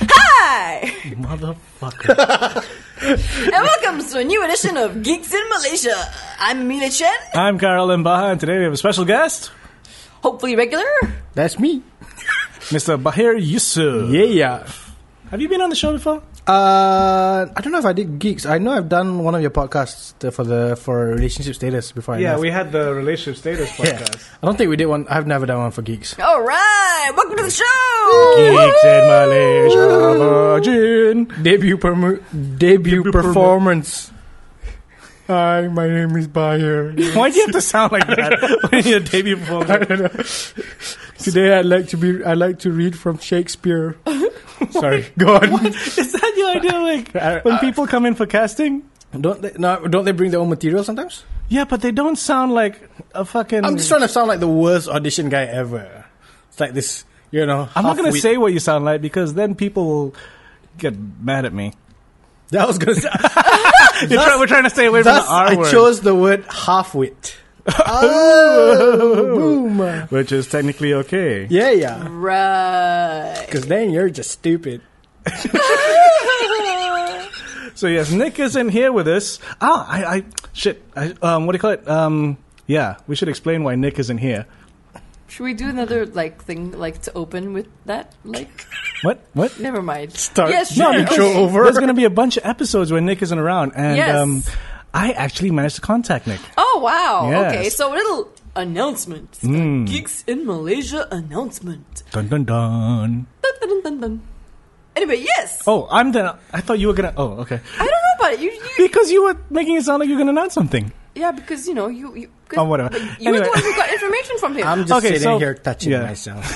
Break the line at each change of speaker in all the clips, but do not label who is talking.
Hi!
Motherfucker.
And welcome to a new edition of Geeks in Malaysia. I'm Mina Chen,
I'm Carl Mbaha, and today we have a special guest,
hopefully regular.
That's me.
Mr. Bahir Yusuf.
Yeah.
Have you been on the show before?
Uh, I don't know if I did geeks. I know I've done one of your podcasts the- for the for relationship status before. I left.
had the relationship status
Yeah. I don't think we did one. I've never done one for geeks.
Alright, welcome to the show!
Geeks in Malaysia, virgin.
Debut permu- debut
permu-
performance. Hi, my name is Bayer.
Why do you have to sound like that when your debut performance?
Today I'd like to be. I'd like to read from Shakespeare. Sorry, Uh, go on.
Is that your idea? Like when people come in for casting?
Don't they, no, don't they bring their own material sometimes?
Yeah, but they don't sound like a fucking.
I'm just trying to sound like the worst audition guy ever. It's like this, you know.
I'm not going to
half-wit-
say what you sound like because then people will get mad at me.
That was gonna say.
You're try- we're trying to stay away from the
Thus,
R
I
word,
chose the word half-wit. oh, boom.
which is technically okay.
Yeah, yeah.
Right.
Because then you're just stupid.
So yes, Nick isn't here with us. Ah, I, I shit. I, um, what do you call it? Um, yeah, we should explain why Nick isn't here.
Should we do another like thing like to open with that? Like
What? What?
never mind.
Start
Yes,
the
sure.
intro over.
There's going to be a bunch of episodes where Nick isn't around, and
Yes.
um, I actually managed to contact Nick.
Oh wow.
Yes. Hmm.
Okay, so a little announcement. Geeks in Malaysia announcement.
Dun dun dun.
Dun, dun, dun, dun. Anyway, yes.
Oh, I'm the. I thought you were gonna. Oh, okay.
I don't know about it. You, you
Because you were making it sound like you were gonna announce something.
Yeah, because you know you. you
Oh, whatever.
but You're
Anyway.
the one who got information from him.
I'm just
Okay,
sitting
so-
here touching
yeah.
myself.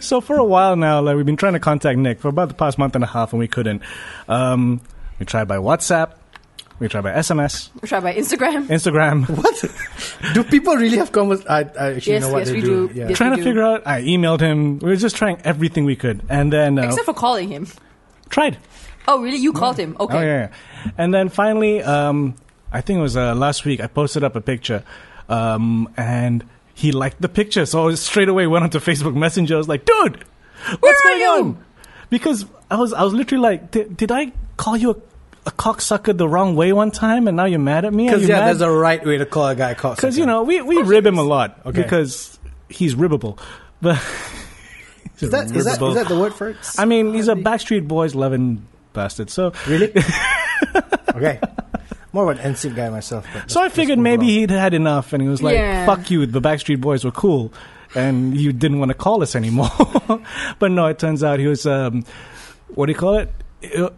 So for a while now, like we've been trying to contact Nick for about the past month and a half, and we couldn't. Um, we tried by WhatsApp. We tried by SMS,
Try by Instagram.
Instagram.
what? Do people really have convers? I, I actually
Yes,
know what
yes,
they
we
do.
do.
Yeah.
Yes.
trying
we
to
do.
figure out. I emailed him. We were just trying everything we could, and then uh,
Except for calling him.
tried.
Oh, really? You called him? Okay.
Oh yeah, yeah. and then finally, um, I think it was uh, last week. I posted up a picture, um, and he liked the picture. So I straight away went onto Facebook Messenger. I was like, "Dude, what's
Where are
going
you?"
on?" Because I was, I was literally like, "Did did I call you a, a cocksucker the wrong way one time, and now you're mad at me?" Are
Because
you
yeah,
mad?
there's a right way to call a guy caught.
Because you know we, we rib him a lot
Okay.
because he's ribbable, but
is that, is, that, is that the word for it?
I mean he's a Backstreet Boys loving bastard. So
really? okay. More of an NSYNC guy myself. But
so I
let's- let's
figured
move
maybe
along.
he'd had enough, and he was like,
Yeah.
"Fuck you, the Backstreet Boys were cool, and you didn't want to call us anymore." but no, it turns out he was um, what do you call it?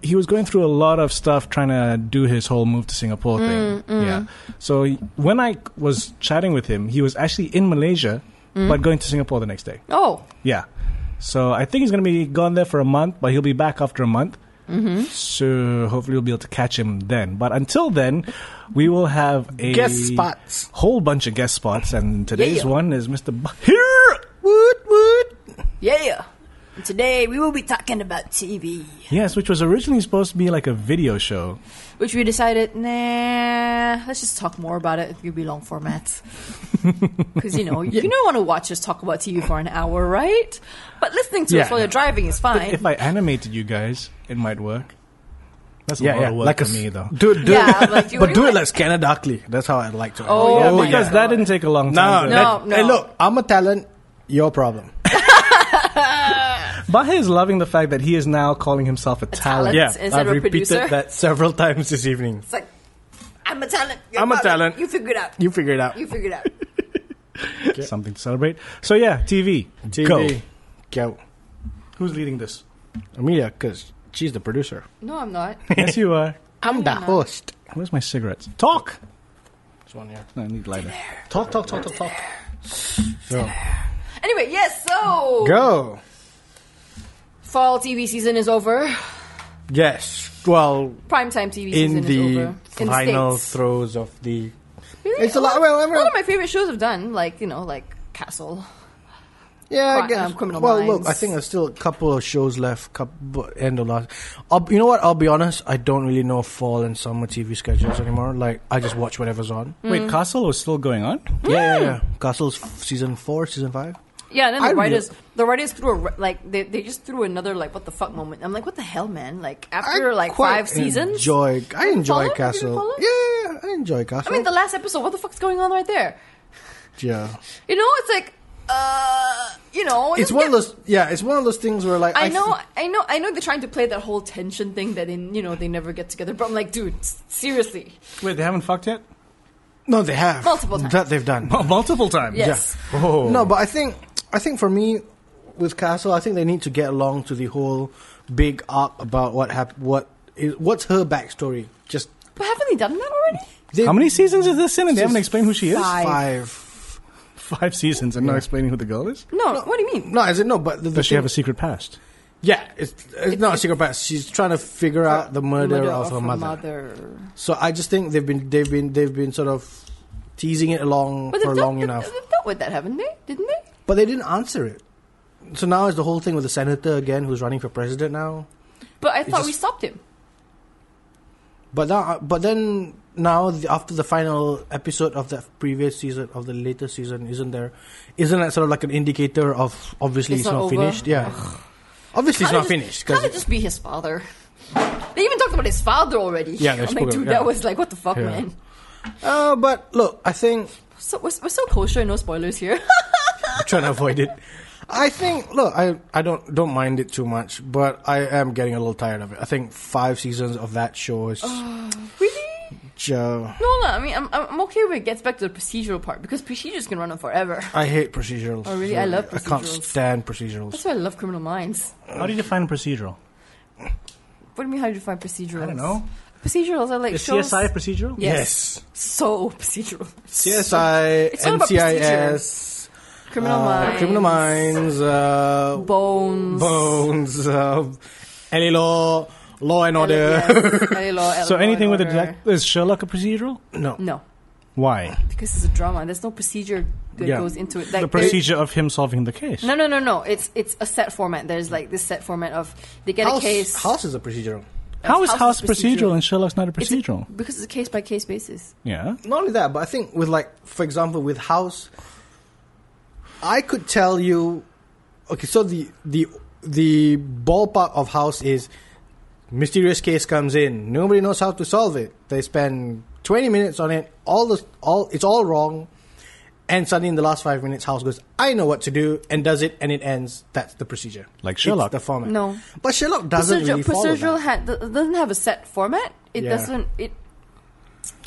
He was going through a lot of stuff trying to do his whole move to Singapore thing. Yeah. So he- when I was chatting with him, he was actually in Malaysia, but going to Singapore the next day.
Oh,
Yeah. So I think he's going to be gone there for a month, but he'll be back after a month. Mm-hmm. So hopefully we'll be able to catch him then. But until then, we will have a
Guest spots.
whole bunch of guest spots, and today's
Yeah.
one is Mr. Bahir.
Woot, woot.
yeah. Today we will be talking about TV,
Yes, which was originally supposed to be like a video show.
which we decided, nah, let's just talk more about it. It'll be long formats. Because, you know, you don't want to watch us talk about TV for an hour, right? But listening to
Yeah,
us while
no.
you're driving is fine.
If I animated you guys, it might work. That's a
Yeah,
lot
yeah.
of work
Like
for
a s-
me, though.
Do, do
Yeah,
it,
like, you
but
were
do it
like-
like Scanner Darkly. That's how I'd like to.
Oh,
yeah,
Oh,
because
yeah.
that didn't take a long
No,
time.
No,
no,
no.
Hey, look, I'm a talent. Your problem.
Bahir is loving the fact that he is now calling himself a, talent.
talent. Yeah. Instead of
I've
a
repeated
producer.
that several times this evening.
it's like, I'm a talent. you're
I'm a
problem.
talent.
You figure it out.
You figure it out.
You figure it out.
Something to celebrate. So yeah, TV. Go.
TV. Go.
Who's leading this?
Amelia, because she's the producer.
No, I'm not.
yes, you are.
I'm the host.
Where's my cigarettes? Talk.
There's one here.
No, I need lighter.
Talk, talk, talk, talk, talk. So,
Anyway, yes, so.
go.
Fall TV season is over.
Yes. Well,
Primetime TV
in
season is
the
over. in
final
the States.
throes of the.
Really?
It's a lot- well, everyone-
one of my favorite shows I've done, like, you know, like Castle.
Yeah,
Cri-
I guess.
um, Criminal
well,
Minds.
look, I think there's still a couple of shows left. Couple end of last. I'll, you know what? I'll be honest. I don't really know fall and summer TV schedules anymore. Like, I just watch whatever's on.
Mm.
Mm.
Wait, Castle was still going on?
Yeah, yeah, yeah. Castle's f- season four, season five.
Yeah, and then
I
the
really-
writers, the writers threw a, re- like they, they just threw another like what the fuck moment. I'm like, what the hell, man? Like after
I
like
quite
five seasons,
Enjoy, I enjoy
follow? You follow?
Castle. Yeah, yeah, yeah, I enjoy
I
Castle.
mean, the last episode, what the fuck's going on right there?
yeah,
You know, it's like, uh, you know,
it's
just
one of
get-
those. Yeah, it's one of those things where like
I
f-
know, I know, I know. They're trying to play that whole tension thing that in you know they never get together. But I'm like, dude, s- seriously,
Wait, they haven't fucked yet?
no, they have
Multiple times.
that they've done.
Oh, multiple times.
yes,
Oh.
No, but I think I think for me with Castle, I think they need to get along to the whole big arc about what hap- what is what's her backstory. Just
but haven't they done that already?
they,
How many seasons is this in and they haven't explained who she is?
Five.
Five.
Five seasons and not explaining who the girl is?
No, what do you mean?
No, is it no? But the, the
Does she
thing-
have a secret past?
yeah, it's, it's not a secret pass. She's trying to figure out Uh, the murder, of, her mother. So I just think they've been they've been they've been sort of teasing it along
But they've
for
dealt,
long
they've-
enough,
They've dealt with that, haven't they? Didn't they?
but they didn't answer it. So now is the whole thing with the senator again, who's running for president now.
But I thought
just-
we stopped him.
But that, but then now the, after the final episode of the previous season of the later season, isn't there? Isn't that sort of like an indicator of obviously
It's
it's,
not
not,
over.
finished? Yeah, obviously it's
Can't
not
it
finished
just, can't it
because
just be his father? They even talked about his father already.
Yeah, they
I'm
spoke
like,
of-
dude,
yeah.
that was like, what the fuck,
Yeah.
man?
uh, but look, I think
So we're, we're so kosher, no spoilers here.
I'm trying to avoid it. I think look, I I don't don't mind it too much, but I am getting a little tired of it. I think five seasons of that show is
really?
ju-
No, no. I mean, I'm, I'm I'm okay when it gets back to the procedural part because procedures can run on forever.
I hate procedurals.
Oh, really? I love
I can't
procedurals.
stand procedurals.
That's why I love Criminal Minds.
How do you define procedural?
What do you mean? How do you define procedurals?
I don't know.
Procedurals are like
Is
shows.
CSI procedural?
Yes. So procedural.
CSI,
It's all about
NCIS,
Criminal
uh,
Minds.
Criminal Minds, uh,
Bones.
Bones, uh, LA Law, Law and Order.
Yes, LA Law, LA
So
Law
anything
and
with a
Order.
detective is Sherlock a procedural?
No.
No,
Why?
because it's a drama. There's no procedure that
Yeah.
goes into it. Like
the
there-
procedure of him solving the case.
No, no, no, no. It's it's a set format. There's like this set format of they get
House,
a case.
House is a procedural.
How is
House is
House
procedural.
procedural and Sherlock's not a
It's a-
procedural?
because it's a case by case basis.
Yeah.
Not only that, but I think with like, for example, with House, I could tell you, okay, so the the the ballpark of House is mysterious case comes in, nobody knows how to solve it. They spend twenty minutes on it, all the all it's all wrong, and suddenly in the last five minutes, House goes, "I know what to do," and does it, and it ends. That's the procedure,
Like
It's
Sherlock.
the format.
No.
but Sherlock doesn't
procedural
really follow
procedural
that.
ha- do- doesn't have a set format. It
Yeah.
doesn't. It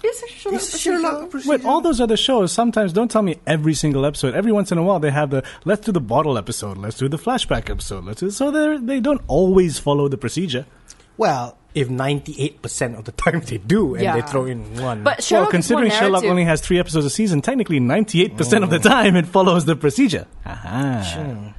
is Sherlock.
Is Sherlock a
procedural?
procedural?
Wait, all those other shows sometimes don't tell me every single episode. Every once in a while, they have the let's do the bottle episode, let's do the flashback episode, let's do so they they don't always follow the procedure.
Well, if ninety-eight percent of the time they do, and they
Yeah.
throw in one.
But Sherlock
well, considering
is more
Sherlock
narrative. Mm.
only has three episodes a season, technically ninety eight percent of the time it follows the procedure. Aha.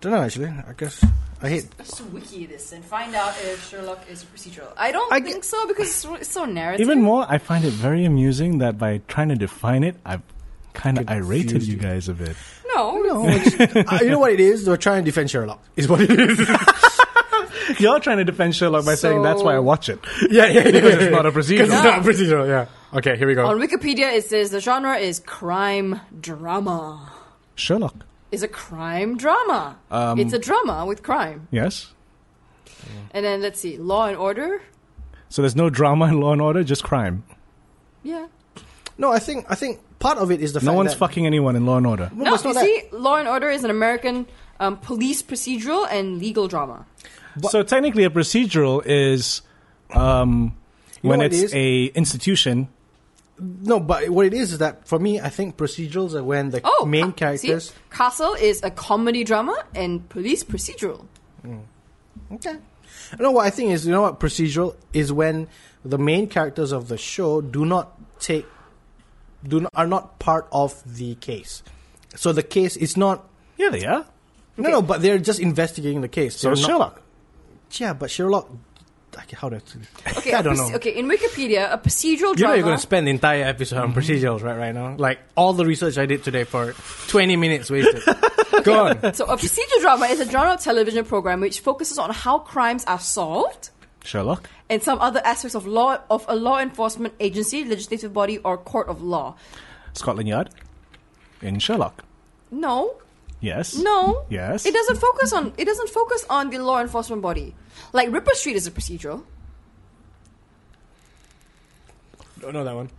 don't know actually. I guess I hate.
Just wiki this and find out if Sherlock is procedural. I don't
I-
think so because it's so- it's so narrative.
Even more, I find it very amusing that by trying to define it, I've kind of irated you guys a bit.
no,
No, it's- uh, you know what it is? They're trying to defend Sherlock. Is what it is.
You're trying to defend Sherlock by saying that's why I
So-
watch it.
yeah, yeah, yeah.
Because it's not a procedural.
Because it's not a procedural. Yeah. Okay, here we go.
On Wikipedia, it says the genre is crime drama.
Sherlock.
Is a crime drama.
Um,
it's a drama with crime.
Yes.
And then let's see, Law and Order.
So there's no drama in Law and Order, just crime.
Yeah.
No, I think I think part of it is the
No
fact
one's
that,
fucking anyone in Law and Order.
No,
it's
you
not that.
see, Law and Order is an American um, police procedural and legal drama.
so technically, a procedural is um,
You know
when
what it
it's
is?
a institution.
No, but what it is is that for me, I think procedurals are when the
Oh,
main
ca-
characters.
See, Castle is a comedy drama and police procedural.
Okay. You know what I think is you know what procedural is when the main characters of the show do not take do not, are not part of the case. So the case is not
Yeah, they are.
no no, but they're just investigating the case.
So
They're
is
not-
Sherlock.
Yeah, but Sherlock. I ca- How do I,
Okay,
I
a
don't
proce-
know.
Okay, in Wikipedia, a procedural
You know
drama. Mm-hmm.
you're going to spend the entire episode on procedurals right right now. Like all the research I did today for 20 minutes wasted. Go on.
so a procedural drama is a genre of television program which focuses on how crimes are solved.
Sherlock.
and some other aspects of law of a law enforcement agency, legislative body, or court of law.
Scotland Yard. In Sherlock.
No,
Yes.
No.
Yes.
It doesn't focus on it doesn't focus on the law enforcement body. Like Ripper Street is a procedural.
Don't know that one.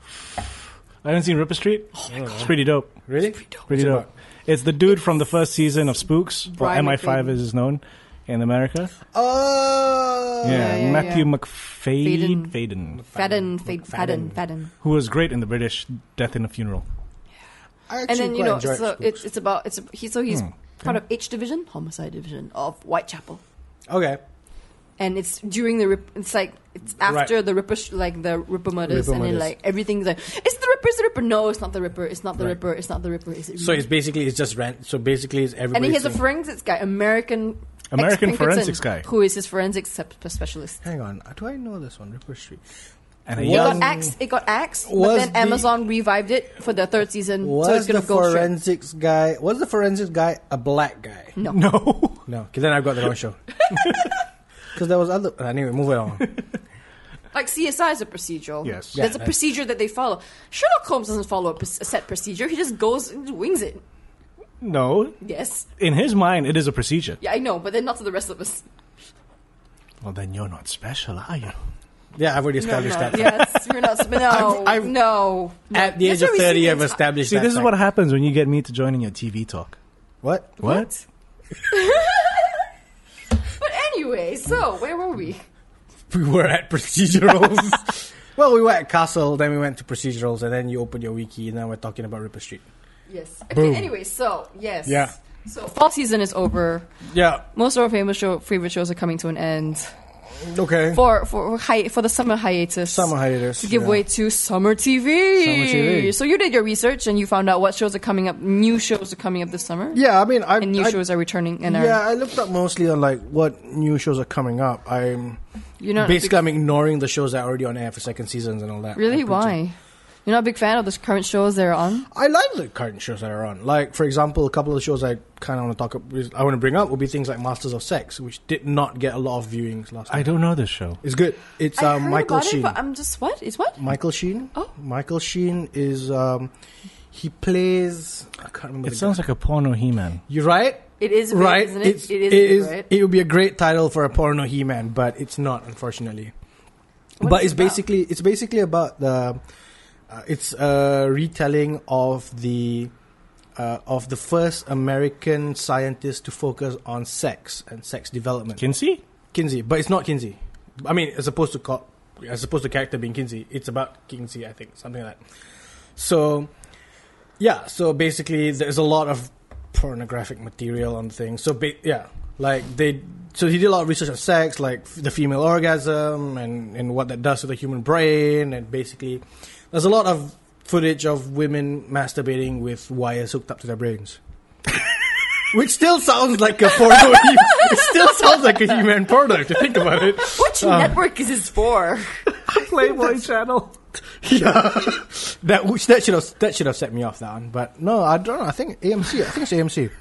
I haven't seen Ripper Street. It's pretty dope.
Really?
Pretty
What's it
dope. It's the dude from the first season of Spooks, or
Brian
MI5
McFadden.
as is known in America.
Oh.
yeah,
yeah,
Matthew
yeah.
McFadden, Faden,
Fadden, fade, fadden, fadden.
who was great in the British Death in a Funeral.
I actually
And then you
quite
know,
enjoy
so
Spooks.
it's it's about it's he so he's
Hmm.
part of H Division, Homicide Division of Whitechapel,
okay.
and it's during the Rip- it's like it's after the Ripper sh- like the Ripper murders,
Ripper
and then
murders.
like everything's like it's the Ripper, it's the Ripper. No, it's not the Ripper, it's not the
Right.
Ripper, it's not the Ripper. Is it?
So
really?
it's basically it's just rent. So basically it's everybody.
and he has a forensics guy, American
American
ex-Pinkerton,
forensics guy.
who is his forensics sep- specialist.
Hang on, uh, do I know this one? Ripper Street.
And a
What?
It
young,
got axed. It got axed, but
Was
then
the-
Amazon revived it for the third season, so it's
Was
gonna
the
go straight.
forensics guy? Was the forensics guy a black guy?
No.
no,
No, because then I've got the wrong show. Because there was other. Anyway, move it on.
Like CSI is a procedural.
Yes.
There's
Yeah.
a procedure that they follow. Sherlock Holmes doesn't follow a, pr- a set procedure. He just goes and wings it.
no.
Yes.
In his mind, it is a procedure.
Yeah, I know, but then not to the rest of us.
Well, then you're not special, are you?
Yeah, I've already
No,
established
no,
that.
yes, we're not. No,
I've- I've-
no. no.
At the
That's
age of
why we see
thirty,
the
I've
enti-
established
See,
that.
this is
fact.
what happens when you get me to join in your TV talk.
What?
What?
But anyway, so where were we?
We were at procedurals. well, we were at Castle, then we went to procedurals, and then you opened your wiki, and now we're talking about Ripper Street.
Yes. Okay.
Boom.
Anyway, so yes.
Yeah.
So fall season is over.
Yeah.
Most of our famous show, favorite shows are coming to an end
Okay.
for for hi- for the summer hiatus.
Summer hiatus.
to give
yeah.
way to summer TV.
Summer TV.
So you did your research and you found out what shows are coming up. New shows are coming up this summer,
Yeah, I mean, I.
and new
I,
shows are returning. And
Yeah,
are,
I looked up mostly on like what new shows are coming up. I'm
you're not a
basically I'm ignoring the shows that are already on air for second seasons and all that.
big, really
I'm pretty-
why. You're not a big fan of the current shows they're on.
I like the current shows that are on. Like for example, a couple of the shows I kind of want to talk. ab- I want to bring up would be things like Masters of Sex, which did not get a lot of viewings last.
I
time.
don't know this show.
It's good. It's um, Michael
about
Sheen.
it, but I'm just what is what?
Michael Sheen.
Oh.
Michael Sheen is um, he plays. I can't remember.
It
the
sounds like a porno He-Man.
you right.
It is a bit,
Right,
isn't it?
It's,
it is,
it
a bit,
is-
right?
it would be a great title for a porno He-Man, but it's not, unfortunately.
What
but it's
is it about?
basically it's basically about the uh, it's a retelling of the uh, of the first American scientist to focus on sex and sex development.
Kinsey?
Kinsey, but it's not Kinsey. I mean, as opposed to co- as opposed to character being Kinsey, it's about Kinsey, I think, something like that. So, yeah. So basically, there's a lot of pornographic material on the thing. So ba- yeah, like they. So he did a lot of research on sex, like f- the female orgasm and and what that does to the human brain, and basically, there's a lot of footage of women masturbating with wires hooked up to their brains. Which still sounds like a porno. it still sounds like a human porno if you think about it.
Which network is this for?
Playboy Channel.
Yeah, that which that should have that should have set me off that one. But no, I don't know. I think AMC. I think it's AMC.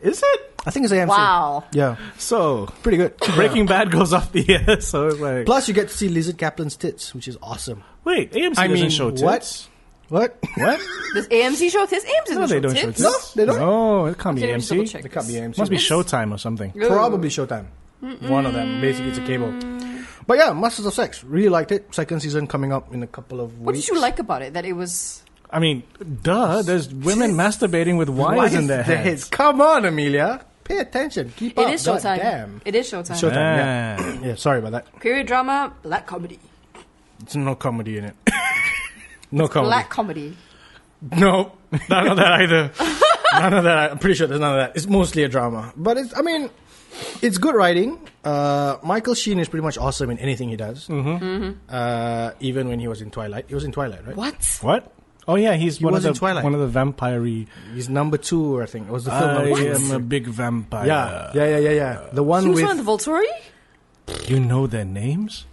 Is it?
I think it's AMC.
Wow.
Yeah,
So,
pretty good.
Breaking Bad goes off the air, so it's like...
Plus, you get to see Lizard Kaplan's tits, which is awesome.
Wait, AMC
I
doesn't
mean,
show
what?
tits.
What?
What?
Does AMC show tits? AMC doesn't
No, they
show
don't
tits.
show tits.
No, they don't?
No, it can't
Okay,
be
let me just double
AMC.
check
It can't be
this.
AMC.
Must be Showtime or something.
Ooh.
Probably Showtime. One of them. Basically, it's a cable. But yeah, Masters of Sex. Really liked it. Second season coming up in a couple of
What
weeks.
did you like about it? That it was
I mean, duh, there's women masturbating with wires
Why
in
is
their
the
heads.
Come on, Amelia. Pay attention. Keep
it
up.
is Showtime.
Damn.
It is Showtime.
Showtime.
Ah.
Yeah. yeah. Sorry about that.
Period drama, black comedy,
It's no comedy in it. no comedy.
black comedy.
No, none of that either. none of that. I'm pretty sure there's none of that. It's mostly a drama, but it's. I mean, it's good writing. Uh, Michael Sheen is pretty much awesome in anything he does. Mm-hmm. Uh, even when he was in Twilight, he was in Twilight, right?
What?
What? Oh yeah, he's one of
was
the
in Twilight.
one of the vampire-y.
He's number two, I think. It was the film.
I
number two.
am a big vampire.
yeah, yeah, yeah, yeah, yeah. The one
He was
with
one of the Volturi?
You know their names?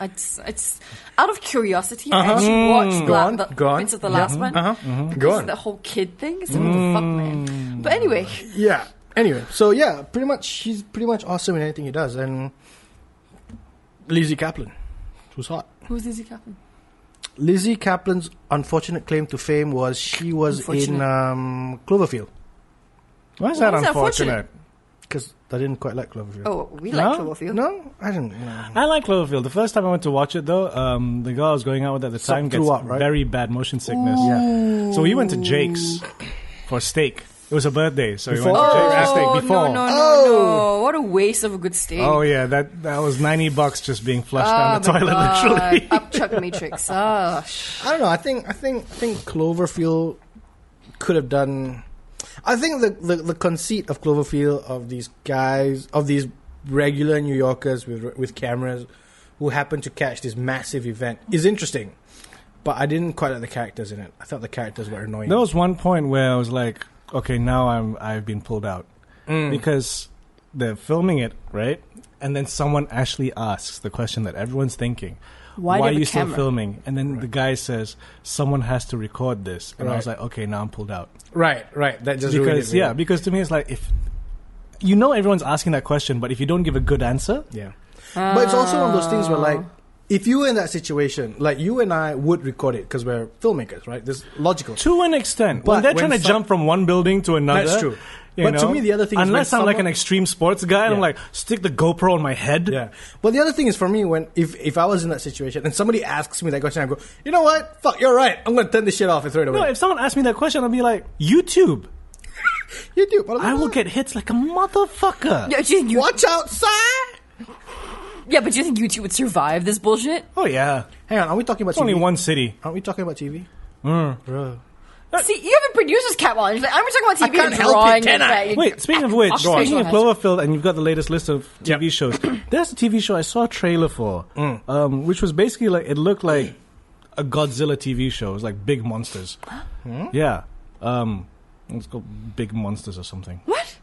It's, it's out of curiosity. I actually watched
Go
la-
on,
the
go on.
bits of the Mm-hmm. last one.
Uh-huh. Go
Because
on.
The whole kid thing. It's like, what the fuck,
Hmm.
man. But anyway,
yeah. Anyway, so yeah, pretty much he's pretty much awesome in anything he does, and Lizzie Kaplan, who's hot.
who's Izzy Kaplan?
Lizzie Kaplan's unfortunate claim to fame was she was in
Unfortunate.
um, Cloverfield.
Why is
Why
that
is that
unfortunate?
because I didn't quite like Cloverfield.
Oh, we like
No?
Cloverfield.
No, I didn't. No.
I like Cloverfield. The first time I went to watch it, though, um, the girl I was going out with at the
Sucked
time gets
through up, right?
very bad motion sickness.
Yeah.
So we went to Jake's for steak. It was a birthday, so we
Before?
went to Jake's for
Oh,
steak before.
no, no, no,
Oh.
no. What a waste of a good steak.
Oh yeah, that that was ninety bucks just being
Oh
flushed
Ah,
down the
my
toilet,
God.
literally.
Upchuck Matrix. Ah, sh-
I don't know. I think I think I think Cloverfield could have done. I think the, the the conceit of Cloverfield of these guys of these regular New Yorkers with with cameras who happen to catch this massive event is interesting, but I didn't quite like the characters in it. I thought the characters were annoying.
There was one point where I was like, okay, now I'm I've been pulled out
Mm.
because they're filming it right, and then someone actually asks the question that everyone's thinking.
Why do you
are
have a
you still
camera?
filming? And then the guy says, "Someone has to record this." And I was
Right.
like, "Okay, now I'm pulled out."
right, right. That just ruined it
Because
for me.
yeah, because to me it's like if you know everyone's asking that question, but if you don't give a good answer,
Yeah. But it's also one of those things where, like, if you were in that situation, like, you and I would record it because we're filmmakers, right? This is logical.
To an extent,
But
when they're
when
trying to
some-
jump from one building to another,
That's true.
you
But to
know,
me, the other thing is
unless
when
I'm like an
someone-
extreme sports guy, and I'm
Yeah.
like stick the GoPro on my head.
Yeah. But the other thing is for me, when if, if I was in that situation and somebody asks me that question, I go, you know what? Fuck, you're right. I'm going to turn this shit off and throw it away.
No, if someone asked me that question, I'd be like, YouTube.
YouTube. blah, blah,
I will
blah.
get hits like a motherfucker.
yeah, do you think you-
Watch out, sir!
yeah, but do you think YouTube would survive this bullshit?
Oh yeah,
Hang on, are we talking about
it's only
TV?
one city.
Aren't we talking about TV? Bro.
See, you have a producer's cap on. You're like, I'm just talking about TV.
I can't
and
help it,
drawing
can
and
I?
that.
Wait, speaking of which,
Go on.
speaking of
Go ahead.
Cloverfield, and you've got the latest list of TV shows. There's a TV show I saw a trailer for,
Mm.
um, which was basically like it looked like a Godzilla TV show. It was like big monsters. Hmm? Yeah, um, it's called Big Monsters or something.
What?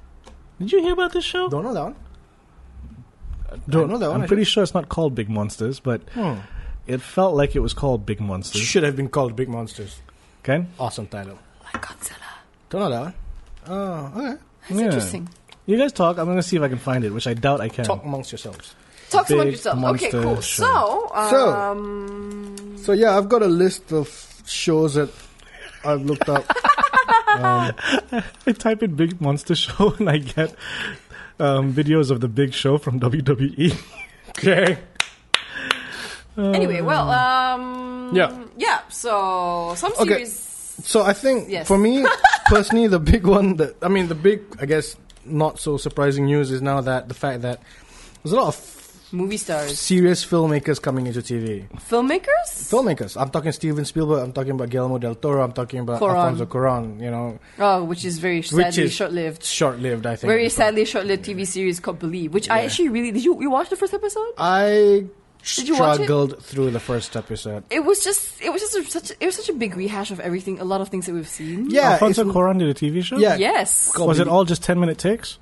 Did you hear about this show?
Don't know that one. Don't know that one.
I'm pretty sure it's not called Big Monsters, but
Hmm.
it felt like it was called Big Monsters.
should have been called Big Monsters.
Okay,
Awesome title.
Like Godzilla.
Don't know that one. Oh, okay.
That's
Yeah.
interesting.
You guys talk. I'm gonna see if I can find it, which I doubt I can.
Talk amongst yourselves.
Talk
Big
among yourself. Okay,
monster
cool.
show.
So,
So-
um,
So yeah, I've got a list of shows that I've looked up.
I type in big monster show and I get um, videos of the big show from E. WWE.
okay.
anyway, well,
Uh,
um,
Yeah.
yeah. So some
Okay.
series.
So I think
Yes.
for me personally, the big one that I mean, the big I guess not so surprising news is now that the fact that there's a lot of
Movie stars,
serious filmmakers coming into TV.
filmmakers.
Filmmakers. I'm talking Steven Spielberg. I'm talking about Guillermo del Toro. I'm talking about
Cuarón.
Alfonso Cuarón. You know,
oh, which is very
which
sadly
is
short-lived.
Short-lived, I think.
Very sadly short-lived TV series called Believe, which I actually really did. You you watch the first episode?
I
you watch it?
struggled through the first episode.
It was just it was just a, such it was such a big rehash of everything, a lot of things that we've seen.
Yeah,
Alfonso
it's-
Cuarón did a TV show.
Yeah.
Yes.
Called
was it
Baby-
all just ten minute takes?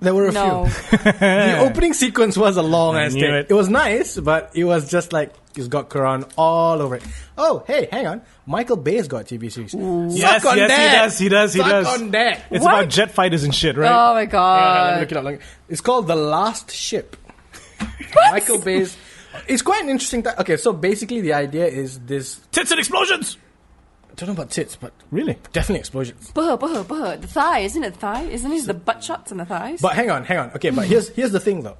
There were a few.
No.
the opening sequence was a long
Eh. I
ass
knew
take.
it.
It. was nice, but it was just like it's got Quran all over it. Oh, hey, hang on. Michael Bay's got TV series.
Yes, yes, he does, he does, he
Suck
does.
on that.
It's
What?
about jet fighters and shit, right?
oh my
Hang on, let me
god.
look it up, let me- It's called The Last Ship. Michael Bay's. It's quite an interesting. Th- okay, so basically the idea is this.
Tits and explosions.
I don't know about tits, but
Really?
definitely explosions.
Buh, buh, buh. The thigh, isn't it thigh? Isn't it the butt shots and the thighs?
But hang on, hang on. Okay, but here's here's the thing though.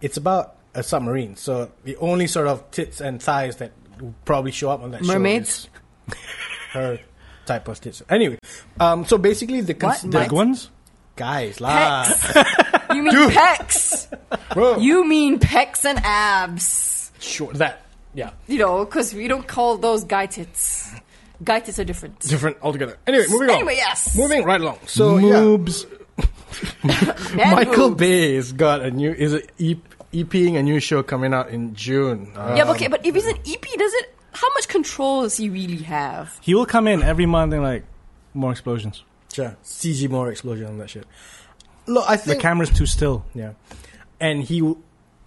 It's about a submarine, so the only sort of tits and thighs that will probably show up on that show
Mermaids?
is her type of tits. Anyway, um, so basically the cons-
What?
the
Big ones.
guys, lah,
Pecs. you mean pecs.
bro,
You mean pecs and abs.
sure that yeah,
You know, because we don't call those guy tits. Guy tits are different.
different altogether. Anyway, moving on.
Anyway, yes.
moving right along. So yeah,
Moobs.
And
Michael
boobs.
Bay's got a new is a e- EPing a new show coming out in June. Ah,
Yeah, but okay, but if he's an EP, does it? How much control does he really have?
He will come in every month and like more explosions.
Sure. CG more explosion on that shit. Look, I
The
think
camera's too still.
Yeah, and he,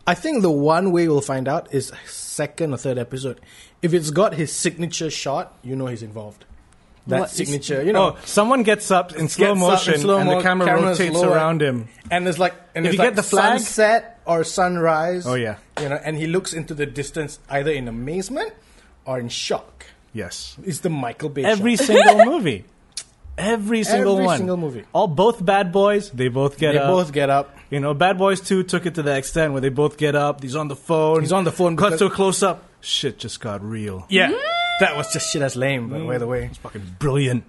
I think the one way we'll find out is second or third episode. If it's got his signature shot, you know he's involved. That
What is-
signature, you know,
Oh, someone gets up in Oh, slow
gets up in
motion
slow
and the
mo-
camera
camera's
rotates
lower.
around him.
and it's like, and
If
it's
you
like
get the flag-
sunset or sunrise.
Oh, yeah.
you know, and he looks into the distance either in amazement or in shock.
Yes.
It's the Michael Bay.
Every
shot.
single movie. Every single
Every
one.
single movie.
All both bad boys, they both get
they
up.
both get up.
you know, Bad Boys 2 took it to the extent where they both get up. He's on the phone.
He's on the phone
Cuts
because-
to a close up. Shit just got real. Mm-hmm.
Yeah. That was just shit as lame, but by the
Mm.
way.
It's fucking brilliant.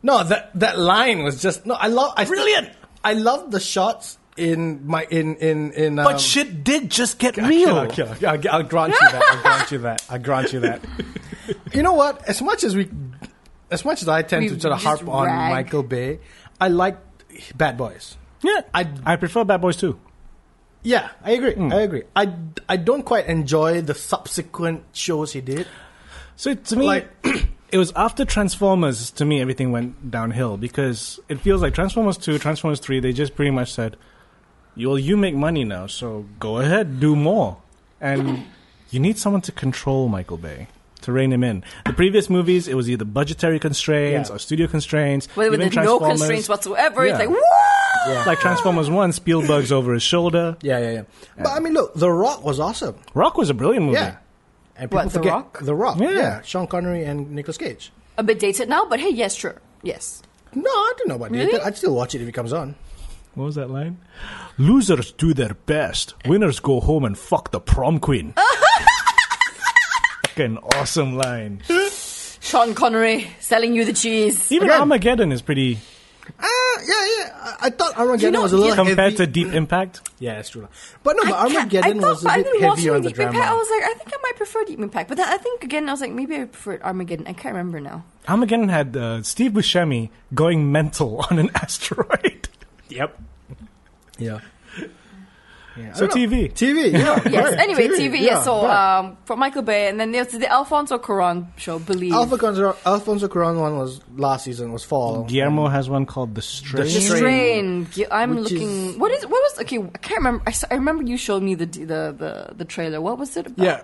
No, that that line was just no. I love I still-
Brilliant!
I love the shots in my in in in. Um,
But shit did just get
Kill,
real.
I'll, kill, I'll, I'll grant you that. I'll grant you that. I'll grant you that. You know what? As much as we, as much as I tend
We
to sort of
just
harp on
rag.
Michael Bay, I like Bad Boys.
Yeah, I,
I-
I prefer Bad Boys 2.
Yeah, I agree. I agree. I, I don't quite enjoy the subsequent shows he did.
So to me,
Like-
it was after Transformers. To me, everything went downhill because it feels like Transformers two, Transformers three. They just pretty much said, "You well, you make money now, so go ahead, do more." And you need someone to control Michael Bay to rein him in. The previous movies, it was either budgetary constraints
Yeah.
or studio constraints.
But with
even
no
Transformers.
constraints whatsoever,
Yeah.
it's like, whoa!
Like Transformers one, Spielberg's over his shoulder.
Yeah, yeah, yeah. But I mean, look, The Rock was awesome.
Rock was a brilliant movie.
Yeah. And
What,
people
The
forget-
Rock?
The Rock.
Yeah.
Yeah. Sean Connery and Nicolas Cage.
A bit dated now, but hey, yes, sure. Yes.
No, I don't know about
Really?
that. I'd still watch it if it comes on.
What was that line? Losers do their best. Winners go home and fuck the prom queen. Fucking awesome line.
Sean Connery selling you the cheese.
Even
Again.
Armageddon is pretty
Ah, yeah, yeah. I, I thought Armageddon
know,
was a little
compared
heavy.
to Deep Impact.
Yeah, that's true. But no, but
I, can't- I
Armageddon
thought,
was
but
a
I've
bit
been watching
heavy on the
Deep
drama.
Impact. I was like, I think I might prefer Deep Impact, but then I think again, I was like, maybe I prefer Armageddon. I can't remember now.
Armageddon had uh, Steve Buscemi going mental on an asteroid.
yep. Yeah. yeah.
So
I don't know.
TV.
TV. Yeah.
Yes.
right,
Anyway, TV. yes.
yeah,
so
right.
um, from Michael Bay, and then there's the Alfonso Cuarón show. Believe.
Alpha Alfonso, Alfonso Cuarón one was last season was fall.
Guillermo has one called The Strain.
The
the
Strain,
strain. Gu- I'm
which
looking.
is-
What is? What was? Okay, I can't remember. I, s- I remember you showed me the the the, the trailer. What was it? About?
Yeah.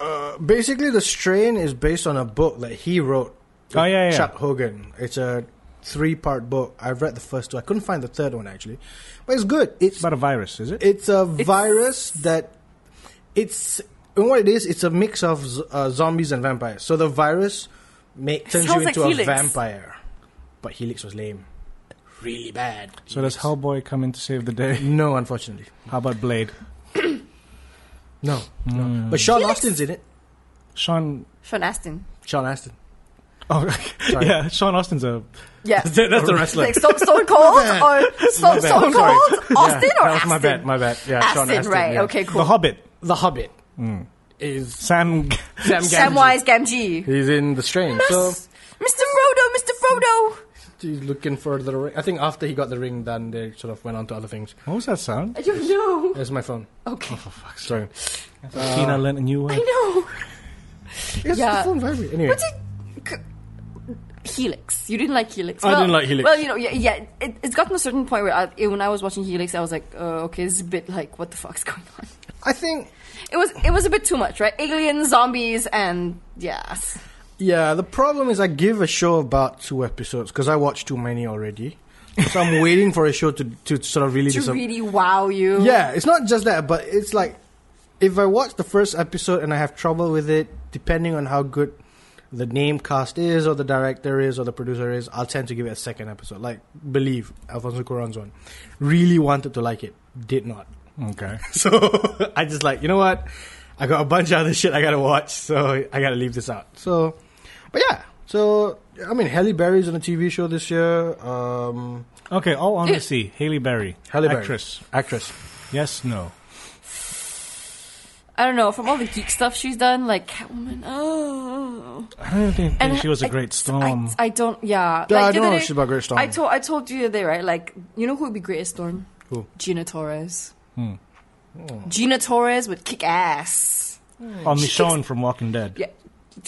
Uh, basically, the strain is based on a book that he wrote. with
Oh, yeah, yeah.
Chuck Hogan. It's a three-part book. I've read the first two. I couldn't find the third one actually, but it's good. It's
About a virus, is it?
it's a virus that it's and what it is. It's a mix of z- uh, zombies and vampires. So the virus make, turns you
sounds like
into a
Helix.
vampire. But Helix was lame, really bad.
So
Helix.
does Hellboy come in to save the day?
No, unfortunately,
How about Blade?
no. no. But Sean Austin's in it.
Sean.
Sean Astin.
Sean Austin.
Oh,
Sorry.
yeah. Sean Austin's a.
Yeah.
That's the
wrestler.
Like Stone, Stone Cold or Stone,
bad.
Stone
I'm sorry.
Cold Austin
Yeah,
or
that was
Astin.
my bad, my bad. Yeah, Sean
Astin,
Astin,
right?
yeah. Hmm.
Okay,
The
cool.
Hobbit.
The Hobbit is
Sam.
Sam
Samwise Gamgee.
He's in The Strain. So
Yes. Mr. Frodo, Mr. Frodo.
he's looking for the ring. I think after he got the ring done, they sort of went on to other things.
What was that sound?
I don't know.
There's my phone.
Okay.
Sorry.
Tina learned a new word.
I know.
Yes,
Yeah.
the phone vibrate. Anyway.
Helix. You didn't like Helix.
I didn't like Helix.
Well, you know, yeah, yeah it, it's gotten to a certain point where I, it- when I was watching Helix, I was like, uh, okay, this is a bit like, what the fuck's going on?
I think,
It was it was a bit too much, right? Aliens, zombies, and yes.
yeah, the problem is I give a show about two episodes because I watched too many already. So I'm waiting for a show to, to sort of really
To
disap-
really wow you.
Yeah, it's not just that, but it's like if I watch the first episode and I have trouble with it, depending on how good the name cast is, or the director is, or the producer is, I'll tend to give it a second episode. Like, believe Alfonso Cuarón's one. Really wanted to like it, did not.
Okay.
So I just like, you know what? I got a bunch of other shit I gotta watch, so I gotta leave this out. So, but yeah. So I mean, Halle Berry's on a TV show this year. Um,
Okay, all on the sea. Haley Berry.
Halle Berry,
Actress.
actress.
Yes, no.
I don't know. From all the geek stuff she's done, like Catwoman. Oh.
I don't even think
And
she was a
I-
great storm.
I, I don't. Yeah.
Yeah, I
the
don't
other
know
day-
if she's about Great Storm.
I told I told you the other day, right? Like, you know who would be great as Storm?
Who? Oh.
Gina Torres.
Hmm.
Gina Torres would kick ass.
or Oh, Michonne from Walking Dead.
Hmm. Yeah.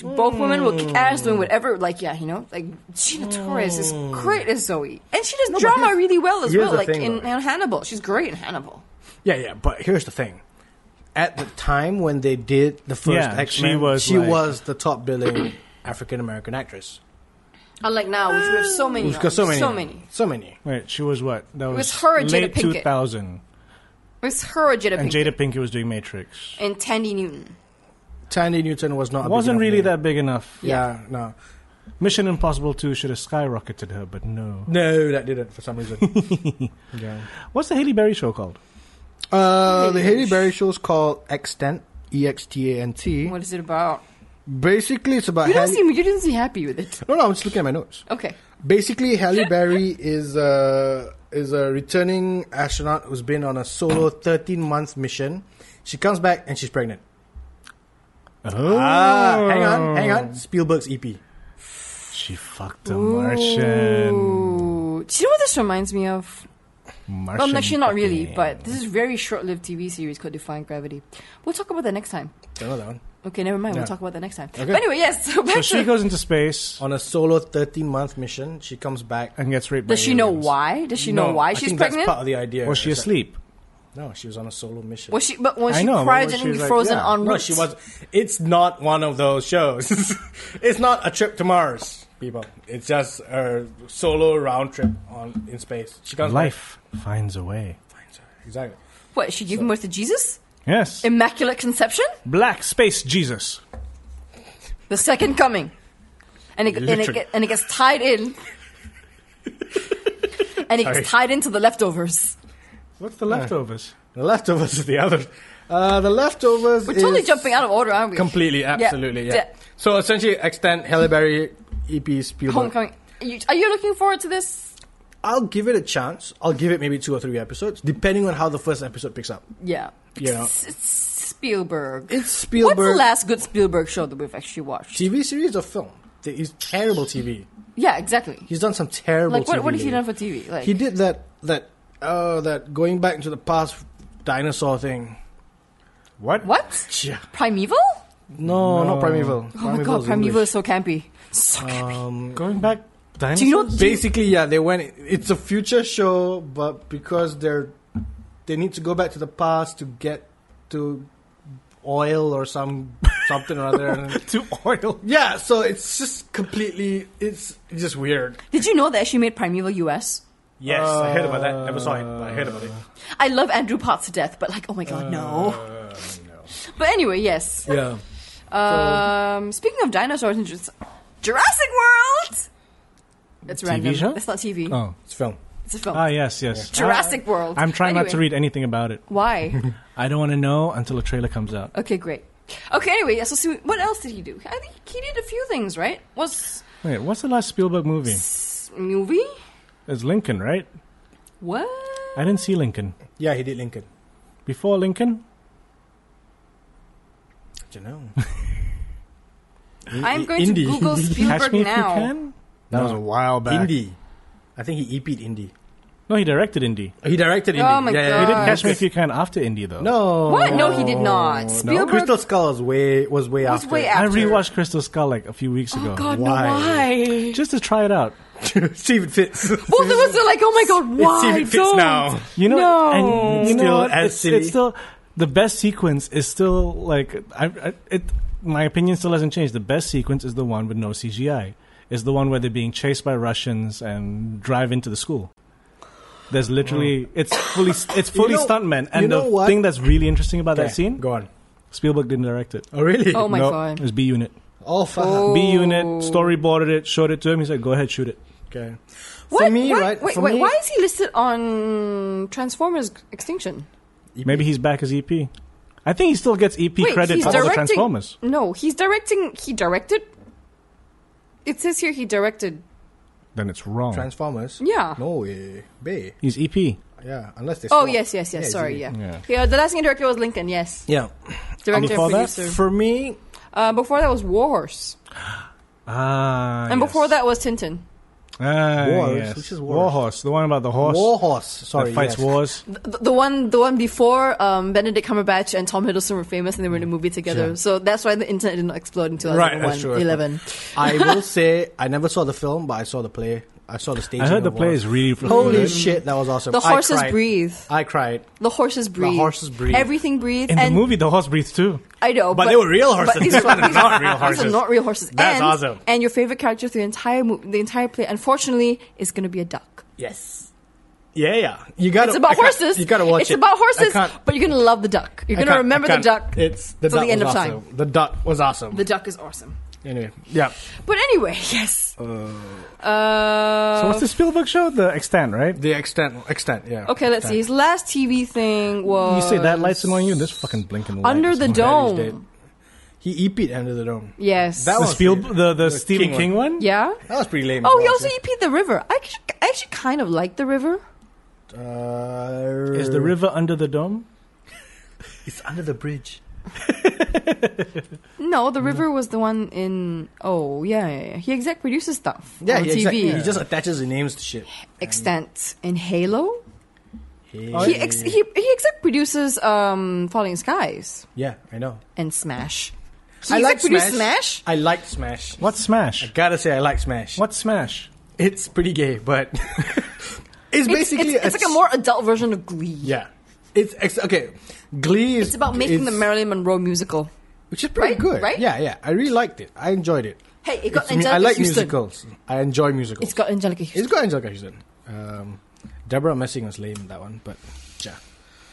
Both women will kick ass doing whatever, like yeah, you know, like Gina Torres is great as Zoe, and she does drama really well as
Hmm. here's
well.
the
Like
thing,
in,
though.
in Hannibal, she's great in Hannibal.
Yeah, yeah, but here's the thing. At the time when they did the first
Yeah,
X Men,
she
she,
was
was,
like-
the top billing African American actress.
Unlike now, which we have so many,
We've got so
of,
many,
so many.
so many.
Wait, she was what? That was,
was her and Jada
late
Pinkett.
2000.
It's her or Jada
And
Pinkett
Jada Pinkett was doing Matrix.
and Tandy Newton.
Tandy Newton was not. a big
Wasn't
enough
really
name.
that big enough.
Yeah, no.
Mission Impossible 2 should have skyrocketed her, but no.
No, that didn't for some reason. yeah.
What's the Haley Berry show called?
Uh, the
Haley
Haley Berry show is called Extant. E X T A N T.
What is it about?
Basically, it's about
You don't
Halle-
seem you didn't seem happy with it.
no, no. I'm just looking at my notes.
Okay.
Basically, Halle Berry is a is a returning astronaut who's been on a solo 13 month mission. She comes back and she's pregnant.
Oh.
Ah, hang on, hang on. Spielberg's E EP.
She fucked the Martian.
Ooh. Do you know what this reminds me of?
Martian.
Well, actually, not really,
fucking-
but this is a very short-lived TV series called Defying Gravity. We'll talk about that next time.
Don't know that one.
Okay, never mind.
Yeah.
We'll talk about that next time.
Okay.
But anyway, yes. So back
So
to
she goes into space
On a solo 13 month mission, she comes back.
and gets raped. by
Does she know
aliens.
why? Does she know
No,
why
I
she's
think
pregnant?
That's part of the idea.
Was she
It's like-
asleep?
No, she was on a solo mission.
was she? But when
I
she
know, but
cried
was
and
she
was
like-
frozen
yeah.
on route.
no, she was. It's not one of those shows. it's not a trip to Mars, people. It's just a solo round trip on in space. She comes
Life finds a way.
back. Finds her. Exactly.
What? She gave birth to Jesus?
Yes.
Immaculate Conception?
Black space Jesus.
The second coming. And it, and it,
Literally.
get, and it gets tied in. and it gets tied into the leftovers.
What's the leftovers?
The leftovers is the other. Uh, the leftovers.
We're totally
is
jumping out of order, aren't we?
Completely, absolutely, yeah.
Yeah.
So essentially, extend Halle Berry EP Spielberg.
Homecoming. Are you, are you looking forward to this?
I'll give it a chance. I'll give it maybe two or three episodes, depending on how the first episode picks up.
Yeah.
You know.
It's, it's Spielberg.
It's
What's the
Spielberg
last good Spielberg show that we've actually watched?
TV series or film. He's terrible TV.
Yeah, exactly.
He's done some terrible.
Like, what,
TV
what has he
lately.
done for TV? Like,
He did that that uh that going back into the past dinosaur thing.
What?
What?
Yeah.
Primeval?
No, not primeval. Uh, Um,
Oh my god, Primeval is so campy. So campy.
Going back. Dinosaurs?
Do you know-
Basically, yeah, they went. It's a future show, but because they're they need to go back to the past to get to oil or some something or other. And,
to oil?
yeah, so it's just completely. It's just weird.
Did you know they actually made Primeval US?
Yes,
I heard about that. Never saw it, but I heard about it.
I love Andrew Potts to death, but like, oh my god, no.
Uh,
But anyway, yes.
Yeah.
Um, speaking of dinosaurs and just Jurassic World. That's
TV
random.
show?
It's not TV.
Oh.
It's film.
It's a film.
Ah, yes, yes.
Jurassic World.
I'm trying not to
Anyway.
read anything about it.
Why?
I don't want to know until a trailer comes out.
okay, great. Okay, anyway, yeah, so see, what else did he do? I think he did a few things, right? Was
Wait, what's the last Spielberg movie?
movie?
It's Lincoln, right?
What?
I didn't see Lincoln.
Yeah, he did Lincoln.
Before Lincoln?
you know?
I'm going to
Indie.
Google
Catch
Spielberg
me
now.
if you can?
That was
a while
Indie. I think he E EP'd Indie.
No, he directed Indie.
He directed
Oh
Indie.
my
yeah, Yeah,
God. He
he
didn't
didn't
Catch me if you can after Indie, though.
No.
What? No, he did not. Spielberg-
Crystal Skull was way was way
was
after.
way
I
after.
rewatched Crystal Skull like a few weeks
Oh
ago.
god,
Uh, Why?
no, why?
Just to try it out.
See if it fits.
Both of us are like, oh my god,
Let's see
why
if it fits
don't?
now.
You know,
No.
and you know,
Still
what?
as
it's,
silly.
it's still the best sequence is still like I, I it. My opinion still hasn't changed. The best sequence is the one with no CGI. Is the one where they're being chased by Russians and drive into the school. There's literally it's fully it's fully
Mm. know-
stuntmen, and
you know
the
what?
thing that's really interesting about
Okay,
that scene,
Go on.
Spielberg didn't direct it.
Oh really?
Oh my
Nope.
god.
it was B Unit.
Oh fuck.
B Unit
Oh.
storyboarded it, showed it to him. He said, "Go ahead, shoot it."
Okay.
What-
For me,
what-
right?
Wait,
for
wait,
me,
why is he listed on Transformers Extinction?
E
Maybe he's back as EP. I think he still gets EP
Wait,
credit
he's
for all the
directing-
Transformers.
No, he's directing. He directed. It says here he directed.
Then it's wrong.
Transformers?
Yeah.
No way. Bay.
He's E EP.
Yeah. Unless they.
Oh
swap.
yes, yes, yes.
Yeah,
sorry,
it's
yeah.
easy.
yeah.
Yeah.
the last thing he directed was Lincoln. Yes,
Yeah.
director
before
and
that,
producer.
For me,
uh, before that was Warhorse,
Ah,
and
yes.
before that was Tintin.
ah,
Wars,
yes.
which is wars.
Warhorse, the one about the horse
Warhorse.
that
Sorry.
fights
yes.
wars.
The, the one, the one before um, Benedict Cumberbatch and Tom Hiddleston were famous, and they were in a movie together.
Mm. Sure.
So that's why the internet didn't explode in
Right,
2001,
that's true, that's true.
11.
I will say I never saw the film, but I saw the play. I saw the stage.
I heard the play is really
Holy
good.
shit, that was awesome.
The
I
horses
cried.
breathe.
I cried.
The horses breathe.
horses breathe.
Everything breathes.
In
and
the movie, the horse breathes too.
I know,
But they were real horses.
But these
These
were
are not real
These are
horses.
not real horses.
That's
and,
awesome.
And your favorite character through the entire mo- the entire play, unfortunately, is going to be a duck.
Yes. Yeah, yeah. You got
It's about horses.
You gotta watch
it's
it.
It's about horses,
I can't-
but you're going to love the duck. You're
I
going to
can't-
remember
I
the
can't.
duck.
It's the
till
duck
the end
was
of
awesome.
time.
The duck was awesome.
The duck is awesome.
Anyway, yeah.
But anyway, yes.
Uh,
Uh,
So what's the Spielberg show? The Extant, right?
the extent, extent, yeah.
okay, let's
extent.
see. His last TV thing was.
You say that light's annoying you. This fucking blinking light
Uh, Under
is
the
annoying.
That is
Dome.
He EP'd Under the Dome.
Yes.
That
The
was
Spiel,
pretty-
the the Stephen King,
King
one.
yeah.
That was pretty lame.
Oh, he
as
also EP'd The River. I actually, I actually kind of like The River.
well, yeah. Uh,
Is the river under the dome?
It's under the bridge.
No,
Mm.
The River was the one in. Oh, yeah, yeah, yeah. He exec produces stuff
Yeah,
on
he,
TV.
exactly- he just attaches the names to shit.
Extant in Halo.
Hey.
He, ex- he, he exec produces um, Falling Skies
yeah, I know.
and Smash. He
I
exec
like
produced
Smash. I like Smash.
What
I
smash?
gotta say, I like Smash.
What smash?
It's pretty gay, but it's
It's,
basically
it's, it's like a more adult version of Glee.
yeah. It's ex- okay. Glee is
It's about making the
it's-
Marilyn Monroe musical.
which is pretty
right?
good.
Right?
Yeah, yeah. I really liked it. I enjoyed it.
Hey, it got
It's me-
Angelica
I like
Houston.
musicals. I enjoy musicals.
It's got Angelica Houston.
It's got Angelica Houston. Um, Deborah Messing was lame in that one, but yeah.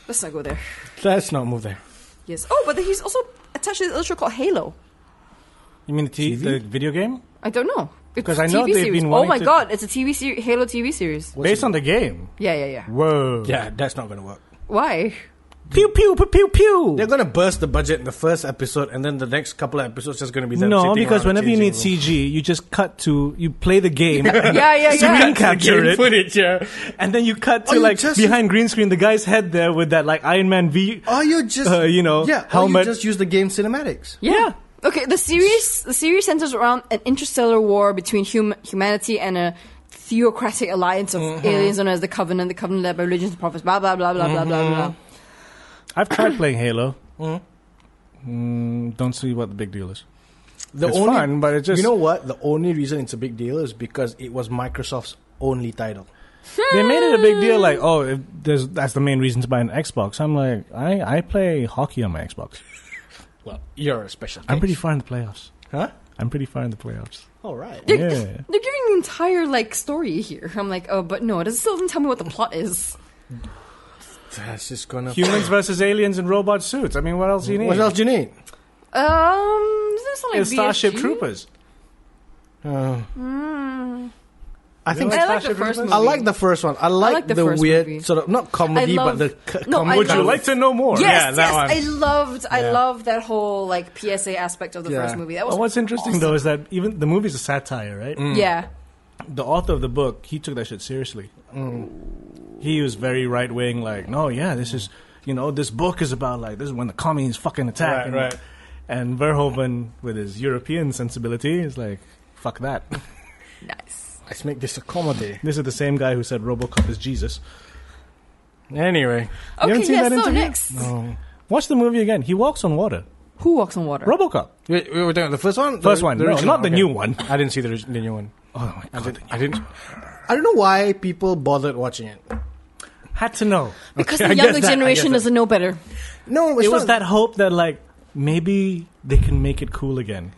Let's not go there.
Let's not move there.
Yes. Oh, but he's also attached to this other show called Halo.
You mean the, t- the video game?
I don't know. It's
'Cause
a
I know
TV
they've
series.
been
Oh
wanting
my
to-
god, it's a TV series, Halo TV series.
What's
Based
it-
on the game.
Yeah, yeah, yeah.
Whoa.
Yeah, that's not going to work.
Why?
Pew pew pew pew pew.
They're going to burst the budget in the first episode, and then the next couple of episodes is going to be them
no,
sitting
because
around
whenever you
changing
need
rooms.
CG, you just cut to you play the game,
Yeah, yeah,
screen
yeah.
capture
Game
it,
footage, yeah.
and then you cut
Or
to
you
like
just-
behind green screen the guy's head there with that like Iron Man V.
Or you just,
Uh, you know,
yeah, or you
helmet.
just use the game cinematics.
Yeah. Okay, the series the series centers around an interstellar war between hum- humanity and a theocratic alliance of
Mm-hmm.
aliens known as the Covenant, the Covenant led by religions and prophets, blah blah blah blah blah blah
Mm-hmm.
blah.
I've tried playing Halo. Mm, don't see what the big deal is.
The
It's fun, but it just-
you know what? The only reason it's a big deal is because it was Microsoft's only title.
They made it a big deal, like, oh, if there's, that's the main reason to buy an Xbox. I'm like, I, I play hockey on my Xbox.
Well, you're a special.
I'm
case.
pretty far in the playoffs.
huh?
I'm pretty far in the playoffs.
All right.
They're,
Yeah.
they're giving the entire like story here. I'm like, oh, but no, it still doesn't tell me what the plot is.
That's just gonna.
Humans versus aliens in robot suits. I mean, what else do you need?
What else do you need?
Um, is this like
It's Starship
VSG?
Troopers.
Uh,
Hmm.
I think
Like
I like the first
Starship Troopers?
movie.
I like the first one. I like,
like the
the,
first
weird
movie.
sort of not comedy,
I love-
but the c-
No, I
comedy.
Would you
love-
like to know more?
Yes,
Yeah, that
yes,
one.
I loved, I
Yeah.
loved that whole like PSA aspect of the
Yeah.
first movie. That was
Well, what's interesting
awesome.
though is that even the movie's a satire, right?
hmm.
Yeah,
The author of the book, he took that shit seriously.
Mm.
He was very right wing, like, no, yeah, this is, you know, this book is about like this is when the communists fucking attack.
Right,
and,
right.
and Verhoeven, with his European sensibility, is like, fuck that.
nice.
Let's make this a comedy.
this is the same guy who said RoboCop is Jesus.
Anyway,
You haven't
Okay,
seen
yeah.
that
So
interview?
next,
Oh.
Watch the movie again. He walks on water.
who walks on water?
RoboCop,
we, we were talking about the first one.
first one,
the
no,
original,
not the
okay.
new one.
I didn't see the, orig- the new one.
Oh my
I
god,
didn't, I didn't. I don't know why people bothered watching it.
had to know.
Because
Okay, I
the
guess
younger
that, I guess
generation
that.
doesn't know better.
No, it's
It was
not-
that hope that like maybe they can make it cool again.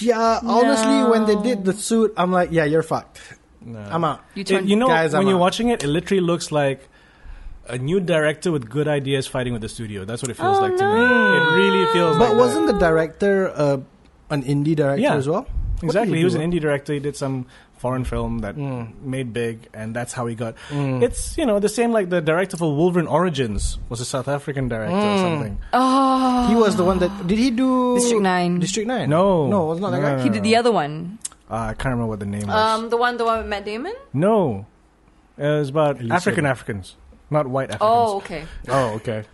Yeah, honestly, when they
No.
did the suit, I'm like, yeah, you're fucked. I'm out.
You
It-
turn.
you know,
Guys,
when
I'm
you're
out.
watching it, it literally looks like a new director with good ideas fighting with the studio. That's what it feels
Oh,
like to
no.
me. It really feels like
But wasn't the director uh, an indie director
Yeah.
as well?
that. exactly.
What did
He was
do?
an indie director. He did some foreign film that
Hmm.
made big, and that's how he got. It's you know the same like the director for Wolverine Origins was a South African director
Hmm.
or something.
oh,
He was the one that did he do
District Nine.
District Nine?
No.
no, it was not that
No,
guy.
no,
he did the other one.
Uh, I can't remember what the name was.
Um, the one, the one with Matt Damon.
No, it was about
Elysium.
African Africans, not white Africans.
Oh, okay,
Oh, okay.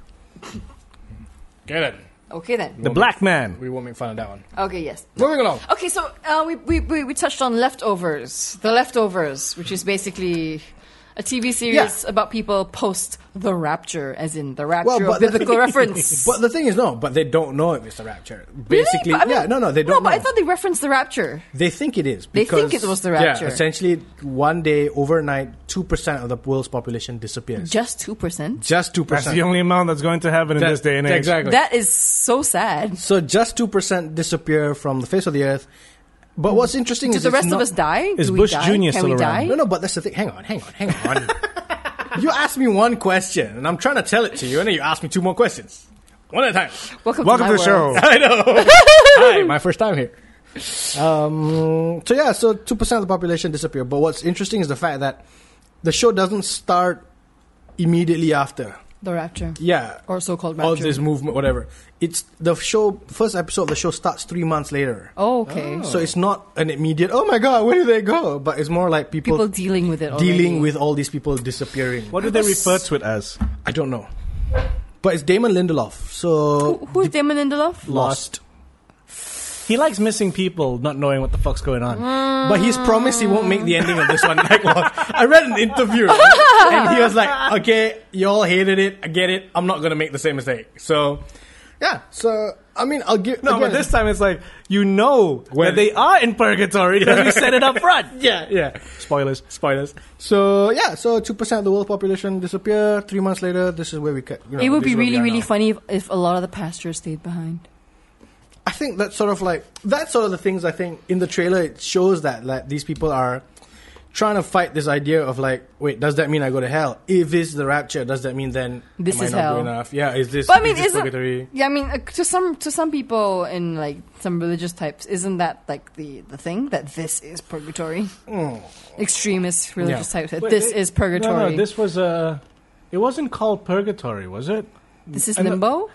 Get it.
okay then.
the black man.
We won't make fun of that one.
Okay, yes.
Moving along.
Okay, so uh, we, we, we, we touched on Leftovers. The Leftovers, which is basically a TV series about people post the rapture, as in the rapture
Well,
of
but the
biblical
thing-
reference.
But the thing is, no. But they don't know if it's the rapture. Basically,
But I mean-
yeah. No, no, they don't.
No, but I
know.
thought they referenced the rapture.
They think it is.
They think
because-
it was the rapture.
Yeah, essentially, one day, overnight, two percent of the world's population disappears.
Just 2%.
Just two
That's
percent.
the only amount that's going to happen in this day and age.
Exactly.
That is so sad.
so just two percent disappear from the face of the earth. But what's interesting
Did
is
the
it's
rest of
not-
us die?
Is
Do we
Bush
die?
Jr.
Can
still
we
around?
die?
No, no, but that's the thing. Hang on, hang on, hang on. you asked me one question, and I'm trying to tell it to you, and then you ask me two more questions. One at a time.
Welcome,
Welcome
to,
to
my
the
world.
show.
I know. Hi, my first time here. Um, so yeah, so two percent of the population disappear. But what's interesting is the fact that the show doesn't start immediately after.
The Rapture.
Yeah,
Or so called
all
Rapture.
this movement, whatever. It's the show. First episode of the show starts three months later.
oh, okay.
Oh.
So
So it's not an immediate. Oh my god, where did they go? But it's more like people,
people dealing with it already.
dealing with all these people disappearing.
What do they refer to it as?
I don't know. But it's Damon Lindelof. So
Who- Who's Damon Lindelof?
lost.
He likes missing people, not knowing what the fuck's going on.
Mm,
But he's promised he won't make the ending of this one like lost. I read an interview right? and he was like, "Okay, y'all hated it. I get it. I'm not gonna make the same mistake." So, yeah. So I mean, I'll give
No, but
again-
this time it's like you know where
When-
they are in purgatory because you said it up front.
Yeah, yeah.
Spoilers.
Spoilers. So yeah, so two percent of the world population disappear. Three months later, this is where we. ca- You know,
It would
this
be
is where we
really,
are
really
now.
funny if, if a lot of the pastors stayed behind.
I think that's sort of like that's sort of the things I think in the trailer it shows that like these people are trying to fight this idea of like wait does that mean I go to hell if it's the rapture does that mean then
This
am
is
I not
hell.
good enough yeah is this
But I mean,
is this
isn't-
purgatory
Yeah, I mean, uh, to some to some people in like some religious types, isn't that like the the thing that this is purgatory? Extremist religious types. That
Oh. Wait,
this
it-
is purgatory.
No, no, this was Uh, it wasn't called purgatory, was it?
this is
I know-
limbo.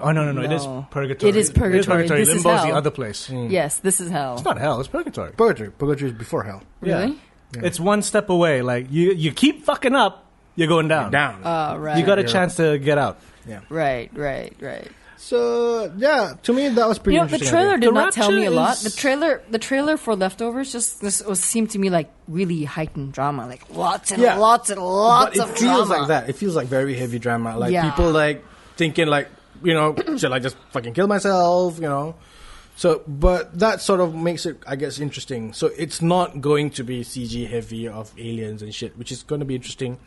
Oh no, no, no! It is
No.
purgatory.
It is purgatory. This is
Limbo is the
hell.
other place.
Yes, this is hell.
Hmm. It's not hell. It's purgatory.
purgatory purgatory is before hell
Yeah.
Really?
It's one step away. Like you, you keep fucking up, you're going down.
down
Ah, right.
You got a
Yeah.
chance to get out.
right, right, right.
so yeah to me that was pretty
you know, the
interesting
trailer
idea.
did
The
not tell me a
Rapture
lot.
is-
The trailer, the trailer for Leftovers, just this was, seemed to me like really heightened drama, like lots and
Yeah.
lots and
but
lots
it
of
feels
drama.
like that it feels like very heavy drama like
Yeah.
people like thinking like you know should I just fucking kill myself you know so but that sort of makes it I guess interesting so it's not going to be CG heavy of aliens and shit which is going to be interesting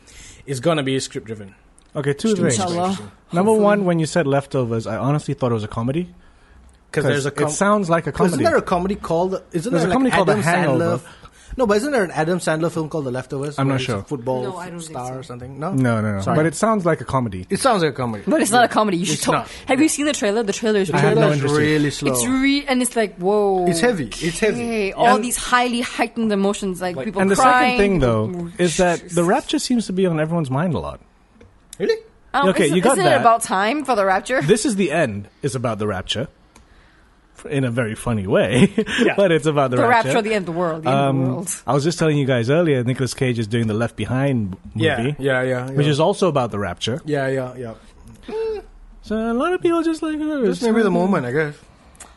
it's going to be script driven
Okay, two things.
Inshallah.
Number
Hopefully.
one, when you said leftovers, I honestly thought it was a comedy.
because there's a com-
it sounds like a comedy.
isn't there a comedy called isn't
There's
there
a comedy
like
called The
Adam
Hangover.
Sandler no but isn't there an Adam Sandler film called The Leftovers
I'm
where
not
he's a
sure.
football
No, I don't think
star
so.
or something no
no, no, no.
Sorry.
But it sounds like a comedy.
it sounds like a comedy
But it's not a comedy. You should
It's
talk.
not.
Have you seen the trailer? The trailer is
I have
really
no
Trailer's
interest in-
really slow
It's re and it's like whoa.
It's heavy. It's heavy.
okay.
Yeah.
All
And-
these highly heightened emotions, like,
Like-
people.
And the
crying, Oh,
second thing,
people-
though, is that the rapture seems to be on everyone's mind a lot.
really
Um,
Okay,
isn't,
you got
isn't
that.
it about time for the rapture?
This is the end. Is about the rapture, in a very funny way. but it's about the,
the rapture, the end of the world, the end of the
Um,
world.
I was just telling you guys earlier. Nicolas Cage is doing the Left Behind movie,
yeah yeah yeah
which
yeah.
is also about the rapture.
Yeah, yeah, yeah.
So a lot of people just like oh,
This
it's
may be the
not-
moment, I guess.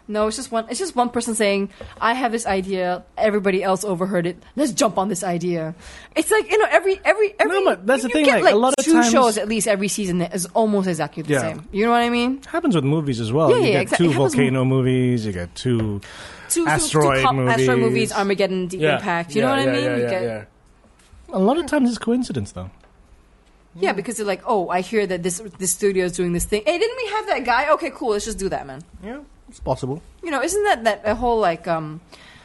No, it's just one. It's just one person saying, "I have this idea." Everybody else overheard it. Let's jump on this idea. It's like you know, every every every.
but that's the
you
thing,
Get,
like, a lot of
two
times-
shows at least every season that is almost exactly the
Yeah.
same. You know what I mean?
happens with movies as well.
Yeah,
you
yeah,
get
exactly. It
two
happens with-
volcano movies. You get two.
Two, two-
Asteroid
two pop asteroid
movies.
movies, Armageddon, Deep Impact. You know what I mean? You get-
A lot of times it's coincidence, though.
Yeah, because they're like, oh, I hear that this this studio is doing this thing. Hey, didn't we have that guy? Okay, cool. Let's just do that, man.
Yeah, it's possible.
You know, isn't that that a whole like um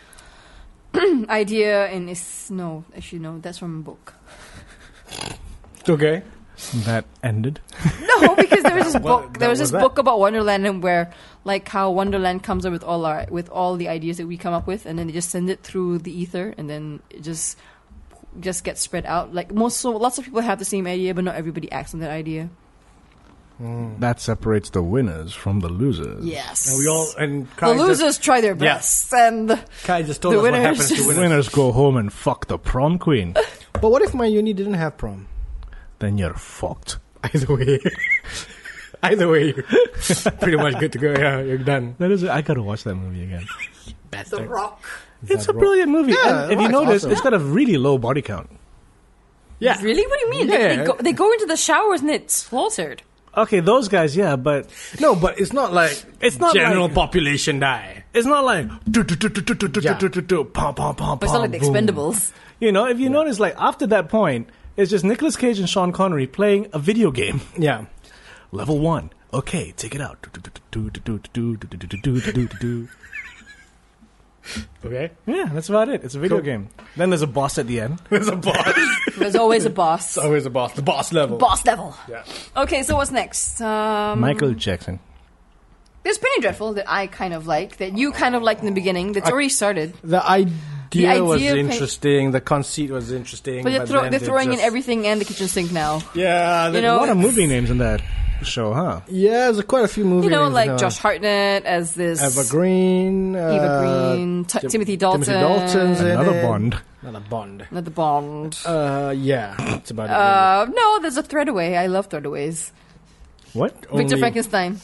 idea? And it's no, actually, no, that's from a book.
Okay.
That ended.
No, because there was this
What-
book. There was
that
this
was
book about Wonderland and where like how Wonderland comes up with all our with all the ideas that we come up with, and then they just send it through the ether, and then it just just gets spread out. Like most, so lots of people have the same idea, but not everybody acts on that idea.
That separates the winners from the losers.
Yes,
Mm. And we all and
the
Kai
losers
just,
try their
Yeah.
best, and
Kai just told
the
us what
winners
happens to
just-
The
winners.
winners go home and fuck the prom queen.
But what if my uni didn't have prom?
then you're fucked.
Either way, either way, you're pretty much good to go. Yeah, you're done.
That is. I gotta watch that movie again.
The Rock.
it's a
Rock.
brilliant movie.
Yeah,
and if
oh,
you
it's
notice,
awesome.
it's got a really low body count.
Yeah.
Really? What do you mean? They- They,
Yeah.
go, they go into the showers and it's slaughtered.
Okay, those guys, yeah, but
No, but it's not like
It's not
general
like-
population die.
it's not like do, do, do, do, do, do, do, do, do, do, pom pom pom.
But it's not like the
boom.
Expendables.
You know, if you notice, like after that point, it's just Nicolas Cage and Sean Connery playing a video game.
Yeah.
Level one. Okay, take it out. Do, do, do, do, do, do, do, do, do, do, do, do, do, do.
Okay.
Yeah, that's about it. It's a video
Cool.
game. Then there's a boss at the end.
There's a boss.
There's always a boss.
Always a boss. The boss level.
boss level.
Yeah.
Okay, so what's next? Um,
Michael Jackson.
There's Penny Dreadful that I kind of like, that you kind of liked in the beginning, that's
I-
already started.
The idea,
idea
was
of-
interesting. The conceit was interesting.
But they're, throw
then
they're
they
throwing in
just-
everything and the kitchen sink now.
Yeah,
You
they-
know,
a lot of movie names in that show, huh?
yeah. There's quite a few movies.
You know,
names,
like
uh,
Josh Hartnett as this
Evergreen.
Eva
uh,
Green, T-
Tim-
Timothy Dalton,
Timothy Dalton's in
Another
it.
Bond.
Another Bond.
another Bond.
Uh, yeah, that's about it.
Uh, no, there's a Threadaway. I love Threadaways.
What?
Only,
Victor Frankenstein.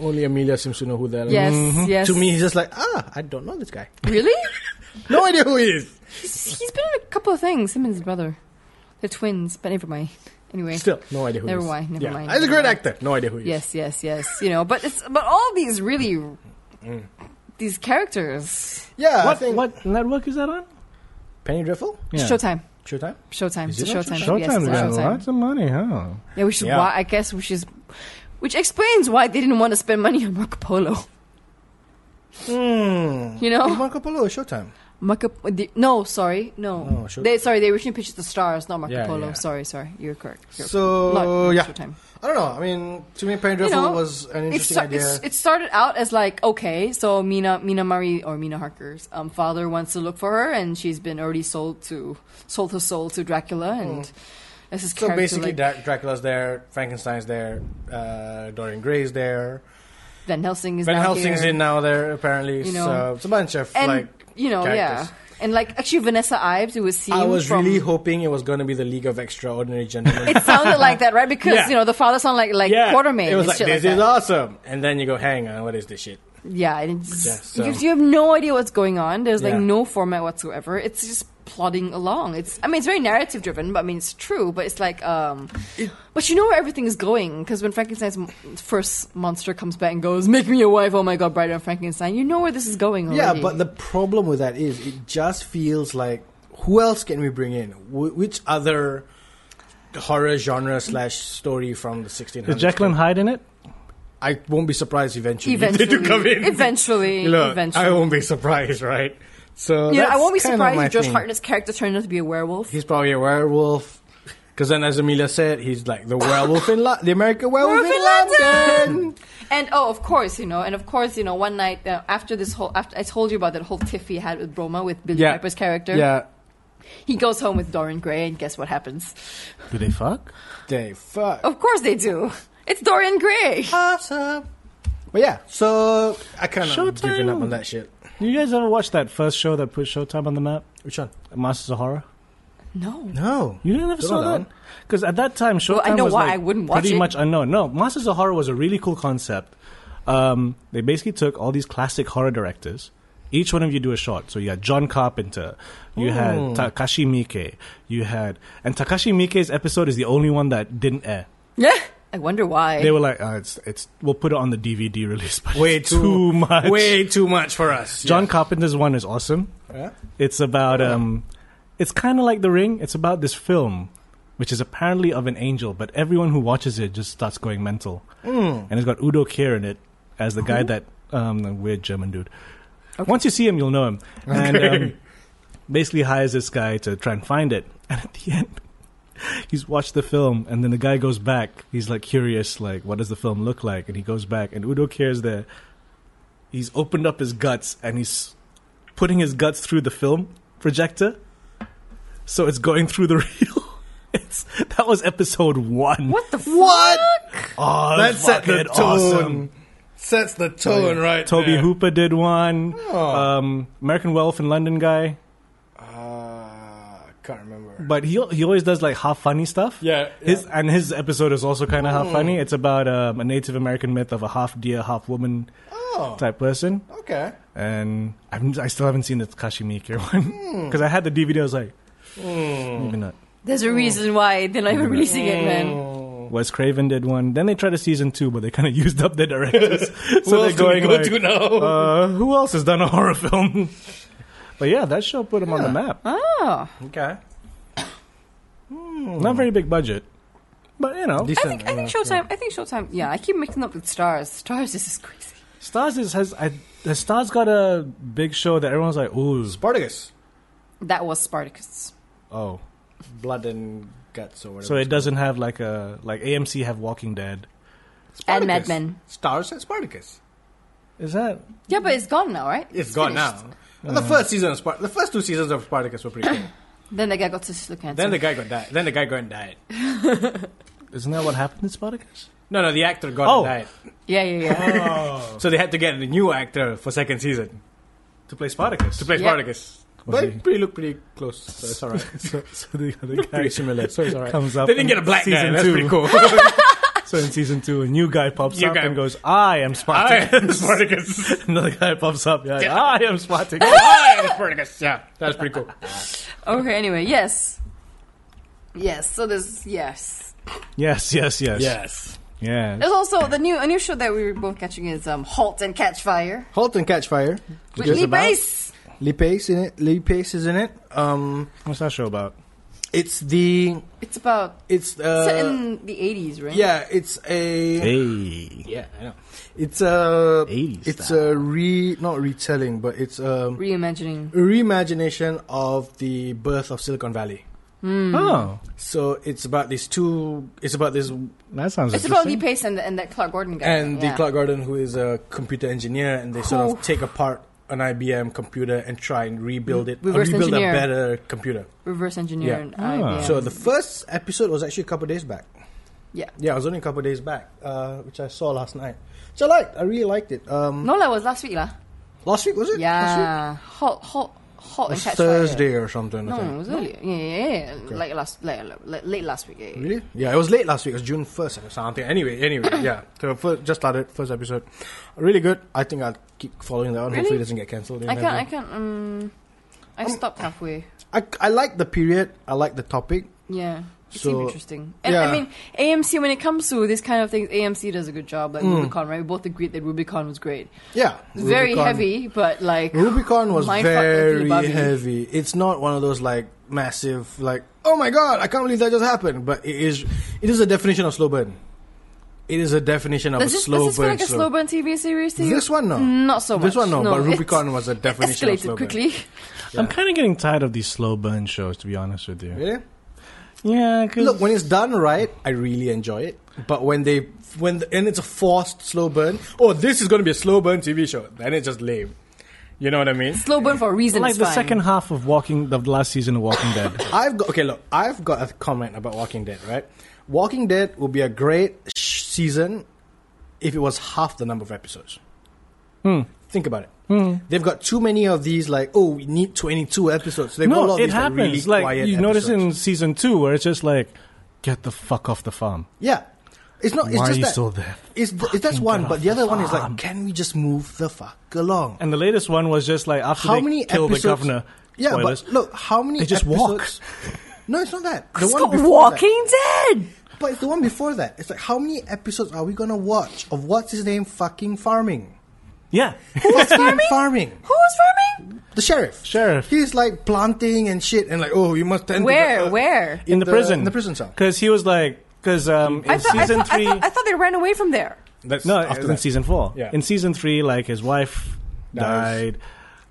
only Amelia seems to know who that is.
Yes, yes.
To me, he's just like, ah, I don't know this guy.
Really?
No idea who he is.
he's, he's been in a couple of things. Him and his brother, they're twins, but never mind. Anyway,
Still, no idea who
Never
he is.
mind, never
Yeah.
mind,
He's a
never
great
mind.
actor. No idea who he is.
yes, yes, yes. You know, but it's but all these really
Mm.
these characters.
Yeah, I
What,
think.
what network is that on?
Penny Dreadful?
Yeah.
Showtime,
Showtime?
Showtime,
Is
it's
it on
Showtime.
Showtime
Yes, it's on
got
Showtime.
lots of money, huh?
Yeah, which is
Yeah.
why I guess which is which explains why they didn't want to spend money on Marco Polo.
Mm.
You know,
Marco Polo or Showtime?
Marco. The, no, sorry, no.
No, Oh, Show-
They sorry, they originally pitched it to Stars, not Marco
Yeah,
Polo.
yeah.
Sorry, sorry, you're correct. You're
So,
not
yeah.
Showtime.
I don't know. I mean, to me, Penny
You
Dreadful
know,
was an
It,
interesting
sta-
idea.
it's- it started out as like okay, so Mina Mina Murray or Mina Harker's um, father wants to look for her, and she's been already sold to sold her soul to Dracula, and as his
Hmm. so
character,
basically,
like,
Dra- Dracula's there, Frankenstein's there, uh, Dorian Grey's there,
Van Helsing is
Van
now
Helsing's
here.
in now there, apparently.
You know.
so it's a bunch of
and
like.
you know
characters.
yeah, and like actually Vanessa Ives, who was seen
I was
from,
really hoping it was going to be the League of Extraordinary Gentlemen.
it sounded like that right because
Yeah.
you know the father sounded like like Quartermain
It was
and
like,
shit
this
like
is
that.
awesome. And then you go, hang on, what is this shit?
Yeah, and it's,
Yeah, so-
because you have no idea what's going on. There's like
Yeah.
no format whatsoever. It's just plodding along. It's I mean it's very narrative driven, but I mean it's true. But it's like um, but you know where everything is going because when Frankenstein's m- first monster comes back and goes, "Make me your wife," oh my god, Bride of Frankenstein. You know where this is going.
Yeah,
already.
but the problem with that is it just feels like who else can we bring in? Wh- which other horror genre slash story from the 1600s?
Is Jekyll and Hyde in it?
I won't be surprised eventually, if
eventually,
they do come in.
eventually,
Look,
eventually.
I won't be surprised, right? So
you know, I
that's
won't be
kind of
surprised
my
if Josh
thing.
Hartnett's character turned out to be a werewolf.
He's probably a werewolf. Because then, as Amelia said, he's like the werewolf in London, the American werewolf
Werewolf
in
in London!
London.
And oh, of course, you know, and of course, you know, one night uh, after this whole, after I told you about that whole tiff he had with Broma with Billy
Yeah.
Piper's character.
Yeah,
He goes home with Dorian Gray, and guess what happens?
Do they fuck?
they fuck.
Of course they do. It's Dorian Gray.
Awesome. But yeah, so I kind of
Showtime.
given up on that shit.
You guys ever watch that first show that put Showtime on the map?
Which one?
Masters of Horror?
No.
No.
You never
Don't
saw
know that
that? Because at that time, Showtime
Well, I know
was
why
like
I wouldn't watch
pretty
it.
much unknown. No, Masters of Horror was a really cool concept. Um, they basically took all these classic horror directors. Each one of you do a shot. So you had John Carpenter,
Hmm.
you had Takashi Miike, you had, and Takashi Miike's episode is the only one that didn't air.
Yeah. I wonder why.
They were like, uh, it's, it's, we'll put it on the DVD release, but
Way
it's
too,
much.
Way too much for us.
John Carpenter's one is awesome.
Yeah.
It's about um, it's kind of like The Ring. It's about this film, which is apparently of an angel, but everyone who watches it just starts going mental. And it's got Udo Kier in it as the guy that um, the weird German dude. Once you see him, you'll know him. And um, basically hires this guy to try and find it. And at the end, he's watched the film, and then the guy goes back. He's like curious, like what does the film look like? And he goes back, and Udo Kier's there. He's opened up his guts, and he's putting his guts through the film projector, so it's going through the reel. It's, that was episode one.
what the
What?
fuck?
Oh,
That
that's
set the
fucking
tone.
awesome.
Sets the tone right
Toby
there.
Hooper did one.
Oh.
Um, American Wealth in London guy, Ah,
Uh, can't remember.
but he he always does like half funny stuff.
Yeah,
his and his episode is also kind of
Mm.
half funny. It's about um, a Native American myth of a half deer, half woman
Oh,
type person,
okay.
and I've, I still haven't seen the Takashi Miike one
Hmm.
because I had the DVD. I was like, maybe not.
There's
Oh.
a reason why they're not even releasing it, man.
Wes Craven did one. Then they tried a season two, but they kind of used up their directors, so they're
else do we
going
go
like,
to now?
Uh, who else has done a horror film? but yeah, that show put them on the map.
Oh.
Okay. Hmm.
Not very big budget, but you know,
I think, I think Showtime. I think Showtime. Yeah, I keep mixing up with Stars. Stars. This is crazy.
Stars is, has I, has Stars got a big show that everyone's like, ooh,
Spartacus,
That was Spartacus.
oh.
blood and guts or whatever.
So it doesn't have like a like AMC have Walking Dead.
Spartacus.
And Mad Men.
Stars at Spartacus.
Is that
Yeah, but it's gone now, right?
it's gone
finished.
now. Well, the first season of Spart- the first two seasons of Spartacus were pretty cool.
Then the guy got testicular cancer.
then the guy got died. Then the guy got and died.
isn't that what happened in Spartacus?
No, no, the actor got
Oh.
and
yeah, yeah, yeah.
died. So they had to get a new actor for second season
To play Spartacus.
to play
Yeah.
Spartacus.
Was
But
he-
it pretty look pretty close. So it's all right.
so, so the other guy
pretty similar. So it's all right.
comes up.
They didn't
in
get a black guy.
season
That's
two.
pretty cool.
So in season two, a new guy pops
New
up
guy.
and goes, "I am
I
Spartacus."
am Spartacus.
Another guy pops up, yeah,
Yeah.
"I am Spartacus."
I am Spartacus. Yeah, that's pretty cool.
okay, anyway, yes. Yes, so there's yes.
yes, yes, yes,
Yes.
yes.
There's also the new a new show that we were both catching is um Halt and Catch Fire.
Halt and Catch Fire.
With
Which is
Lee
about-
Pace.
Lee Pace in it. Lee Pace is in it. Um,
What's that show about?
it's the
It's about
it's
set
uh,
in the eighties, right?
yeah, it's a
Hey,
yeah, I know. It's a
80s
it's
style.
a re not retelling, but it's a
Reimagining.
reimagination of the birth of Silicon Valley.
oh,
So it's about these two. It's about this
that sounds
It's about Lee
interesting.
Pace and, and that Clark Gordon guy.
and
yeah.
the Clark Gordon, who is a computer engineer, and they sort
Cool.
of take apart an IBM computer and try and rebuild it, or
Reverse
rebuild
engineer.
a better computer.
reverse engineer
Yeah.
and
Ah.
IBM.
So the first episode was actually a couple of days back.
Yeah.
Yeah, it was only a couple of days back, uh, which I saw last night. Which I liked. I really liked it. Um,
No, that was last week, lah.
Last week was it? Last week?
Yeah, hot, hot,
It
hot and
was
catch
Thursday or something.
Fire.
I
No,
think.
it was early. Yeah, yeah, yeah. Like last, like, like, late last week. Yeah, yeah.
Really? Yeah, it was late last week. It was June first or something. Anyway, anyway, yeah. So first, just started first episode. Really good. I think I'll keep following that one.
Really?
Hopefully, it doesn't get cancelled.
I can't. I can't. Um, I stopped halfway.
I, I like the period. I like the topic.
Yeah, it
So,
seemed interesting. And I
yeah.
mean, AMC when it comes to this kind of things, AMC does a good job.
Mm.
Like Rubicon, right? We both agreed that Rubicon was great.
Yeah,
It's very
Rubicon-
heavy, but like
Rubicon was
Mindfuck
very
Anthony Bobby.
heavy. It's not one of those like massive, like oh my god, I can't believe that just happened. But it is, it is a definition of slow burn. It is a definition of
Does
a
this,
slow
does this feel
burn.
like a slow burn TV series to you?
This one, no.
Not so much.
This one, no. but
it's-
Rubicon was a
it
definition of
escalated
slow
quickly.
I'm kind of getting tired of these slow burn shows, to be honest with you.
burn. Really?
Yeah, because
Look, when it's done right, I really enjoy it. But when they when the, and it's a forced slow burn. Oh, this is going to be a slow burn TV show. Then it's just lame. You know what I mean?
Slow burn for a reason.
like
it's
the
fine.
second half of Walking, the last season of Walking Dead.
I've got okay. Look, I've got a comment about Walking Dead. Right, Walking Dead would be a great sh- season if it was half the number of episodes.
Hmm.
Think about it. They've got too many of these. Like, oh, we need twenty-two episodes. So they've got a lot
no,
of
it
these,
happens.
Like, really
Like,
quiet
you notice
episodes.
in season two where it's just like, get the fuck off the farm.
yeah. It's not. It's
Why are
just
you
that.
still there?
It's, th- it's that's
Fucking
one,
get
but
off
the other
the
one is
farm.
like, can we just move the fuck along?
And the latest one was just like after
how
they
many
kill
episodes?
the governor.
Yeah,
Spoilers.
but look, how many?
They just walk.
episodes, No, it's not that. The
It's
one
got
before
Walking Dead.
That, but it's the one before that. It's like, how many episodes are we gonna watch of what's his name fucking farming?
yeah,
What's farming? farming?
Who was farming?
The sheriff.
Sheriff.
He's like planting and shit, and like, oh, you must tend
Where?
To the, uh,
Where?
in the,
the-
prison,
in the prison cell.
Because he was like, because um, in
I thought, I,
season
thought, I,
three,
thought, I thought they ran away from there.
That's
no,
after
in
that.
season four,
Yeah.
in season three, like his wife
Dies.
died,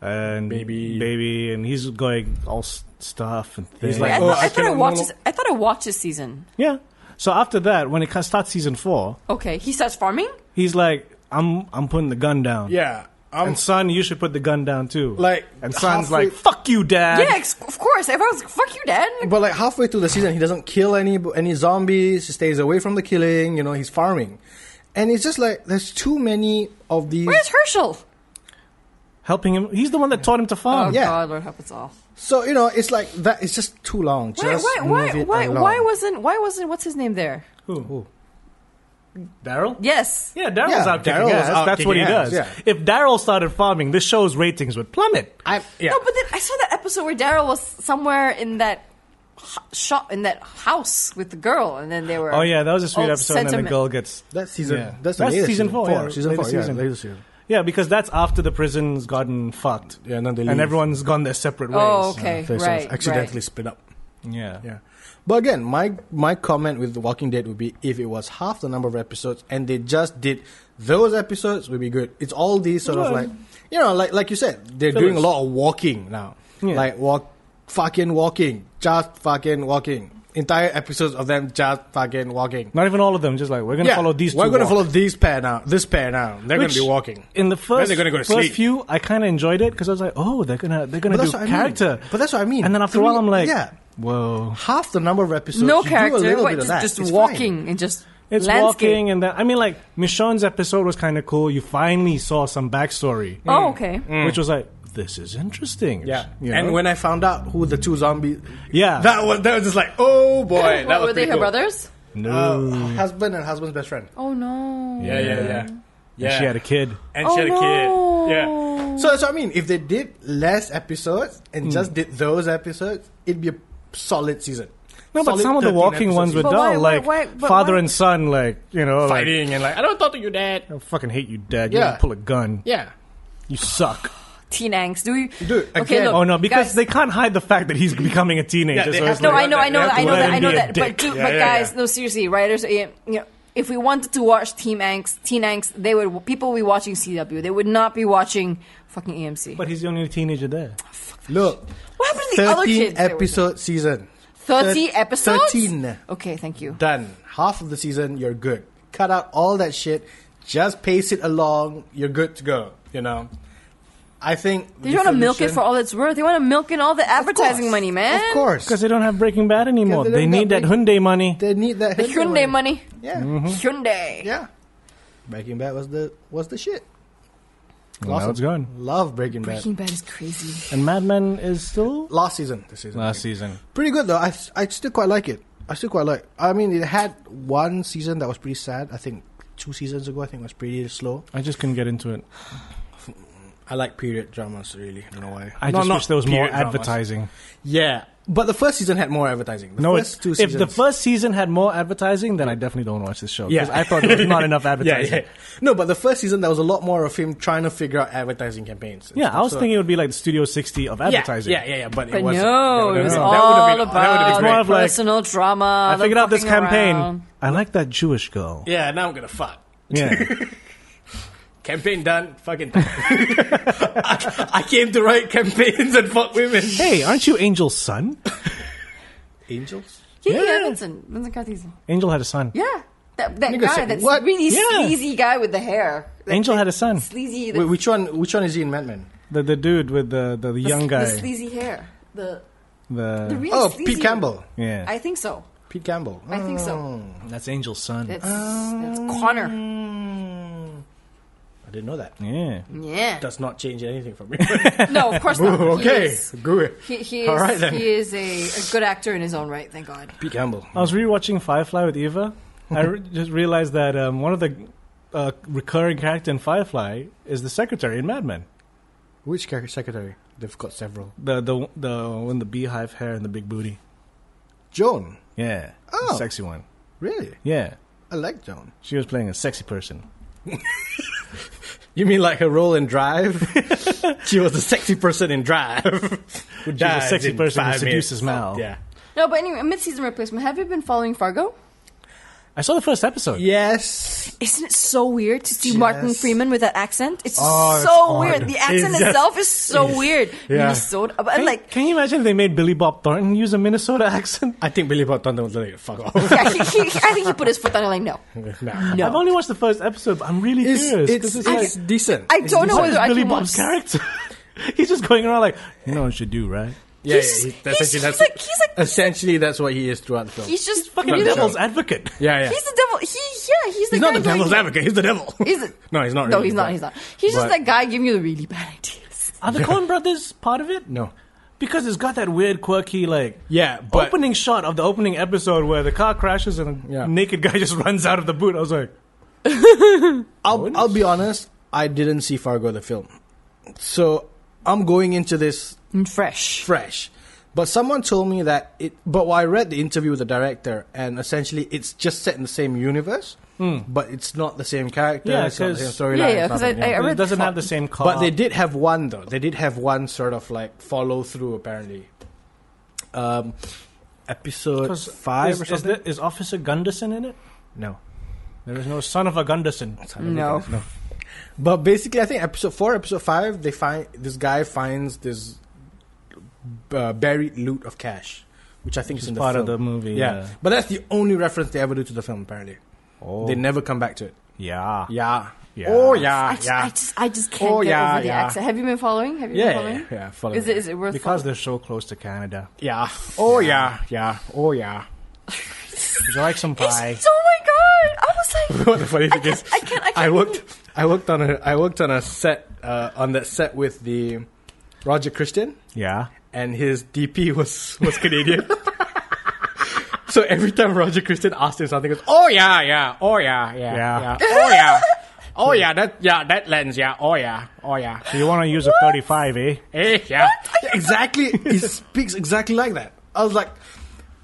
and
Baby.
baby, and he's going all s- stuff and things.
He's like,
I,
oh,
thought, I,
I
thought I
cannot
watched.
no-
His, I thought I watched his season.
yeah. So after that, when it ca- starts season four,
Okay, he starts farming.
he's like, I'm, I'm putting the gun down.
Yeah, I'm
And son, you should put the gun down too.
Like,
and son's
halfway-
like, "Fuck you, dad."
yeah, ex- of course. If I was fuck you, dad.
But like halfway through the season, he doesn't kill any any zombies. He stays away from the killing. You know, he's farming, and it's just like there's too many of these.
Where's Herschel?
helping him. He's the one that taught him to
Oh
farm.
yeah.
God, Lord help us all.
So you know, it's like that. It's just too long.
Why?
Just
Why?
move
Why?
it
Why,
along.
why wasn't? Why wasn't? What's his name there?
Who? Daryl.
Yes.
Yeah, Daryl's
Yeah,
out kicking
Daryl's
ass.
out
That's what he
kicking ass,
does.
yeah.
If Daryl started farming, this show's ratings would plummet.
I, yeah.
No, but then I saw that episode where Daryl was somewhere in that h- shop in that house with the girl, and then they were.
Oh yeah, that was a sweet
all
episode, and
sentiment.
then the girl gets.
that's season.
Yeah.
That's, the
That's
latest
season four, yeah,
Season four.
latest
yeah,
season.
latest season.
Yeah, because that's after the prison's gotten fucked.
Yeah, and then they
and
leave.
everyone's gone their separate ways.
Oh okay,
So it's sort of
right.
accidentally
Right.
split up.
Yeah.
Yeah. But again, my my comment with The Walking Dead would be if it was half the number of episodes and they just did those episodes would be good. It's all these sort of
Yeah.
like you know, like like you said, they're doing a
Fillers.
lot of walking now.
Yeah.
Like walk fucking walking. Just fucking walking. entire episodes of them just fucking walking.
Not even all of them. Just like we're gonna follow these.
We're
two
gonna
walk.
follow these pair now. This pair now. They're
Which-
gonna be walking.
in the first.
they're gonna go to
first
sleep.
few. I kind of enjoyed it because I was like, oh, they're gonna they're gonna
But
do
that's what I mean.
character.
But that's what I mean.
And then after
To
a while,
me,
I'm like,
yeah.
whoa.
Half the number of episodes.
no
you do a
character,
little
what,
bit of
just,
that.
just
It's
walking
fine.
and just
It's
landscape.
walking and that. I mean, like Michonne's episode was kind of cool. You finally saw some backstory,
Oh, okay.
which was like, this is interesting.
Mm. Yeah.
You know?
And when I found out who the two zombies.
yeah,
That was, that was just like, oh boy. that
What,
was
were they
pretty
her
cool.
brothers?
no,
Uh, husband and husband's best friend.
Oh no.
Yeah, yeah, yeah. she had a kid.
and
Oh
she had a
no.
kid. Yeah. So that's what I mean. If they did less episodes
Mm.
and just did those episodes, it'd be a solid season.
No, but
Solid
some of the
13
walking
episodes.
ones were
But
dull,
why- why-
like
why- but
father
why-
and son, like you know, like,
fighting and like I don't talk to you, dad.
I fucking hate you, dad. You
Yeah.
don't pull a gun.
Yeah.
You suck.
Teen angst. Do we?
Dude,
Okay,
again,
look.
Oh no, because
guys-
they can't hide the fact that he's becoming a teenager.
Yeah, they
so
have
it's
to-
like,
No, I know, I know,
They
that,
have
I
to
know
let
that,
him
I know
be a
that. But,
dick.
dude,
Yeah,
but
yeah,
guys,
yeah.
no, seriously, writers, eh, you know, if we wanted to watch Team Angst, Teen Angst, they would people would be watching CW. They would not be watching fucking AMC.
But he's the only teenager there.
Look,
what happened to the other
thirteen
kids? that were-
episode season.
Thirty
Thir-
episodes.
Thirteen
Okay, thank you.
done. Half of the season, you're good. Cut out all that shit. Just pace it along. You're good to go. You know. I think
They want to milk it
solution-
for all it's worth. They want to milk in all the
Of course.
advertising money, man.
Of course,
Because they don't have Breaking Bad anymore.
Because
They
they don't
need that
got
Hyundai money.
they need that
The Hyundai money.
Yeah,
Mm-hmm.
Hyundai.
Mm-hmm. yeah. Breaking Bad was the was the shit.
Well, now
Awesome.
it's gone.
Love Breaking Bad.
Breaking Bad is crazy.
And Mad Men is still
Last season, this season.
last season.
Pretty good though. I I still quite like it. I still quite like. I mean, it had one season that was pretty sad. I think two seasons ago. I think it was pretty slow.
I just couldn't get into it.
I like period dramas really. I don't know why.
I
No,
just
not
wish there was more
period dramas.
advertising.
Yeah, but the first season had more advertising. The
no,
first
it's,
two
if
seasons.
the first season had more advertising, then I definitely don't watch this show.
Yeah.
Because I thought there was not enough
yeah,
advertising.
yeah. No, but the first season there was a lot more of him trying to figure out advertising campaigns. and
Yeah,
stuff.
I was
So-
thinking it would be like the Studio 60 of advertising.
Yeah, yeah, yeah, yeah but,
But
it wasn't.
no, it was
That would've
all
been- that would've been
about
It's more
great.
of like,
personal drama.
I
the
figured out this
fucking
campaign.
around.
I like that Jewish girl.
Yeah, now I'm gonna fuck.
Yeah.
Campaign done. Fucking. Done. I, I came to write campaigns and fuck women.
hey, aren't you Angel's son?
Angels.
Yeah, yeah,
Yeah.
Vincent, E Vincent Carthy's.
Angel had a son.
Yeah, that that
Nigga
guy,
said,
that
"What?"
really
Yeah.
sleazy guy with the hair. That
Angel had a son.
sleazy. The,
Wait, which one? Which one is he in Mad Men?
The, the dude with the, the, the
the-
young guy.
The sleazy hair. The, the
The,
really
Oh,
sleazy-
Pete Campbell.
yeah.
I think so.
Pete Campbell.
I think so.
Mm.
That's Angel's son.
That's, that's Connor.
Mm. I didn't know that.
yeah.
Yeah.
Does not change anything for me.
No, of course not. He
okay,
is,
good.
he, he is,
All right, then.
he is a, a good actor in his own right. Thank God.
Pete Campbell.
I was rewatching Firefly with Eva. I re- just realized that um, one of the uh, recurring character in Firefly is the secretary in Mad Men.
Which character secretary? They've got several.
The the the one with the beehive hair and the big booty.
Joan.
Yeah.
Oh.
The sexy one.
Really?
Yeah.
I like Joan.
She was playing a sexy person.
You mean like her role in Drive? she was a sexy person in Drive. Who
She's a sexy person who seduces Mal.
Oh, Yeah.
No, but anyway, mid-season replacement. Have you been following Fargo?
I saw the first episode.
Yes.
Isn't it so weird to see Martin
Yes.
Freeman with that accent? It's
Oh, it's
so
odd.
weird. The accent
It's just-
itself is so weird.
yeah.
Minnesota, but
Can,
like,
can you imagine if they made Billy Bob Thornton use a Minnesota accent?
I think Billy Bob Thornton was like, fuck off.
yeah, he, he, I think he put his foot down. Like, no,
no.
No.
I've only watched the first episode, but I'm really
It's,
curious.
it's,
'cause
it's,
it's like,
decent.
I
It's
don't
decent.
know
what is
whether Oh, I
Billy
can
Bob's
watch-
character? He's just going around like, you know what you should do, right?
Yeah,
He's-
yeah, he-
he's
essentially,
just
that's,
like- he's like-
essentially that's what he is throughout the film.
he's just
Uh, Fucking
really-
devil's advocate.
yeah, yeah.
He's the devil. He yeah, he's the
He's
guy
not the
going-
devil's advocate. He's the devil.
Is it?
No, he's not.
No,
really,
he's not.
but-
He's not. He's just
but-
that guy giving you the really bad ideas.
Are the Coen brothers part of it?
No.
Because it's got that weird, quirky, like
Yeah, but-
opening shot of the opening episode where the car crashes and a
Yeah.
naked guy just runs out of the boot. I was like,
I'll, I'll be honest. I didn't see Fargo the film, so I'm going into this
And fresh.
fresh. But someone told me that it. But I read the interview with the director, and essentially, it's just set in the same universe, but it's not the same character.
Yeah,
it's not the
'cause-
same storyline.
Yeah, yeah,
it's
'cause
nothing,
I-
yeah.
read
it
the
doesn't
fo-
have the same car.
But they did have one though. They did have one sort of like follow through apparently. Um, episode
'Cause
five
is,
or
is
something.
there- is Officer Gunderson in it?
no.
There is no son of a Gunderson.
No.
But basically, I think episode four, episode five, they find this guy finds this uh, buried loot of cash, which I think is
Which is
in the
part
film.
of the movie. uh,
yeah. but that's the only reference they ever do to the film. Apparently,
Oh.
they never come back to it.
yeah.
Yeah.
Yeah.
Oh yeah.
I just,
yeah.
I just, I just can't
Oh,
get
yeah,
over the
yeah.
accent. Have you been following? Have
yeah,
you been
yeah,
following?
yeah, yeah, follow
Is
me.
it is it worth
Because they're so close to Canada.
Yeah. Oh yeah. Yeah. Oh yeah.
Would you like some
following?
pie?
It's- oh my god! I was like,
what the funny thing is,
I can't. I, can't
I worked. I worked on a. I worked on a set. Uh, on that set with the Roger Christian,
Yeah.
and his DP was was Canadian. so every time Roger Christian asked him something, it was oh yeah, yeah, oh yeah, yeah,
Yeah.
yeah, oh yeah. Oh yeah, that yeah, that lens, yeah. Oh yeah, oh yeah,
Do you want to use a 35, eh?
eh, yeah. Exactly, he speaks exactly like that. I was like,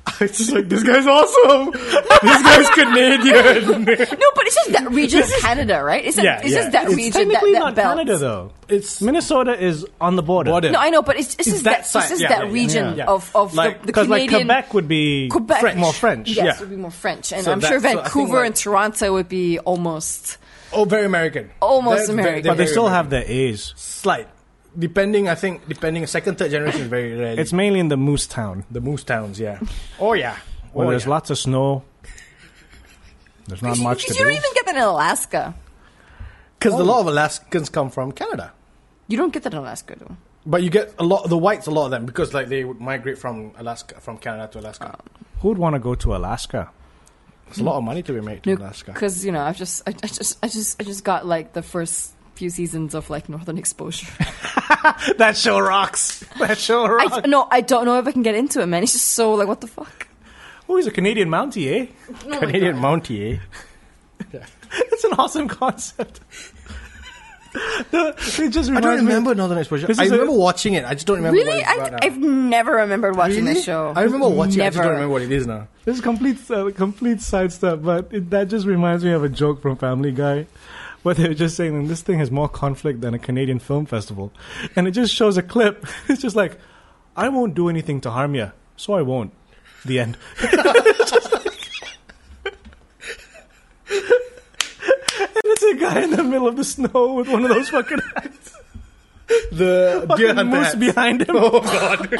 I was just like, this guy's awesome. this guy's Canadian.
No, but it's just that region's Canada, right? It's, that,
Yeah,
it's
yeah.
just that
It's
region, that,
technically
that
not
belt.
Canada, though.
it's
Minnesota is on the border.
Border.
No, I know, but it's, it's, just
that
that,
side,
it's just
yeah,
that
yeah, yeah.
region
Yeah.
of, of
Like-
the, the
Because like
Canadian.
Quebec would be
Quebec.
French. more French.
Yes,
yeah.
it would be more French, and
So
I'm
that-
sure
so I think,
Vancouver
like-
and Toronto would be almost.
oh, very American.
Almost
They're very-
American.
But they
very
still
American.
have their A's.
slight. Depending, I think, depending, second, third generation is very rare.
It's mainly in the Moose Town,
the moose towns, yeah. Oh yeah.
where
oh,
there's
yeah.
lots of snow. There's not
You,
much to
you don't
do.
even get that in Alaska.
Because a lot of Alaskans come from Canada,
You don't get that in Alaska, though.
but you get a lot the whites, a lot of them, because like they would migrate from Alaska, from Canada to Alaska.
Who would want to go to Alaska?
There's a lot of money to be made to Alaska.
because you know I've just I, I just I just I just got like the first few seasons of like Northern Exposure.
That show rocks. That show
I, no, I don't know if I can get into it, man. It's just so like what the fuck.
Oh, he's a Canadian Mountie, eh?
Canadian Mountie, eh?
It's an awesome concept. it just
I don't
reminds me-
remember Northern Exposure.
This
I
is a-
remember watching it. I just don't remember. what
Really,
it's
I,
about now.
I've never remembered watching
Really?
this show.
I remember watching. it. I just
Never.
don't remember what it is now.
This is complete uh, complete sidestep, but it, that just reminds me of a joke from Family Guy, where they were just saying this thing has more conflict than a Canadian film festival, and it just shows a clip. It's just like, I won't do anything to harm you, so I won't. The end. and it's a guy in the middle of the snow with one of those fucking,
The deer
fucking
hunter
moose
hats.
behind him.
Oh god.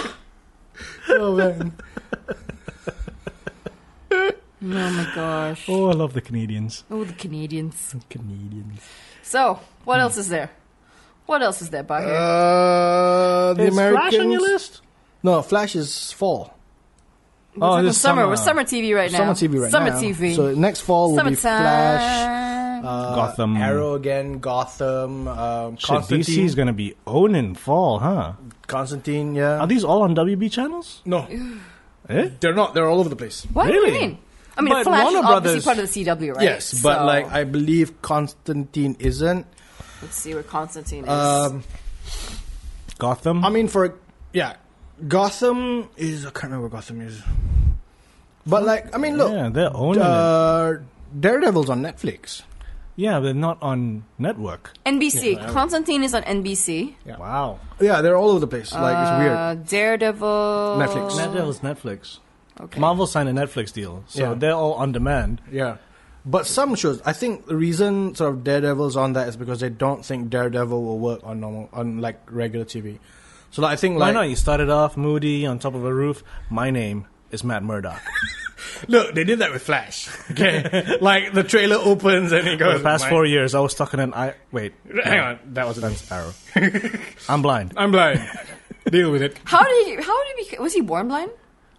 oh man.
Oh my gosh!
Oh, I love the Canadians.
Oh, the Canadians.
Canadians.
So, what else is there? What else is there, Bagheer?
Uh, the
Is
Americans.
Flash on your list?
No, Flash is fall.
We're talking
this
summer.
summer.
We're summer TV right now.
oh, Summer TV right
summer
now.
TV.
So next fall will be Flash,
Summertime.
uh,
Gotham.
Arrow again, Gotham, um,
Shit,
Constantine.
DC's gonna be owning fall, huh?
Constantine,
Are
yeah.
these all on WB channels?
Uh, No,
Eh?
they're not. They're all over the place.
What do you
really?
mean? I mean,
But
Flash is
Warner
obviously
Brothers-
part of the CW, right?
Yes, but
So,
like I believe Constantine isn't.
let's see where Constantine is.
Um,
Gotham.
I mean, for yeah, Gotham is. I can't remember where Gotham is. But like, I mean, look,
yeah, they're owning it.
uh, Daredevil's on Netflix.
Yeah, they're not on network.
NBC.
Yeah.
Constantine is on NBC.
Yeah.
Wow.
Yeah, they're all over the place. Like it's weird.
Uh, Daredevil.
Netflix.
Netflix, Netflix.
Okay.
Marvel signed a Netflix deal, so
Yeah.
they're all on demand.
Yeah. But some shows, I think the reason sort of Daredevil's on that is because they don't think Daredevil will work on normal, on like regular TV. So like, I think
Why
like
not? You started off moody on top of a roof. My name is Matt Murdock.
look, they did that with Flash. Okay, like the trailer opens and it
For
goes.
the past
"My-
four years, I was stuck in an eye. Wait,
Hang on, that was an
that's Arrow. I'm blind.
I'm blind. Deal with it.
How did he? How did he? Was he born blind?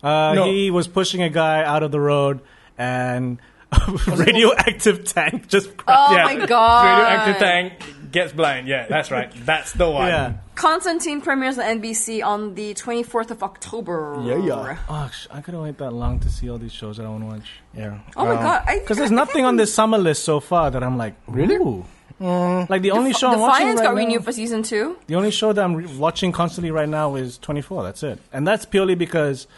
Uh,
No.
He was pushing a guy out of the road, and a radioactive tank just.
Oh
crashed.
my god!
tank gets blind. Yeah, that's right. That's the one.
Yeah.
Constantine premieres on NBC on the 24th of October.
Yeah, yeah.
Oh, sh- I couldn't wait that long to see all these shows that I want to watch.
Yeah.
Oh my god! I-
Because
I
there's
think
nothing on
I'm-
this summer list so far that I'm like, really? Mm. Like the only show I'm watching
Defiance
right
got
now-
renewed for season two.
the only show that I'm re- watching constantly right now is 24. That's it, and that's purely because,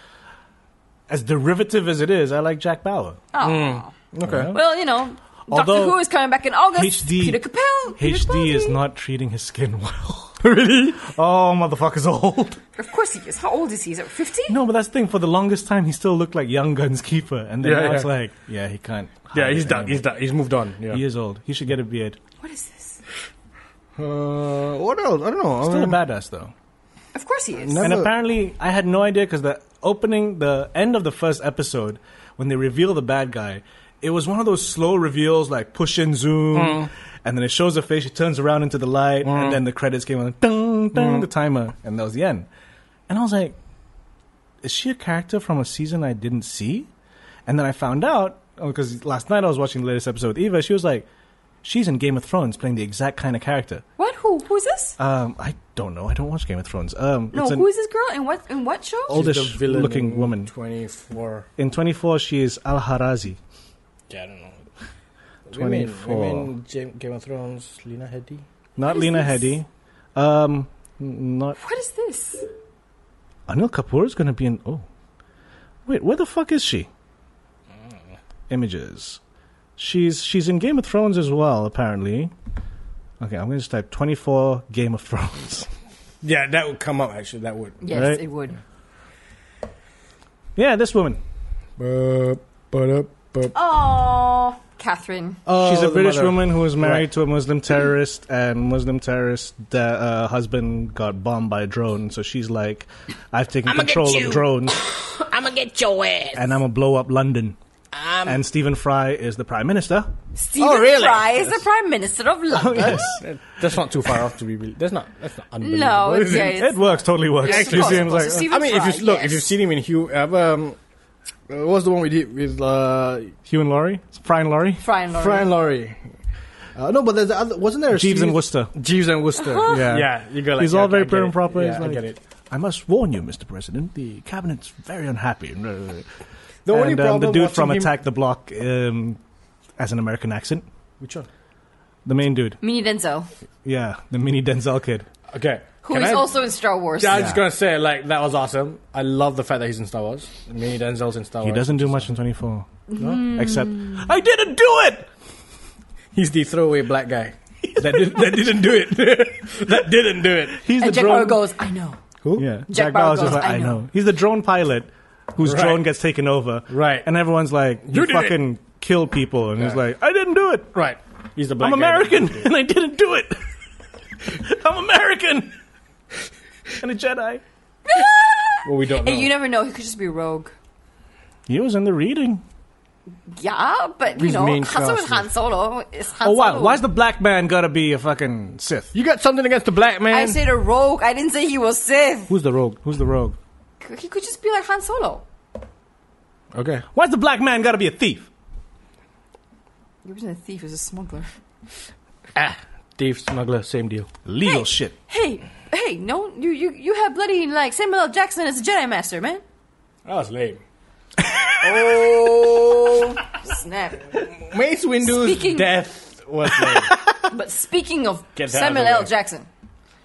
as derivative as it is, I like Jack Bauer.
Oh.
Okay.
Well, you know, Doctor
Although-
Who is coming back in August.
HD
Peter Capel. Peter
HD is
Capaldi.
not treating his skin well. really? Oh, motherfucker's old.
Of course he is. How old is he? Is it 50?
No, but that's the thing. For the longest time, he still looked like Young Guns keeper, and then
Yeah,
now it's
yeah.
like, yeah, he can't.
Yeah,
hide
he's
it
done. He's
anymore.
done. He's moved on.
He
Yeah.
is old. He should get a beard.
What is this?
Uh, what else? I don't Um, know. I
Still a
mean-
badass though.
Of course he is.
No.
And
Never-
apparently, I had no idea because the opening, the end of the first episode, when they reveal the bad guy, it was one of those slow reveals, like push and zoom,
Mm.
and then it shows the face. She turns around into the light, and then the credits came on, ding,
Mm.
ding, the timer, and that was the end. And I was like, is she a character from a season I didn't see? And then I found out because last night I was watching the latest episode with Eva. She was like, she's in Game of Thrones playing the exact kind of character.
What? Who? Who's this?
Um, I don't know. I don't watch Game of Thrones. Um,
No,
it's an,
who is this girl? And what? In what show?
Oh. oldish looking woman.
Twenty four.
in 24 she is Al Harazi.
Yeah, I don't know.
24.
Women, women, Game of Thrones, Lena Headey.
Not
What is
Lena
this?
Headey. Um, n- not
What is this?
Anil Kapoor is going to be in. Oh, wait, where the fuck is she?
Mm.
Images. She's she's in Game of Thrones as well, apparently. Okay, I'm going to just type 24 Game of Thrones.
Yeah, that would come up actually. That would.
Yes,
Right.
it would.
yeah, this woman.
Bup, bup, bup.
Oh, Catherine.
Oh,
She's a
the
British
mother.
woman who was married
Right.
to a Muslim terrorist, and Muslim terrorist the uh, husband got bombed by a drone. So she's like, "I've taken
I'ma get
control of
you.
drones,
I'ma get your ass. Um,
and I'm gonna blow up London."
I'm
And Stephen Fry is the prime minister.
Stephen
Oh, really? Oh,
Fry is the Prime Minister of London.
yes,
That's not too far off to be. Really, that's not. That's not unbelievable.
No,
is
yeah,
it?
it works. Totally works.
Yes,
Actually,
of
seems
course.
like
So Stephen
I mean, if
Fry,
you look,
yes.
if you've seen him in Hugh, uh, um, uh, what's the one we did with uh,
Hugh and Laurie, Fry and Laurie,
Fry and Laurie.
Fry and Laurie? Uh, no, but there's the other. Wasn't there a
Jeeves and
series- Uh-huh.
Worcester.
Jeeves and Worcester.
Yeah.
yeah, you go. Like,
He's
yeah,
all
okay, I
very
get
prim
it.
and proper.
Yeah,
He's
I
like,
get it.
I must warn you, Mr. President, the cabinet's very unhappy. The
The only problem
um, the dude from
watching him-
Attack the Block um, has an American accent.
Which one?
The main dude.
Mini Denzel,
Yeah, the mini Denzel kid.
Okay,
who is
Can I-
also in Star Wars.
Yeah, I was just
Yeah.
gonna say like that was awesome. I love the fact that he's in Star Wars. Mini Denzel's in Star
He
Wars.
doesn't do much in 24. Except, I didn't do it!
He's the throwaway black guy that did, that didn't do it. that didn't do it.
He's
and
the
Jack
drone.
Bauer goes, I know.
Who?
Yeah, Jack,
Jack
Bauer's
Bauer
just
goes,
like, I
"I know."
know. He's the drone pilot whose
Right.
drone gets taken over.
Right.
And everyone's like, you,
did it."
fucking kill people. And he's
Yeah.
like, I didn't do it.
Right. He's the black.
I'm
guy that
American
didn't do it.
and I didn't do it. I'm American and a Jedi.
Well, we don't know.
And you never know, he could just be rogue.
He was in the reading.
Yeah, but you
He's
know,
main
Hansel and
cast, yeah.
Han Solo is Han
Oh, wow.
Solo.
Why's the black man gotta be a fucking Sith?
You got something against the black man?
I said a rogue. I didn't say he was Sith.
Who's the rogue? Who's the rogue?
He could just be like Han Solo.
okay.
Why's the black man gotta be a thief?
He wasn't a thief. He was a smuggler.
Ah, thief, smuggler, same deal.
Legal shit.
Hey, hey, no, you you you have bloody like Samuel L. Jackson as a Jedi Master, man.
That was lame.
Oh snap!
Mace Windu's
Speaking-
death was lame.
But speaking of
Get that out of
Samuel
the
L.
way.
Jackson,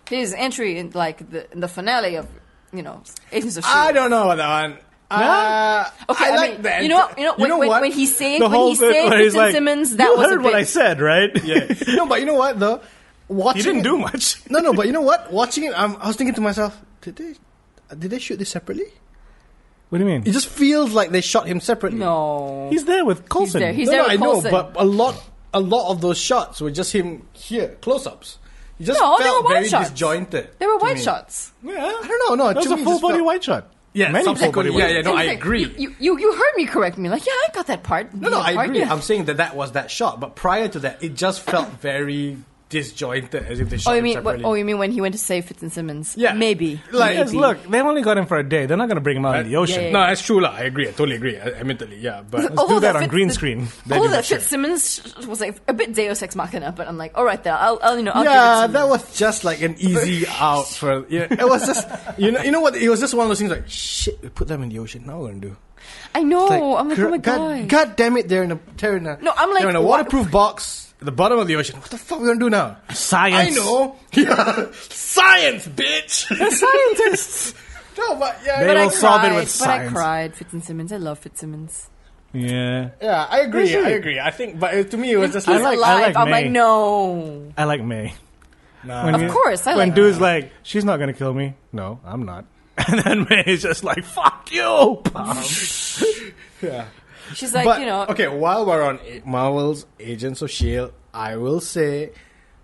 his entry in like the in the finale of you know Agents of
I
Shield.
don't know about that one. Uh,
E Okay, I,
I, like
mean,
that.
you know, what- you know, when, when, when he's saying when he's saying Gibson Simmons, that
you
was
heard
a
what I
bit.
said, right?
Yeah. No, but you know what though? Watching
he didn't
it-
do much.
No, no, but you know what? Watching it, I'm, I was thinking to myself, did they, did they shoot this separately?
What do you mean?
It just feels like they shot him separately.
No,
He's there with Colson.
there. He's
no,
there
no, I
with
know,
Coulson.
but a lot, a lot of those shots were just him here, close-ups. He just
No, they
felt
were wide
very
shots.
disjointed.
There were
to
white
me.
shots.
I don't know. No,
That was
to
a
me, it
full
just
body
felt-
white shot.
Yeah,
Many
some full
full body
body
white
Yeah, yeah, no, I
Exactly.
agree.
You, you you heard me correct me. Like, yeah, I got that part.
No, no,
Yeah,
I
part,
agree.
yeah. Oh,
I'm saying that that was that shot, but prior to that, it just felt very disjointed, as if they shot
Oh, you
him
mean? What,
separately.
oh, you mean when he went to save Fitz and Simmons?
Yeah.
maybe.
Like,
Yes,
maybe.
look, they've only got him for a day. They're not going to bring him out in the ocean.
yeah, yeah.
No, that's true, lah. I agree. I totally agree. I- Admittedly, yeah, but
Let's do that on
Fitz-
green screen. They
Although
do
that
that shit.
Fitzsimmons sh- was like a bit Deus Ex Machina, but I'm like, all right, there, I'll, I'll you know, I'll
yeah,
oh, give it to
that
you.
was just like an easy out for. Yeah, it was just you know, you know what? It was just one of those things like shit. We put them in the ocean. Now we're gonna do.
I know.
Like,
I'm like,
gr-
oh my
god,
god.
god damn it! They're in a they're in a
No, I'm like,
they're in a
what-
waterproof box at the bottom of the ocean. What the fuck are we gonna do now?
Science.
I know. Yeah. Science, bitch. They're scientists. no, but yeah,
They
But
will
I
no,
cried.
solve it with
but
science.
I cried. Fitzsimmons. I love Fitzsimmons.
Yeah.
yeah, I agree.
Really?
I agree. I think, but it, to me, it was just
He's
like
like- I
alive.
like
I'm
May.
like, no.
I like May.
nah.
When
Of course, I
when
like
dude's like, she's not gonna kill me. No, I'm not. And then May's just like, fuck you. pal."
yeah.
She's like,
but
you know,
E okay. While we're on A- Marvel's Agents of Shield, I will say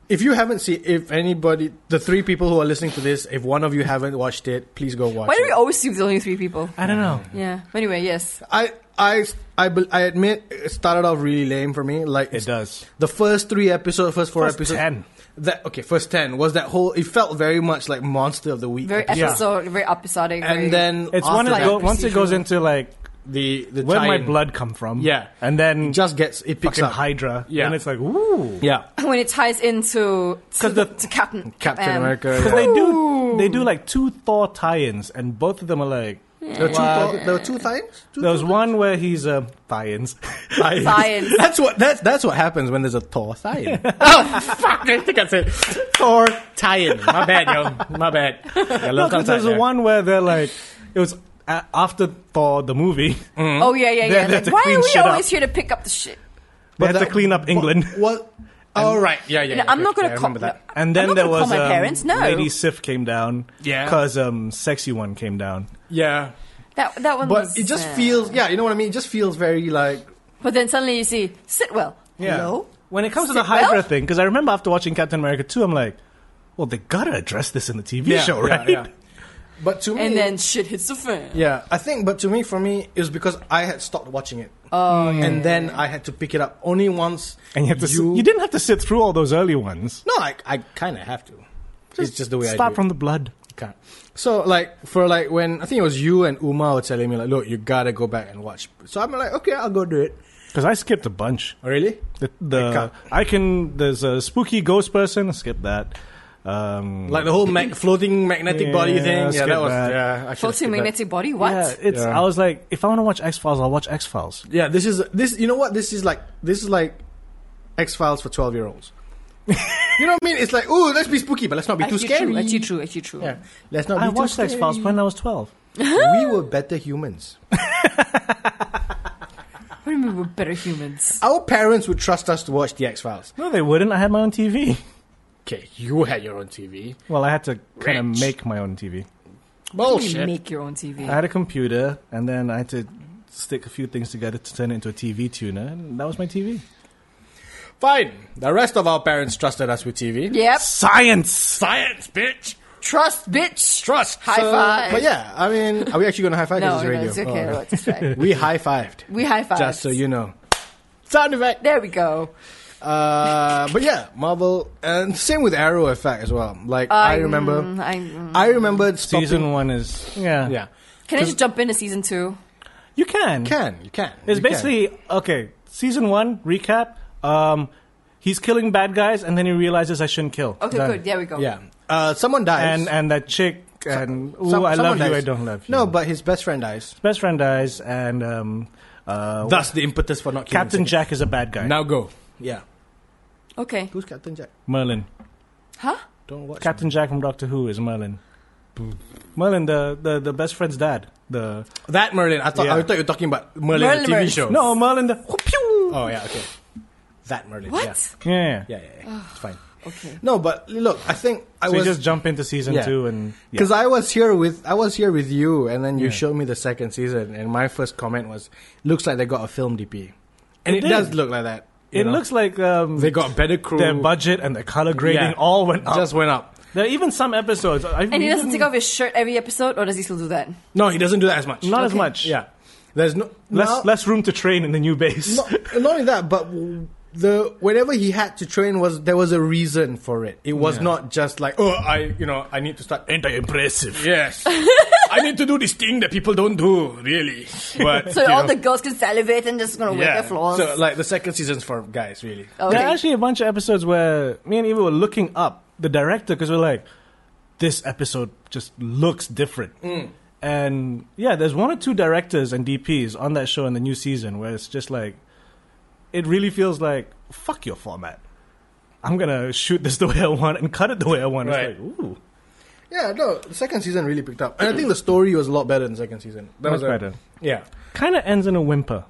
if you haven't seen, if anybody, the three people who are listening to this, if one of you haven't watched it, please go watch
Why do
it.
we always see the only three people?
I don't know.
Yeah. But anyway, yes.
I, I, I, bel- I admit it started off really lame for me. Like
It does.
The first three episodes, first four
First
episodes,
10.
That okay, first ten was that whole. It felt very much like Monster of the Week,
Very
episode.
episode, very episodic. very-
and then
It's
after
one
that,
it go, once it goes
procedural.
into like
the the
where my
tie-in
blood come from.
Yeah.
and then
just
just
gets it picks
fucking
up.
Hydra.
Yeah.
and it's like ooh.
Yeah,
when it ties into to,
'Cause the-
to Captain
Captain
Man.
America.
Because
yeah.
they do they do like two Thor tie-ins, and both of them are like.
There were two, well, there were two times. Two
There was one where he's uh, tie-ins.
tie-ins.
Tie-ins.
That's what that's that's what happens when there's a Thor tie-in. oh fuck! I think I said Thor tie-in. My bad, yo. My bad. Yeah,
no, 'cause there's
there.
one where they're like it was a- after Thor the movie.
Mm.
Oh yeah, yeah,
They
yeah.
had
Like,
to
why
clean
are we
shit up.
always here to pick up the shit?
They had to clean up England.
What? All right. Yeah, yeah.
No,
yeah,
I'm not
okay,
gonna
I
call
remember that.
And
I'm
then
not
there
gonna
was
call my
um,
parents. No,
Lady Sif came down.
Yeah.
because um, sexy one came down.
Yeah,
that that one.
but
was,
it just
uh,
feels. Yeah, you know what I mean. It just feels very like.
But then suddenly you see Sitwell.
Yeah.
Hello.
When it comes to the
Sitwell?
Hydra thing, because I remember after watching Captain America 2, I'm like, well, they gotta address this in the TV
Yeah,
show,
yeah,
right?
yeah. But to me,
And then shit hits the fan.
Yeah, I think, but to me, for me, it was because I had stopped watching it,
Oh, yeah.
and then I had to pick it up only once.
And you, have to, you, didn't have to sit through all those early ones.
No, Oh, I, I kind of have to. it's just the way I
Start
do
from the blood.
it. Can't. So like for like when I think it was you and Uma were telling me like, look, you gotta go back and watch. So I'm like, okay, I'll go do it.
Because I skipped a bunch.
Oh, really?
The,
I
the
can't.
I can. There's a spooky ghost person. Skip that. Um,
Like the whole mag- floating magnetic body
Yeah,
thing. Yeah,
skip
that was.
that.
Yeah, I should've
Floating
skipped that.
magnetic body. What?
yeah, it's.
Yeah.
I was like, if I want to watch X Files, I'll watch X Files.
Yeah, this is this. You know what? This is like this is like X Files for twelve year olds. you know what I mean? It's like, ooh, let's be spooky, but let's not be too
actually
scary.
true. Actually true. Actually true.
Yeah, let's not.
I
be
watched
too
X Files when I was twelve.
we were better humans.
What do you mean we're better humans?
Our parents would trust us to watch the X Files.
No, they wouldn't. I had my own TV.
Okay, you had your own TV.
Well, I had to kind
Rich.
of make my own TV.
You
Bullshit.
make your own TV.
I had a computer, and then I had to stick a few things together to turn it into a TV tuner, and that was my TV.
Fine. The rest of our parents trusted us with TV.
yep.
Science!
Science, bitch.
Trust, bitch.
Trust.
High five.
But yeah, I mean, are we actually going to high five? 'Cause
No,
it's
no,
radio.
it's okay.
Oh,
no,
okay.
it's just fine.
We high fived.
We high five.
Just so you know. Sound effect.
There we go.
Uh, but yeah, Marvel, and same with Arrow effect as well. Like I
Um,
remember,
I'm-
I remember stopping.
Season one is yeah
Yeah,
Can I just jump into season two?
You can
you can you can?
It's
you can.
basically okay. Season one recap. Um, he's killing bad guys, and then he realizes I shouldn't kill.
Okay,
Done.
good. There we go.
yeah. Uh, someone dies,
And and that chick and ooh,
Some-
I
someone
love you,
dies.
I don't love you.
No, but his best friend dies.
best friend dies, and um, uh,
That's the impetus for not killing
Captain
the second-
Jack is a bad guy.
Now go. Yeah.
Okay.
Who's Captain Jack?
Merlin.
Huh?
Don't watch.
Captain Jack from Doctor Who is Merlin.
Hmm.
Merlin, the, the, the best friend's dad. The
that Merlin. I thought
Yeah.
I thought you were talking about Merlin,
Merlin,
the TV
Merlin.
show.
no Merlin, the whoop, pew!
Oh yeah. Okay. That Merlin.
What?
yeah.
Yeah. Yeah. yeah, yeah. it's fine.
Okay.
No, but look, I think I
So
was
you just jump into season
Yeah.
two and yeah.
Because I was here with I was here with you, and then you
Yeah.
showed me the second season, and my first comment was, "Looks like they got a film DP," and it,
It
does
did.
look like that. you
it
know?
looks like um,
they got a better crew.
their budget and their color grading
Yeah.
all went up.
just went up.
there are even some episodes. I
And he doesn't take off his shirt every episode, or does he still do that?
No, he doesn't do that as much.
Not as
Okay.
much.
yeah, there's no
Less
now-
less room to train in the new base.
not, not only that, but w- the whenever he had to train was there was a reason for it. It was not just like oh I you know I need to start.
Ain't I impressive?
Yes, I need to do this thing that people don't do really. But
So
you
all
know,
the girls can salivate and just gonna wipe their flaws.
So
Oh.
like the second season's for guys really.
okay.
There are actually a bunch of episodes where me and Eva were looking up the director because we're like, this episode just looks different.
Mm.
And yeah, there's one or two directors and DPs on that show in the new season where it's just like, it really feels like, fuck your format. I'm going to shoot this the way I want and cut it the way I want.
Right.
It's like, ooh,
Yeah, no, the second season really picked up. And I think the story was a lot better in the second season. That
much
was a-
better.
Yeah.
Kind of ends in a whimper.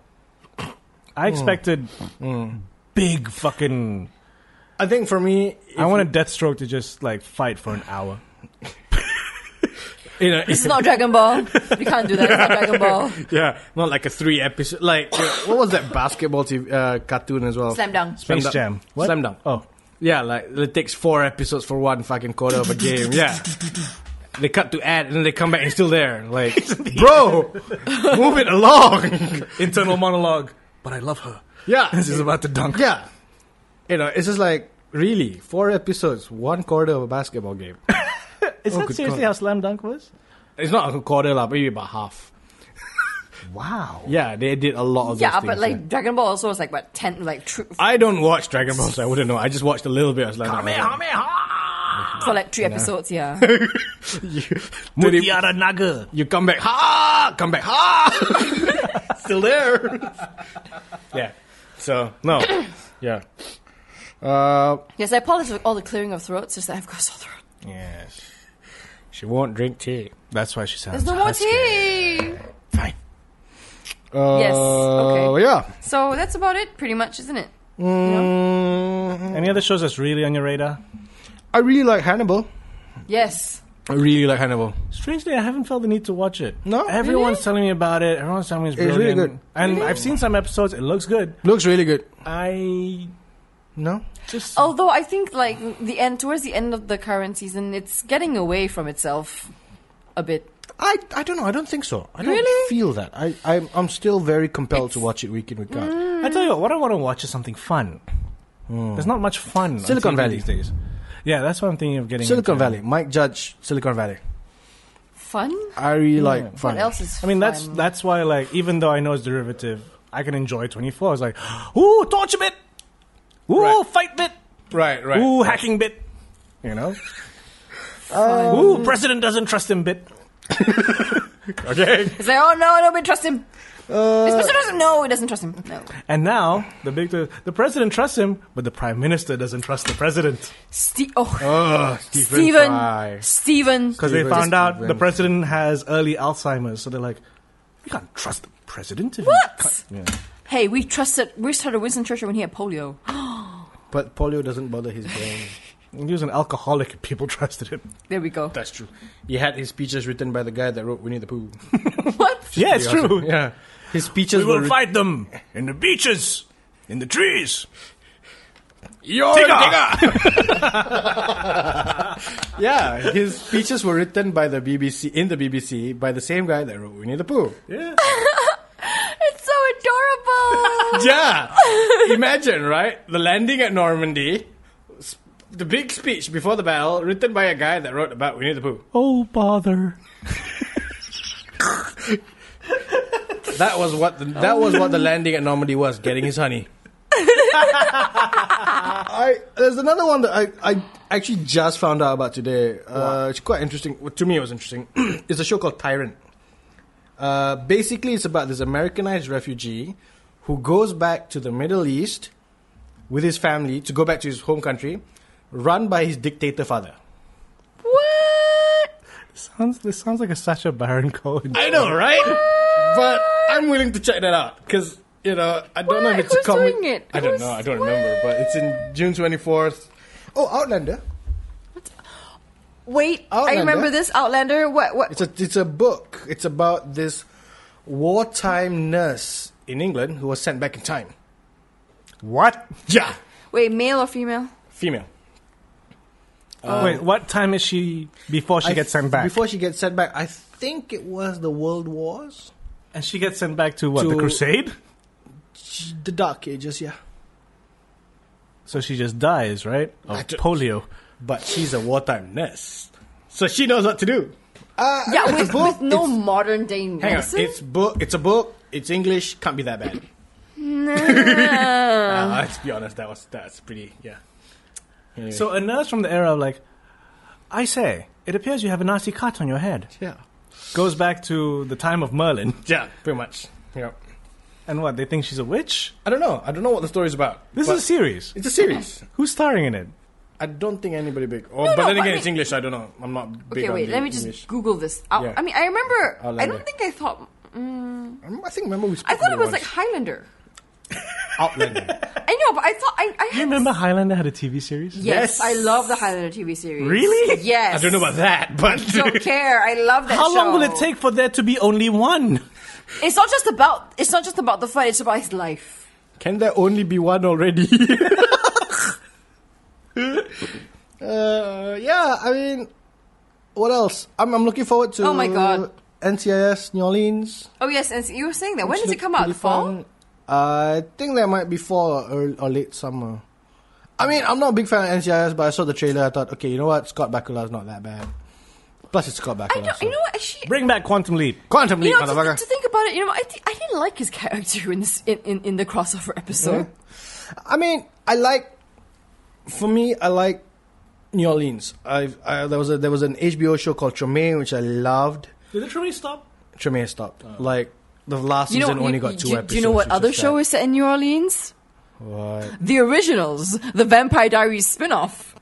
Mm.
I expected big fucking.
I think for me,
I want a Deathstroke to just like fight for an hour.
you know,
This is not Dragon Ball. We can't do that. It's not Dragon Ball.
yeah, not like a three episode. Like, what was that basketball TV, uh, cartoon as well?
Slam dunk.
Space
Dunk.
Jam.
Slam Dunk.
Oh.
Yeah, like it takes four episodes for one fucking quarter of a game. Yeah. They cut to ad and then they come back and it's still there. Like, bro, move it along.
Internal monologue. But I love her.
Yeah.
This is about to dunk.
Yeah. You know, it's just like, really, four episodes, one quarter of a basketball game.
Is
Oh,
that
good
seriously
God.
how Slam Dunk was?
It's not a quarter, lah, maybe about half.
Wow.
Yeah, they did a lot of
yeah,
those
but
things,
like
yeah.
Dragon Ball also was like what ten like tr-
I don't watch Dragon Ball, so I wouldn't know. I just watched a little bit. I was like,
for like three episodes. Yeah,
Dude,
Mutiara Naga.
You come back, ha! Come back, ha! Still there. yeah. So no. Yeah. Uh.
yes, I apologize for all the clearing of throats. Just that I've got a sore throat.
Yes. She won't drink tea.
That's why she sounds.
There's no more tea.
Fine.
Uh,
Yes, Oh, okay.
Yeah.
So that's about it, pretty much, isn't it?
Mm,
Any other shows that's really on your radar?
I really like Hannibal.
Yes.
I really like Hannibal.
Strangely, I haven't felt the need to watch it.
No?
everyone's telling me about it. Everyone's telling me it's
It's
brilliant.
really good.
And I've seen some episodes. It looks good.
Looks really good.
I
No.
just
Oh.
Although I think like the end towards the end of the current season, it's getting away from itself a bit.
I, I don't know. I don't think so. I don't
Really?
feel that. I I'm, I'm still very compelled to watch it week in week out.
Mm.
I tell you what, what I want to watch is something fun. There's not much fun. on
Silicon
TV
Valley.
these days. Yeah, that's what I'm thinking of getting.
Silicon
into.
Valley. Mike Judge. Silicon Valley.
Fun.
I really like. Fun.
What else is?
I mean, that's
fun?
that's why like even though I know it's derivative, I can enjoy 24. I was like, ooh, torture bit, ooh,
Right.
fight bit,
Right. Right.
ooh, hacking bit,
You know.
ooh, president doesn't trust him bit.
Okay.
It's like, oh no, no, we trust him.
Uh,
this person doesn't. No, he doesn't trust him. No.
And now the big the president trusts him, but the prime minister doesn't trust the president
Ste- oh,
Oh,
Stephen. Stephen.
because they
Stephen.
found out
Stephen.
the president has early Alzheimer's, so they're like, we can't trust the president. If he
What?
can't-"
Hey, we trusted. We trusted Winston Churchill when he had polio.
But polio doesn't bother his brain.
He was an alcoholic. People trusted him.
There we go.
That's true. He had his speeches written by the guy that wrote Winnie the Pooh.
What?
Yeah, it's true.
Yeah. His speeches
We will
were writ-
fight them in the beaches, in the trees.
You're
Tigger!
the tigger! yeah, his speeches were written by the BBC in the BBC by the same guy that wrote Winnie the Pooh.
Yeah.
It's so adorable.
Yeah. Imagine, right? The landing at Normandy, sp- the big speech before the battle written by a guy that wrote about Winnie the Pooh.
Oh bother!
That was what the, that was what the landing at Normandy was, getting his honey. I there's another one that I, I actually just found out about today. Uh, it's quite interesting. Well, to me, it was interesting. it's a show called Tyrant. Uh, basically, it's about this Americanized refugee who goes back to the Middle East with his family to go back to his home country, run by his dictator father.
what?
Sounds this sounds like a Sacha Baron Cohen.
I know, right? But I'm willing to check that out because you know I don't know if
What?
it's a
Who's
comic.
doing it?
I don't
Who's-
know. I don't remember. But it's in June 24th. Oh, Outlander.
Wait, I
Outlander?
remember this Outlander. What? What?
It's a it's a book. It's about this wartime nurse in England who was sent back in time.
What?
Yeah,
Wait, male or female?
female.
Uh, Wait, what time is she before she
I
gets
th-
sent back?
Before she gets sent back, I think it was the World Wars,
and she gets sent back to what? the
To-
Crusade?
the Dark Ages. Yeah,
So she just dies, right?
I
Of
don't-
polio.
but she's a wartime nurse, so she knows what to do. Uh,
Yeah,
it's
with,
a book.
with no
It's-
modern day
Hang on,
medicine.
it's book. It's a book. It's English. Can't be that bad. Uh, let's be honest. That was that's pretty. Yeah. Anyway.
So a nurse from the era of like, I say, it appears you have a nasty cut on your head.
yeah,
Goes back to the time of Merlin,
yeah, pretty much. Yeah.
and what they think she's a witch.
I don't know. I don't know what the story's about.
This
but
is a series.
it's a series.
Who's starring in it?
I don't think anybody big. Oh,
No,
but
no,
then
but
again,
I
it's
mean-
English. I don't know. I'm not big
okay,
on
wait.
the
Let me just
English.
Google this. Out-
Yeah.
I mean, I remember. I
Outlander.
don't think I thought. Mm,
Um, I think remember we.
I
spoke
thought it
about
was like Highlander.
once. Outlander.
I know, but I thought I. I
Do you
had,
remember Highlander had a TV series?
yes,
Yes.
I love the Highlander TV series.
Really?
Yes.
I don't know about that, but
Don't care. I love that.
How long will it
show.
take for there to be only one?
It's not just about. It's not just about the fight. It's about his life.
can there only be one already? Uh, yeah, I mean, what else? I'm, I'm looking forward to.
Oh my God.
NCIS New Orleans.
Oh yes, and you were saying that. When
which
does it
looked
come out?
pretty
The fall?
fun. I think that might be fall or, early, or late summer. I mean, I'm not a big fan of NCIS, but I saw the trailer. I thought, okay, you know what? Scott Bakula's not that bad. Plus, it's Scott
I
Bakula.
don't.
so-
You know what? Actually,
Bring back Quantum Leap.
Quantum
you
Leap,
know, to,
motherfucker.
to think about it, you know, I, thi- I didn't like his character in this in, in, in the crossover episode.
I mean, I like. For me, I like New Orleans. I, I there was a, there was an HBO show called Tremaine, which I loved.
Did the Tremie stop? Oh.
Tremaine stopped. Like the last
You know,
season
you,
only
you-
got two
do,
episodes.
do you know what
which
other
was
show
sad.
is set in New Orleans?
What?
The Originals, the Vampire Diaries spin-off.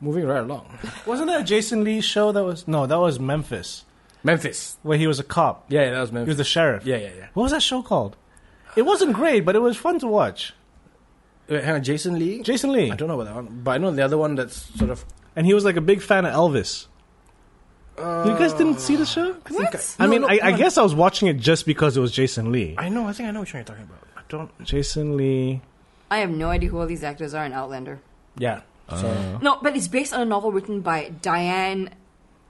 Moving right along.
Wasn't that Jason Lee's show? That was no, that was Memphis,
Memphis.
where he was a cop.
Yeah, that was
He was
Memphis.
the sheriff.
yeah, yeah, yeah.
What was that show called? It wasn't great, but it was fun to watch.
Wait, hang on, Jason Lee.
Jason Lee,
I don't know about that one, but I know the other one that's sort of.
and he was like a big fan of Elvis.
Uh,
You guys didn't see the show?
What?
I mean,
no,
I, I
no.
guess I was watching it just because it was Jason Lee.
I know. I think I know which one you're talking about. I don't.
Jason Lee.
I have no idea who all these actors are in Outlander.
Yeah. So
No, but it's based on a novel written by Diane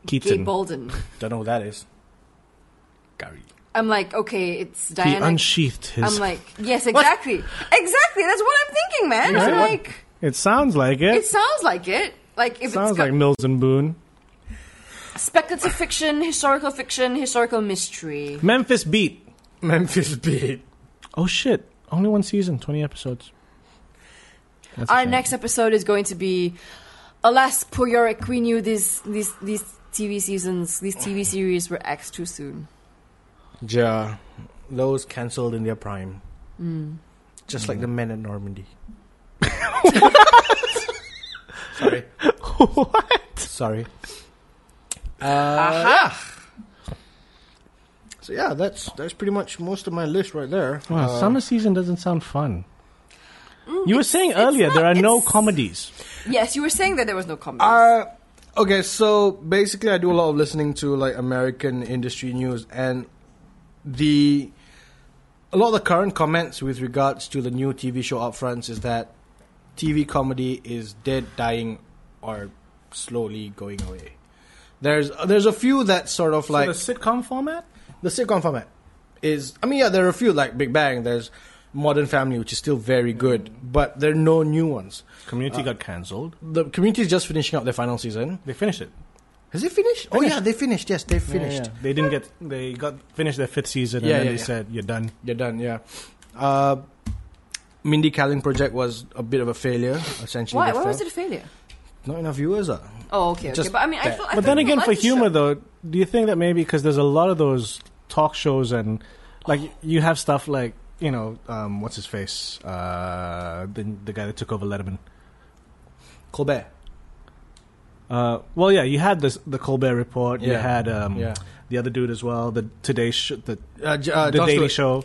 K.
Keaton.
Bolden.
don't know who that is. Gary.
I'm like, okay, it's
He
Diane.
unsheathed his.
I'm like, yes, exactly, exactly. That's what I'm thinking, man. I'm
Yeah.
like,
it sounds like
it
it.
sounds like it. Like if
sounds
it's got
like Mills and Boone.
speculative fiction, historical fiction, historical mystery.
Memphis Beat.
Memphis Beat.
Oh shit! Only one season, twenty episodes. That's a
Our
shame.
next episode is going to be, alas, poor Yorick, we knew these these these TV seasons, these TV series were axed too soon.
Yeah. Those cancelled in their prime. Just
Hmm.
like the men in Normandy. Sorry. What? Sorry. Uh, So yeah, that's that's pretty much most of my list right there.
Wow,
Uh,
summer season doesn't sound fun. you were saying earlier
Mm, not-
there are no
it's-
comedies.
Yes, you were saying that there was no comedy.
Uh, okay, so basically, I do a lot of listening to like American industry news and the a lot of the current comments with regards to the new TV show Up Fronts is that TV comedy is dead, dying, or slowly going away. There's there's a few that sort of like
the sitcom format?
the sitcom format is I mean yeah there are a few like Big Bang there's Modern Family which is still very good but there are no new ones.
Community got cancelled.
The community is just finishing up their final season.
They finished it.
Has it finished? Oh yeah, they finished. Yes, they finished.
They didn't get. They got finished their fifth season,
Yeah,
and then
yeah,
they
yeah.
said, "You're done."
They're done. Yeah. Uh, Mindy Kaling project was a bit of a failure. Essentially,
why?
they
Why was it
felt.
a failure?
Not enough viewers. Uh.
Oh, okay, okay.
Just
But I mean, I
that.
feel. I
But
feel
then
people
again,
like
for
the show.
humor though, do you think that maybe because there's a lot of those talk shows and like you have stuff like you know um, what's his face uh, the the guy that took over Letterman.
Colbert.
Uh, well, yeah, you had this, the Colbert Report. You
Yeah.
had um,
Yeah.
the other dude as well. The Today sh- the
Uh, J- uh,
the
Jon
Daily Show.
Stewart.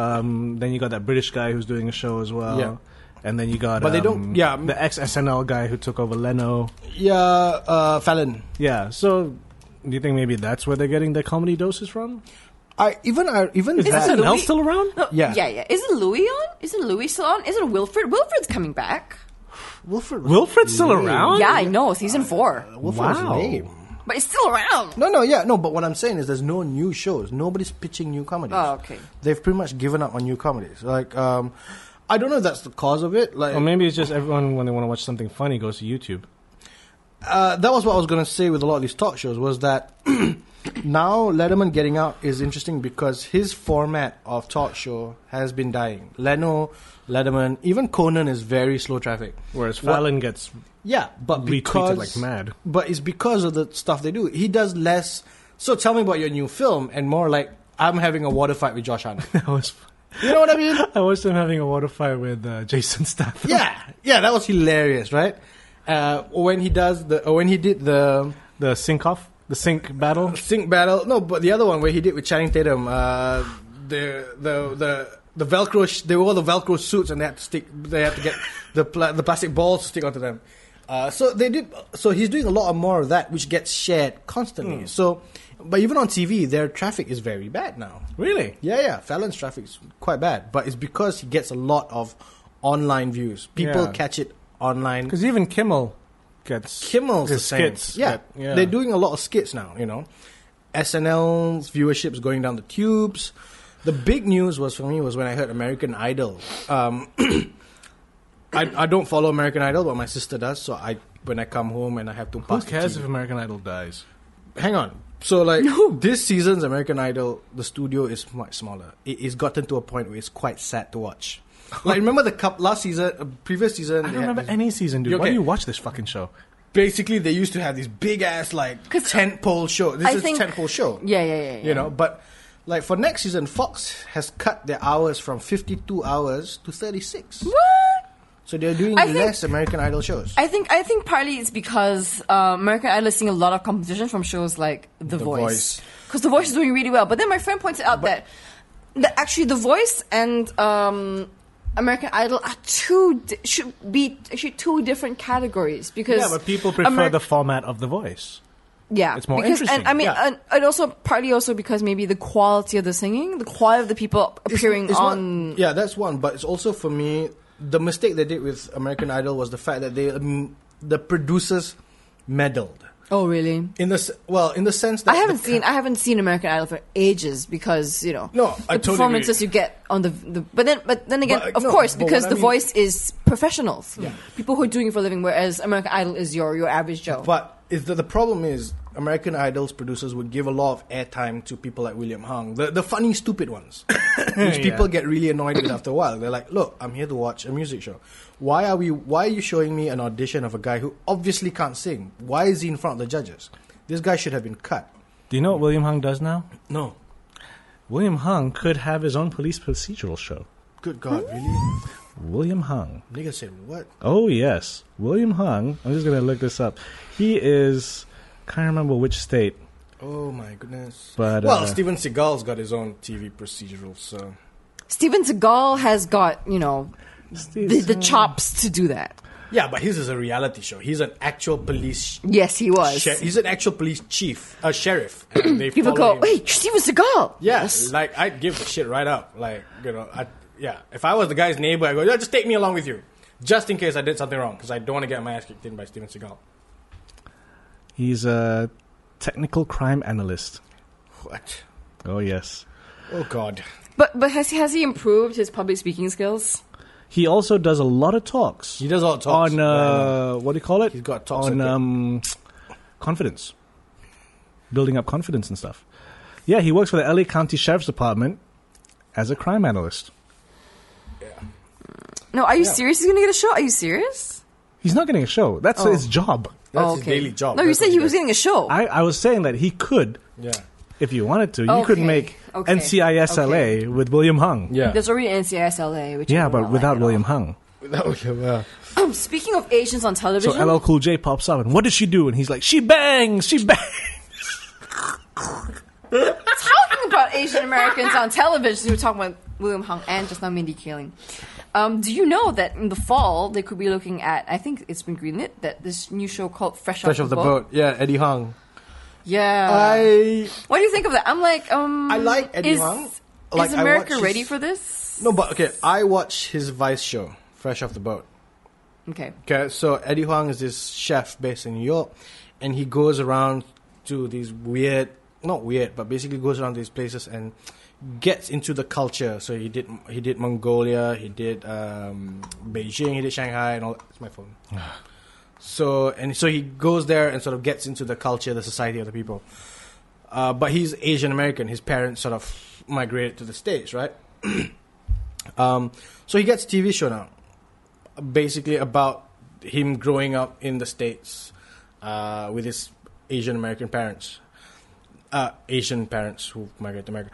Um, then you got that British guy who's doing a show as well.
Yeah.
And then you got
But they
um,
don't- yeah.
the ex SNL guy who took over Leno.
Yeah, uh, Fallon.
Yeah. So do you think maybe that's where they're getting their comedy doses from?
I even I even
Is
that-
SNL
Louis-
still around?
No,
Yeah.
yeah, yeah. Isn't Louis on? Isn't Louis still on? Isn't Wilfred? Wilfred's coming back.
Wilfred. Was,
Wilfred's still
Oh,
around?
Yeah, I know. Season four,
Wilfred was
Wow.
lame.
but it's still around.
No, no, yeah, no. But what I'm saying is, there's no new shows. Nobody's pitching new comedies.
Oh, okay.
They've pretty much given up on new comedies. Like, um, I don't know if that's the cause of it. Like,
Or maybe it's just everyone when they want to watch something funny goes to YouTube.
uh, that was what I was going to say with a lot of these talk shows was that now Letterman getting out is interesting because his format of talk show has been dying. Leno, Letterman, even Conan is very slow traffic.
Whereas
What-
Fallon gets
Yeah, but because
retweeted like mad.
but it's because of the stuff they do. He does less. So tell me about your new film and more like I'm having a water fight with Josh Hahn.
That was
You know what I mean?
I watched him having a water fight with uh, Jason Statham.
yeah, yeah, that was hilarious, right? Uh, when he does the uh, when he did the
The sink off, the sink battle.
Sync battle. No, but the other one where he did with Channing Tatum, uh, the the the. The Velcro, sh- they wore the Velcro suits, and they had to stick. They had to get the pla- the plastic balls to stick onto them. Uh, so they did. So he's doing a lot of more of that, which gets shared constantly. So, but even on TV, their traffic is very bad now.
Really?
Yeah, yeah. Fallon's traffic's quite bad, but it's because he gets a lot of online views. People
Yeah.
catch it online.
Because even Kimmel gets
Kimmel's the
His
same.
skits
Yeah.
get- yeah.
they're doing a lot of skits now. You know, SNL's viewership's going down the tubes. The big news was for me was when I heard American Idol. Um, I I don't follow American Idol, but my sister does. So I when I come home and I have to
Who
pass. the
cares
TV.
if American Idol dies?
Hang on. So like this season's American Idol, the studio is much smaller. It, it's gotten to a point where it's quite sad to watch. Like remember the cup last season, uh, previous season.
I
they
don't
had
remember
this-
any season, dude.
You're
Why do
okay.
you watch this fucking show?
basically they used to have these big ass like
'Cause
tent pole show. This
I
is
think-
tent pole show.
Yeah, yeah, yeah. yeah.
You know, but like for next season, Fox has cut their hours from fifty two hours to thirty six.
What?
So they're doing
I think-
less American Idol shows.
I think I think partly it's because uh, American Idol is seeing a lot of competition from shows like The,
The Voice.
Voice, because The Voice is doing really well. But then my friend pointed out that that actually The Voice and um, American Idol are two di- should be actually two different categories because
Yeah, but people prefer
Ameri-
the format of The Voice.
yeah,
It's more
because,
interesting,
And I mean,
yeah.
and, and also partly also because maybe the quality of the singing, the quality of the people
It's-
appearing
it's not-
on.
yeah, that's one. But it's also for me the mistake they did with American Idol was the fact that they um, the producers meddled
oh really?
in the s- well in the sense that
I haven't
the-
seen I haven't seen American Idol for ages because you know
No,
the
I totally
performances
agree.
you get on the, the but then but then again
But, uh,
of
no,
course
but
because
what I
the
mean-
voice is professionals people who are doing it for a living whereas American Idol is your your average Joe
But is the, the problem is American Idol's producers would give a lot of airtime to people like William Hung, the, the funny, stupid ones, which people get really annoyed with after a while. They're like, "Look, I'm here to watch a music show. Why are we? Why are you showing me an audition of a guy who obviously can't sing? Why is he in front of the judges? This guy should have been cut."
Do you know what William Hung does now?
No,
William Hung could have his own police procedural show.
good God, really?
William Hung.
Nigga said what?
Oh yes, William Hung. I'm just gonna look this up. He is. Can't remember which state,
Oh my goodness.
but
Well,
uh,
Steven Seagal's got his own TV procedural, so
Steven Seagal has got you know
Steve-
the, the
Mm.
chops to do that
yeah. But his is a reality show. He's an actual police
yes he was
She- he's an actual police chief, a sheriff. and they
people
follow
go
him.
hey Steven Seagal
yeah, like I'd give the shit right up. Like you know, I yeah. If I was the guy's neighbor, I go, yeah, just take me along with you, just in case I did something wrong, because I don't want to get my ass kicked in by Steven Seagal.
he's a technical crime analyst.
What?
Oh yes.
Oh God.
but but has he has he improved his public speaking skills
He also does a lot of talks.
He does all the talks.
on uh, what do you call it?
He's got talks
on
like that.
um, confidence, building up confidence and stuff. Yeah, he works for the LA County Sheriff's Department as a crime analyst.
no are you
Yeah.
serious he's gonna get a show are you serious
He's not getting a show. That's
Oh.
his job.
That's
Oh,
his
okay.
daily job.
no you
That's
said
what
he was
does.
getting a show
I, I was saying that he could,
Yeah.
if you wanted to, you could
Okay.
make
Okay.
NCIS
Okay.
LA with William Hung.
Yeah.
there's already NCISLA which I do
Yeah,
not
but
like
without
at all.
William Hung.
uh,
Um, speaking of Asians on
So
television,
LL Cool J pops up, and what did she do? And he's like, she bangs, she bangs.
talking about Asian Americans on television, we were talking about William Hung and just now Mindy Kaling. Um, do you know that in the fall they could be looking at? I think it's been greenlit that this new show called Fresh,
Fresh
Off
off the boat. Yeah, Eddie Hung.
Yeah.
I
what do you think of that? I'm like, um,
I like Eddie
is,
Huang. Like,
Is
I
America
watch
ready
his-
for this?
no, but okay. I watch his Vice show, Fresh off the boat.
Okay.
Okay, so Eddie Huang is this chef based in New York, and he goes around to these weird, not weird, but basically goes around these places and gets into the culture. So he did he did Mongolia, he did um, Beijing, he did Shanghai, and all. It's my phone. so and so he goes there and sort of gets into the culture, the society of the people. Uh, but he's Asian American. His parents sort of migrated to the states, right? um, so he gets TV show now basically about him growing up in the states uh, with his Asian American parents, uh, Asian parents who migrated to America.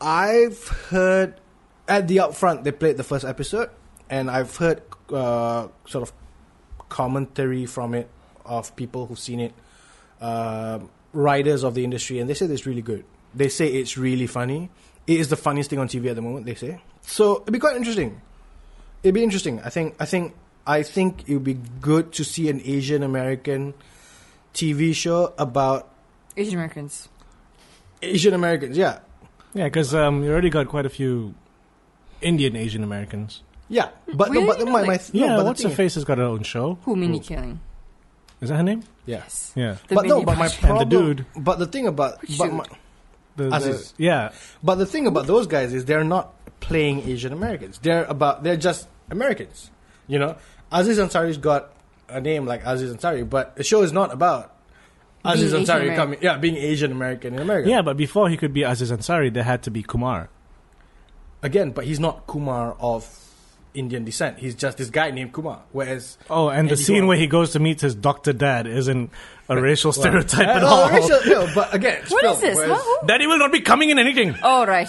I've heard at the upfront they played the first episode, and I've heard uh, sort of commentary from it of people who've seen it, uh, writers of the industry, and they said it's really good. They say it's really funny. It is the funniest thing on TV at the moment. They say so. It'd be quite interesting it'd be interesting. I think I think I think it would be good to see an Asian American TV show about
Asian Americans.
Asian Americans. Yeah,
Yeah, because um, you already got quite a few Indian Asian Americans.
Yeah, but
Really?
no, but
No,
my,
like-
my th- no,
Yeah,
but the
what's her
thing is-
face has got her own show.
Who mini killing?
Is that her name?
Yeah,
Yeah.
The
but no,
mini
but my
puncher.
And the
problem,
dude.
But the thing about but,
dude?
my,
The- the-
Aziz.
yeah.
but the thing about those guys is they're not playing Asian Americans. They're about they're just Americans. You know, Aziz Ansari's got a name like Aziz Ansari, but the show is not about Aziz
Asian
Ansari
Ameri-
coming. Yeah, being Asian American in America.
Yeah, but before he could be Aziz Ansari, there had to be Kumar.
again, but he's not Kumar of Indian descent. He's just this guy named Kumar. Whereas
Oh, and the
Andy
scene
Kumar.
where he goes to meet his doctor dad isn't a racial stereotype
Uh,
at
no,
all.
racial- no, but again, it's
What
film,
is this?
whereas-
What? Who?
Daddy will not be coming in anything.
Oh right.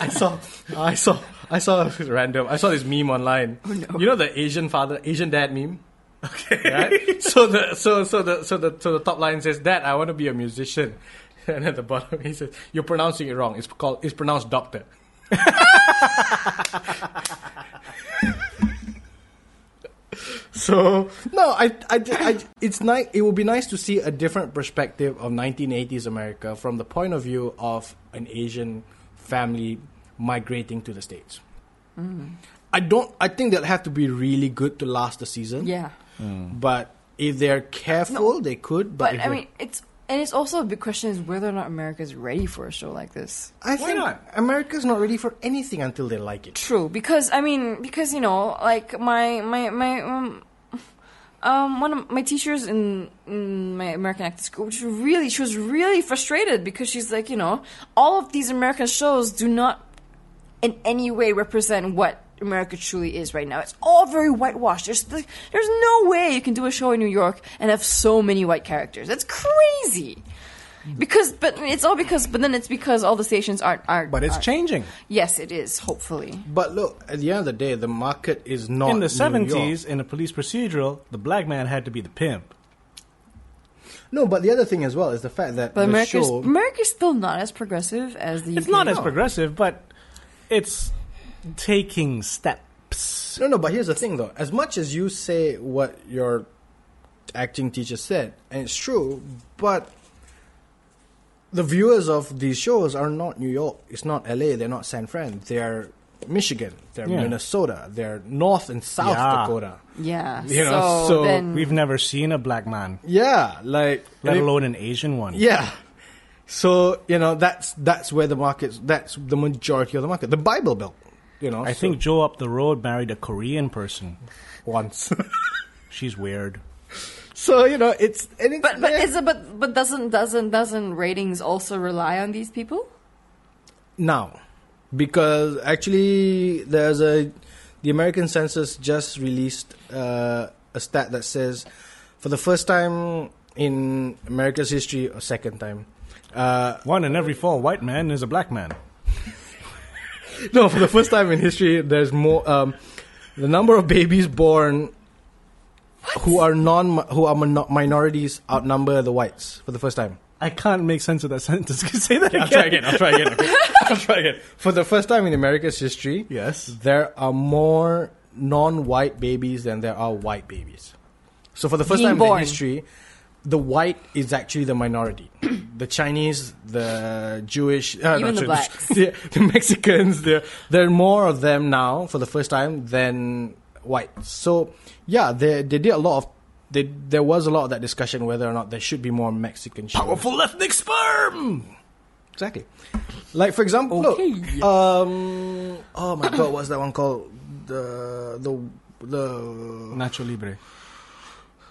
I saw, I saw, I saw this random. I saw this meme online. You know the Asian father, Asian dad meme. Oh, Okay. So the so so the so the so the top line says, "Dad, I want to be a musician," and at the bottom he says, "You're pronouncing it wrong. It's called it's pronounced doctor." So no, I, I, I it's nice. It would be nice to see a different perspective of 1980s America from the point of view of an Asian family migrating to the states.
Mm.
I don't. I think they'll have to be really good to last the season.
Yeah.
But if they're careful, they could. But,
But
if
I
they-
mean, it's and it's also a big question is whether or not America's ready for a show like this.
I
Why
think
not?
America's not ready for anything until they like it.
True, because I mean, because you know, like my my my um, um one of my teachers in, in my American acting school, she really she was really frustrated because she's like, you know, all of these American shows do not in any way represent what America truly is right now. It's all very whitewashed. There's like, there's no way you can do a show in New York and have so many white characters. That's crazy. Because, but it's all because, but then it's because all the stations aren't aren't.
But it's
aren't-
changing.
Yes, it is. Hopefully.
But look, at the end of the day, the market is not
In the
New York.
70s, in a police procedural, the black man had to be the pimp.
No, but the other thing as well is the fact that
But
the
America's
show,
America's still not as progressive as the.
It's
UK.
not as progressive, but it's taking steps.
No, no, but here's the thing though. As much as you say what your acting teacher said, and it's true, but the viewers of these shows are not New York. It's not LA. They're not San Fran. They're Michigan. They're
Yeah.
Minnesota. They're North and South
Yeah.
Dakota.
Yeah.
You
so,
know, so
then
We've never seen a black man,
Mm. Yeah, like
let
and it-
alone an Asian one.
Yeah. So you know that's that's where the markets. That's the majority of the market. The Bible Belt. You know,
I
so-
think Joe up the road married a Korean person.
once.
She's weird.
so you know it's and it's
but but is it, but but doesn't doesn't doesn't ratings also rely on these people?
now because actually there's a the American census just released uh, a stat that says for the first time in America's history or second time uh,
One in every four white men is a black man.
no for the first time in history there's more um, the number of babies born who are non who are min- minorities outnumber the whites for the first time
I can't make sense of that sentence. Can you say that
I'll
again?
try again. I'll try again. Okay. I'll try again. For the first time in America's history,
Yes.
there are more non-white babies than there are white babies. So for the first
Being
time in
born.
the history, the white is actually the minority. the Chinese, the Jewish, uh,
Even
not Jewish,
the blacks.
the, the Mexicans. There, there are more of them now for the first time than whites. So yeah, they they did a lot of. They, there was a lot of that discussion whether or not there should be more Mexican shows.
Powerful ethnic sperm.
Exactly. Like for example, look, um, oh my god, what's that one called? The the the
Nacho Libre.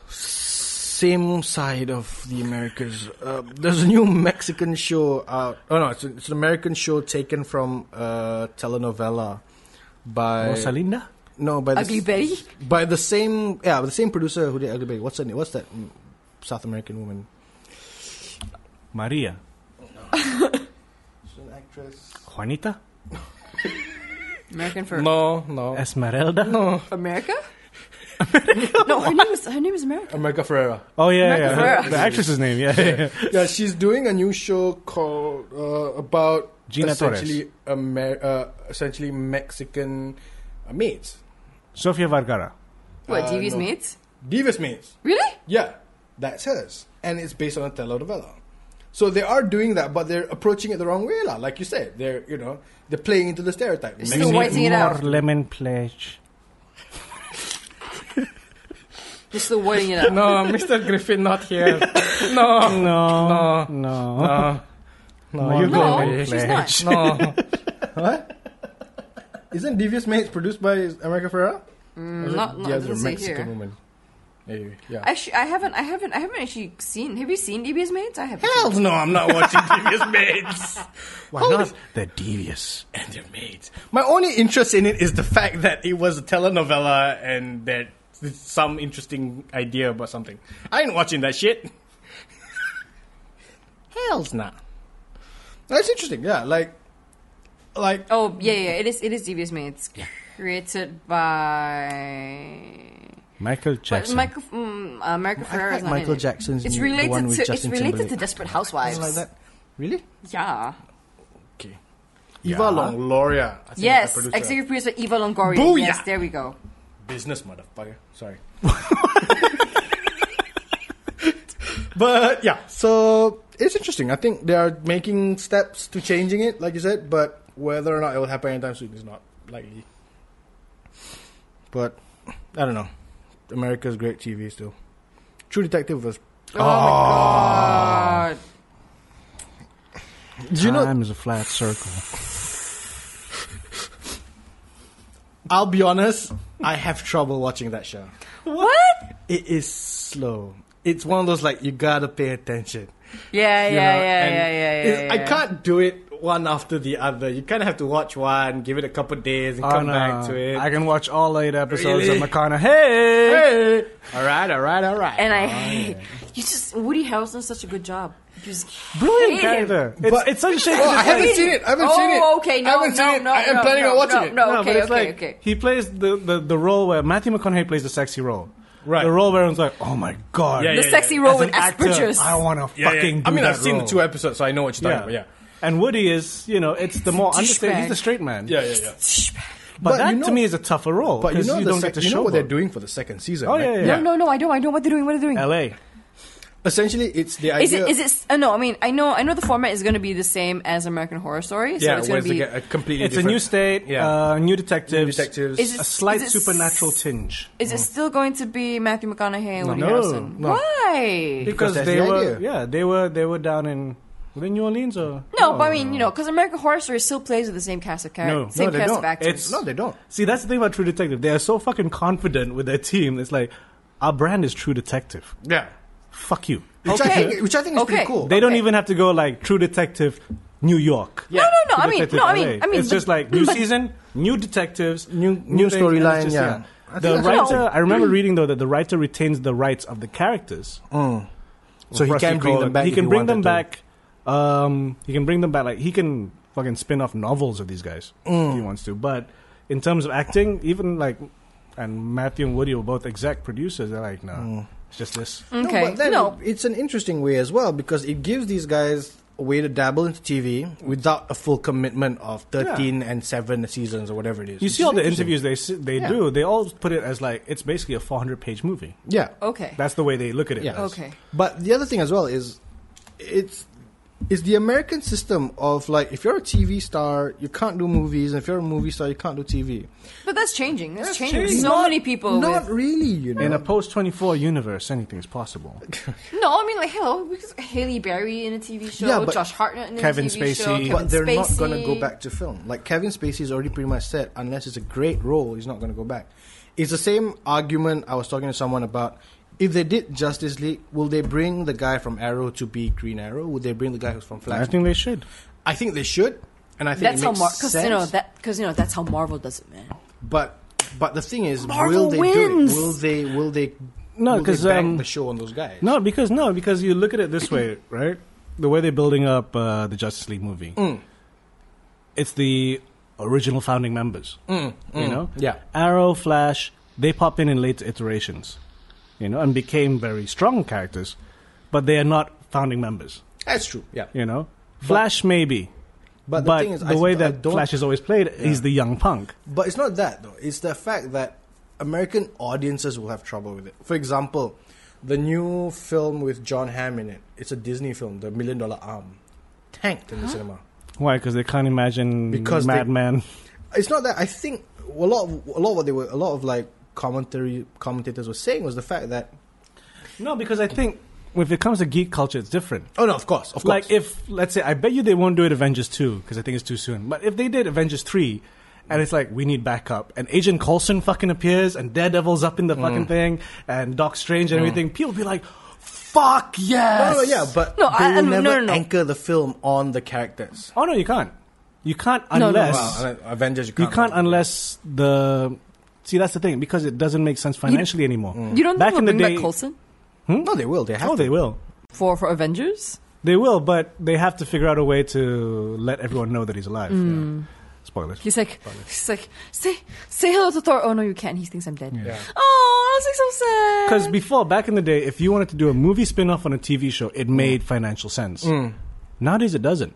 same side of the Americas. Uh, there's a new Mexican show out. Oh no, it's, it's an American show taken from a telenovela by
Rosalinda?
no by the,
Ugly Betty.
by the same yeah by the same producer who did Ugly Betty. What's that? What's that mm, South American woman?
Maria.
She's an actress.
Juanita?
American for
No, no.
Esmeralda?
America. no, her name is her name is America.
America Ferrera.
Oh, yeah,
America
yeah.
Ferrera.
The actress's name, yeah. yeah, yeah.
yeah, she's doing a new show called uh, about
Gina Torres.
essentially Amer- uh, essentially Mexican uh, maids,
Sofia Vergara.
What
Uh,
TV's
no.
mates?
divas maids.
Really?
Yeah, that's hers, and it's based on a telenovela. So they are doing that, but they're approaching it the wrong way, lah. Like you said, they're you know they're playing into the stereotype.
It's
Make
still
it-
white- whiting it
more
out.
lemon pledge.
Just the wording it out.
No, Mr. Griffin not here. No,
No, no,
No.
no.
no,
More
go.
lemon
No, she's
pledge.
not.
no.
Isn't Devious Mates produced by America Ferrera? Or
Mm,
is
not,
it
not
the
it
other
doesn't say
Mexican
here.
woman. Anyway, yeah.
Actually, I haven't, I haven't, I haven't actually seen. Have you seen DBS Maids? I haven't.
Hell no, I'm not watching Devious Maids.
Why
Holy-
not? They're devious.
And their maids. My only interest in it is the fact that it was a telenovela and that it's some interesting idea about something. I ain't watching that shit. Hell's nah. That's interesting, yeah. Like, like
Oh yeah, yeah. It is. It is DBS Maids. Created by.
Michael
But
Jackson.
Michael, mm, uh, America Ferrera
like
is not
Michael
in it.
Jackson's
It's
mu- the
related
one with
to.
Justin
it's related to
Timberlake.
Desperate Housewives.
like that. Really?
Yeah.
okay.
Yeah.
Eva Longoria. I think, is the
Yes.
producer.
Executive producer Eva Longoria.
Booyah!
Yes. There we go.
business motherfucker. Sorry. but yeah, so it's interesting. I think they are making steps to changing it, like you said, but whether or not it will happen anytime soon is not likely. But I don't know. America's great TV still. True Detective was. Oh.
Oh, my god.
Do you know?
Time is a flat circle.
I'll be honest. I have trouble watching that show.
What?
It is slow. It's one of those like you gotta pay attention.
Yeah, yeah,
you know,
yeah,
and
yeah, yeah, yeah,
it's-
yeah.
I can't do it one after the other. You kind of have to watch one, give it a couple days, and
Oh,
come
no.
back to it.
I can watch all eight episodes
Really?
of McConaughey. Hey!
Hey! All right, all right, all right.
And I hate. You just Woody Harrelson does such a good job. You just
Brilliant
hate
character. It's,
But-
it's such a shame.
Oh, I
that,
haven't
like,
seen it. I haven't
oh,
seen it.
okay. No,
I haven't
no,
seen it.
no,
I am
no,
planning
no,
on watching
no,
it.
No,
no, but
okay,
it's
okay,
like
okay.
he plays the, the, the role where Matthew McConaughey plays the sexy role.
Right.
The role where it's like, oh my god,
Yeah,
The
yeah,
sexy
yeah.
role
As
with
an actor,
Asperger's.
I want to
Yeah, yeah.
fucking. Do
I mean,
that
I've seen
role.
the two episodes, so I know what you're
Yeah.
talking about.
And Woody is, you know, it's the more understated. He's the
douchebag.
straight man.
Yeah, yeah, yeah. yeah.
But,
But
that
you know-
to me is a tougher role.
But you
'cause
know, the
don't
sec-
get to
you know what they're
showboat.
doing for the second season.
Oh,
right?
yeah, yeah,
No, no, no. I know. I know what they're doing. What they're doing.
L.A.
Essentially, it's the idea.
Is it? Is it? Uh, no, I mean, I know. I know the format is going to be the same as American Horror Story. So
Yeah,
it's
where
going
it's
to be.
a completely
It's a
different-
new state,
Yeah.
uh, new detectives,
detectives.
Is it-
a slight
is it s-
supernatural tinge.
Is
oh.
it still going to be Matthew McConaughey and Woody
No.
Harrelson?
No.
Why?
because,
that's
they
the
were
idea.
yeah they were they were down in were they New Orleans or Oh.
No,
Oh.
but I mean, you know, because American Horror Story still plays with the same cast of
No. No,
characters, same
they
cast
don't.
of actors.
It's-
no, they don't.
see that's the thing about True Detective they are so fucking confident with their team it's like our brand is True Detective
Yeah.
fuck you
Which, I,
Okay.
think, which I think is
Okay.
pretty cool.
they don't
Oh, Okay.
even have to go like True Detective New York
no, no, no.
True
I mean,
Detective
no. I
LA.
mean, I mean, Mm,
it's
but-
just like new season new detectives
New- new
things, and it's
storyline,
just,
yeah. I
The
think that's
writer,
cool.
I remember reading though that the writer retains the rights of the characters,
Mm. so he
Rusty
can bring
Cole,
them back.
He
if
can bring
wanted
them
to.
back. Um, he can bring them back. Like he can fucking spin off novels of these guys
Mm.
if he wants to. But in terms of acting, even like, and Matthew and Woody were both exec producers. They're like, no,
Mm.
it's just this.
okay.
No, but then
no.
it's an interesting way as well because it gives these guys a way to dabble into TV without a full commitment of 13 and 7 seasons or whatever it is.
You
Which
see
is
all the
interesting.
interviews they s- they
Yeah.
do. They all put it as like it's basically a 400 page movie.
Yeah.
Okay.
That's the way they look at it.
Yeah.
as.
Okay.
But the other thing as well is it's it's the American system of like if you're a TV star, you can't do movies, and if you're a movie star, you can't do TV.
But that's changing. That's, changing.
changing.
So
Not-
many people.
Not
with,
really, you know.
In a post 24 universe, anything is possible.
no, I mean, like, hello, because Haley Berry in a TV show,
Yeah, but
Josh Hartnett in
Kevin
a TV show,
Spacey.
Kevin
but they're not going to
Spacey.
go back to film. Like Kevin Spacey is already pretty much set. Unless it's a great role, he's not going to go back. It's the same argument I was talking to someone about. If they did Justice League, will they bring the guy from Arrow to be Green Arrow? Would they bring the guy who's from Flash?
I think they should.
I think they should, and I think
That's
it
how
makes
Mar- cause,
sense.
you know that because you know that's how Marvel does it, man.
but but the thing is,
Marvel
will they
wins!
do it? Will they? Will they?
No,
will they
'cause,
bank
um,
the show on those guys.
No, because no, because you look at it this way, right? The way they're building up uh, the Justice League movie,
Mm.
it's the original founding members. you know,
Mm, yeah.
Arrow, Flash, they pop in in later iterations, you know, and became very strong characters, but they are not founding members.
that's true. Yeah,
You know, Flash maybe,
but
but,
the thing is,
the
I,
way
I
that
don't
Flash is always played, he's the young punk.
But it's not that though. It's the fact that American audiences will have trouble with it. For example, the new film with John Hamm in it. It's a Disney film, The Million Dollar Arm. Tanked in the cinema.
Why? Because they can't imagine
Because they-
Madman.
It's not that I think a lot of a lot of what they were a lot of like commentary commentators were saying was the fact that
No, because I think if it comes to geek culture, it's different.
oh no, of course, of course.
Like if let's say I bet you they won't do it Avengers two because I think it's too soon. But if they did Avengers three, and it's like we need backup, and Agent Coulson fucking appears, and Daredevil's up in the
Mm.
fucking thing, and Doc Strange and everything, people be like, "Fuck
Oh, no,
yes!"
no, Mm. yeah, but
No,
they
I-
will
I- no,
never
no, no.
anchor the film on the characters.
Oh no, you can't. You can't
no.
unless
Wow, Avengers, you
you
can't.
can't unless the. See that's the thing because it doesn't make sense financially anymore.
You don't
Back
think
in
they'll
the
bring
day-
back Coulson
no, they will. Mm. They have
Oh,
to.
they will.
for for Avengers?
They will, but they have to figure out a way to let everyone know that he's alive.
Mm.
Yeah. Spoilers.
He's like, he's like, say say hello to Thor. Oh no, you can't. He thinks I'm dead.
Yeah.
Oh, that's like so sad.
Because before, back in the day, if you wanted to do a movie spin off on a TV show, it
Mm.
made financial sense. Nowadays, it doesn't.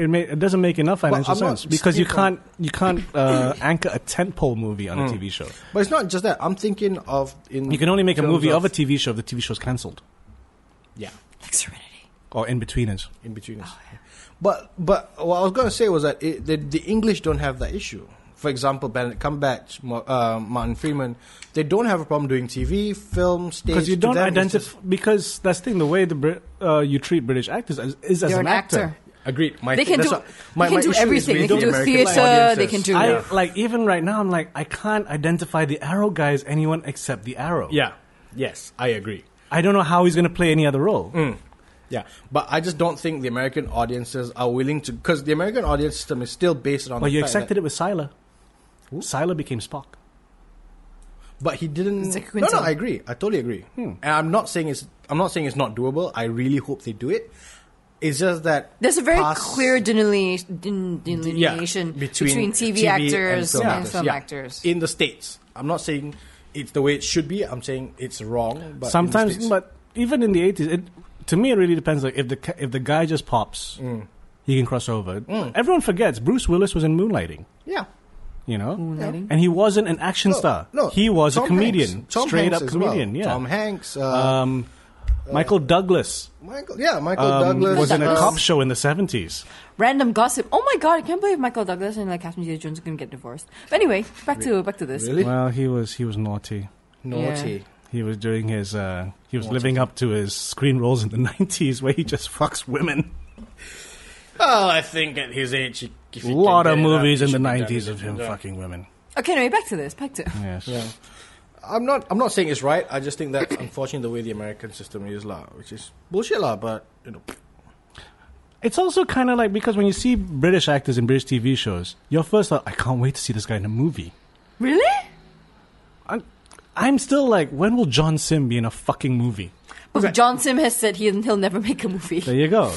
It, ma- it doesn't make enough financial
I'm not
sense because you
speaking- Mm.
can't you can't uh, anchor a tentpole movie on a TV show.
But it's not just that. I'm thinking of in.
You can only make a
terms
movie of, a TV show if the TV show's cancelled
yeah,
like Serenity.
or in betweeners.
in between
Oh,
us. But but what I was going to say was that it, the, the English don't have that issue. For example, Benedict Cumberbatch, Mo- uh, Martin Freeman, they don't have a problem doing TV, film, stage.
Because you
To
don't
them, it's
identify because that's the thing. The way the Brit, uh, you treat British actors is, is as
They're
an,
an actor.
just- agreed. My
They
thing-
can
that's
do-
what- my-
they can
my issue
do
is
everything. They
with
can
the
do
American
theatre,
audiences.
they can do-
I
Yeah.
like even right now. I'm like I can't identify the Arrow guys anyone except the Arrow.
Yeah. Yes, I agree.
I don't know how he's going to play any other role.
Yeah, but I just don't think the American audiences are willing to because the American audience system is still based on.
Well,
the
you
fact that-
accepted it with Sila. Sila became
Uh,
Spock.
but he didn't.
It's like
no, no,
Quinton.
I agree. I totally agree. And I'm not saying it's. I'm not saying it's not doable. I really hope they do it. It's just that
There's a very
past-
clear delinea- din- delineation between, TV, actors
film
and film,
actors. Yeah.
actors.
in the states. I'm not saying it's the way it should be. I'm saying it's wrong. But in the
Sometimes,
States-
but even in the eighties, it to me it really depends. Like if the ca- if the guy just pops,
Mm.
he can cross over. Everyone forgets Bruce Willis was in Moonlighting.
yeah,
You know,
Moonlighting?
and he wasn't an action star.
no,
he was
Tom
a comedian,
Hanks. Tom
straight
Hanks
up
as well.
comedian. Yeah,
Tom Hanks. Uh,
um, Michael Douglas.
Michael, yeah, Michael
um,
Douglas
was in a
uh,
cop show in the 70s.
Random gossip. Oh my god, I can't believe Michael Douglas and like Catherine Zeta Jones are gonna get divorced. But anyway, back to back to this.
Really
Well, he was he was naughty.
naughty.
Yeah.
He was doing his uh, he was living up to his screen roles in the 90s where he just fucks women.
Oh, I think at his age, he- if
A
he
lot
can
of
get it up,
movies
he
in the
should be
90s
done.
of him
Yeah.
fucking women.
Okay, anyway, back to this. Back to
Yes.
I'm not. I'm not saying it's right. I just think that's unfortunately the way the American system is, lah, which is bullshit, lah. But you know,
It's also kind of like because when you see British actors in British TV shows, your first thought, I can't wait to see this guy in a movie.
really.
I'm, I'm still like, when will John Sim be in a fucking movie?
But John Sim has said he he'll never make a movie.
There you go.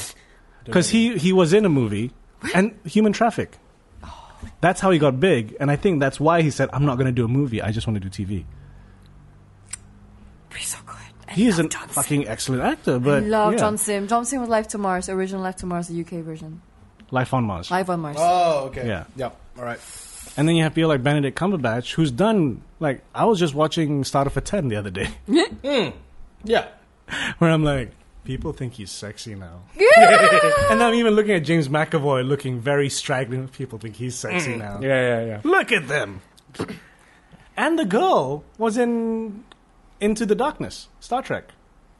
Because he, he was in a movie and human traffic.
Oh.
That's how he got big. And I think that's why he said, I'm not going to do a movie. I just want to do TV.
He's so good. I
He is
love
a
John Sim.
fucking excellent actor,
I
but
love
yeah.
John Sim. John Sim was Life to Mars, original Life to Mars, the UK version,
Life on Mars.
live on Mars.
oh, okay,
Yeah.
yeah, all right.
And then you have people like Benedict Cumberbatch, who's done like I was just watching Starter for Ten the other day,
Yeah,
where I'm like, people think he's sexy now, and I'm even looking at James McAvoy looking very straggling. People think he's
Mm.
sexy now.
yeah, yeah,
Look at them. and the girl was in Into the Darkness, Star Trek.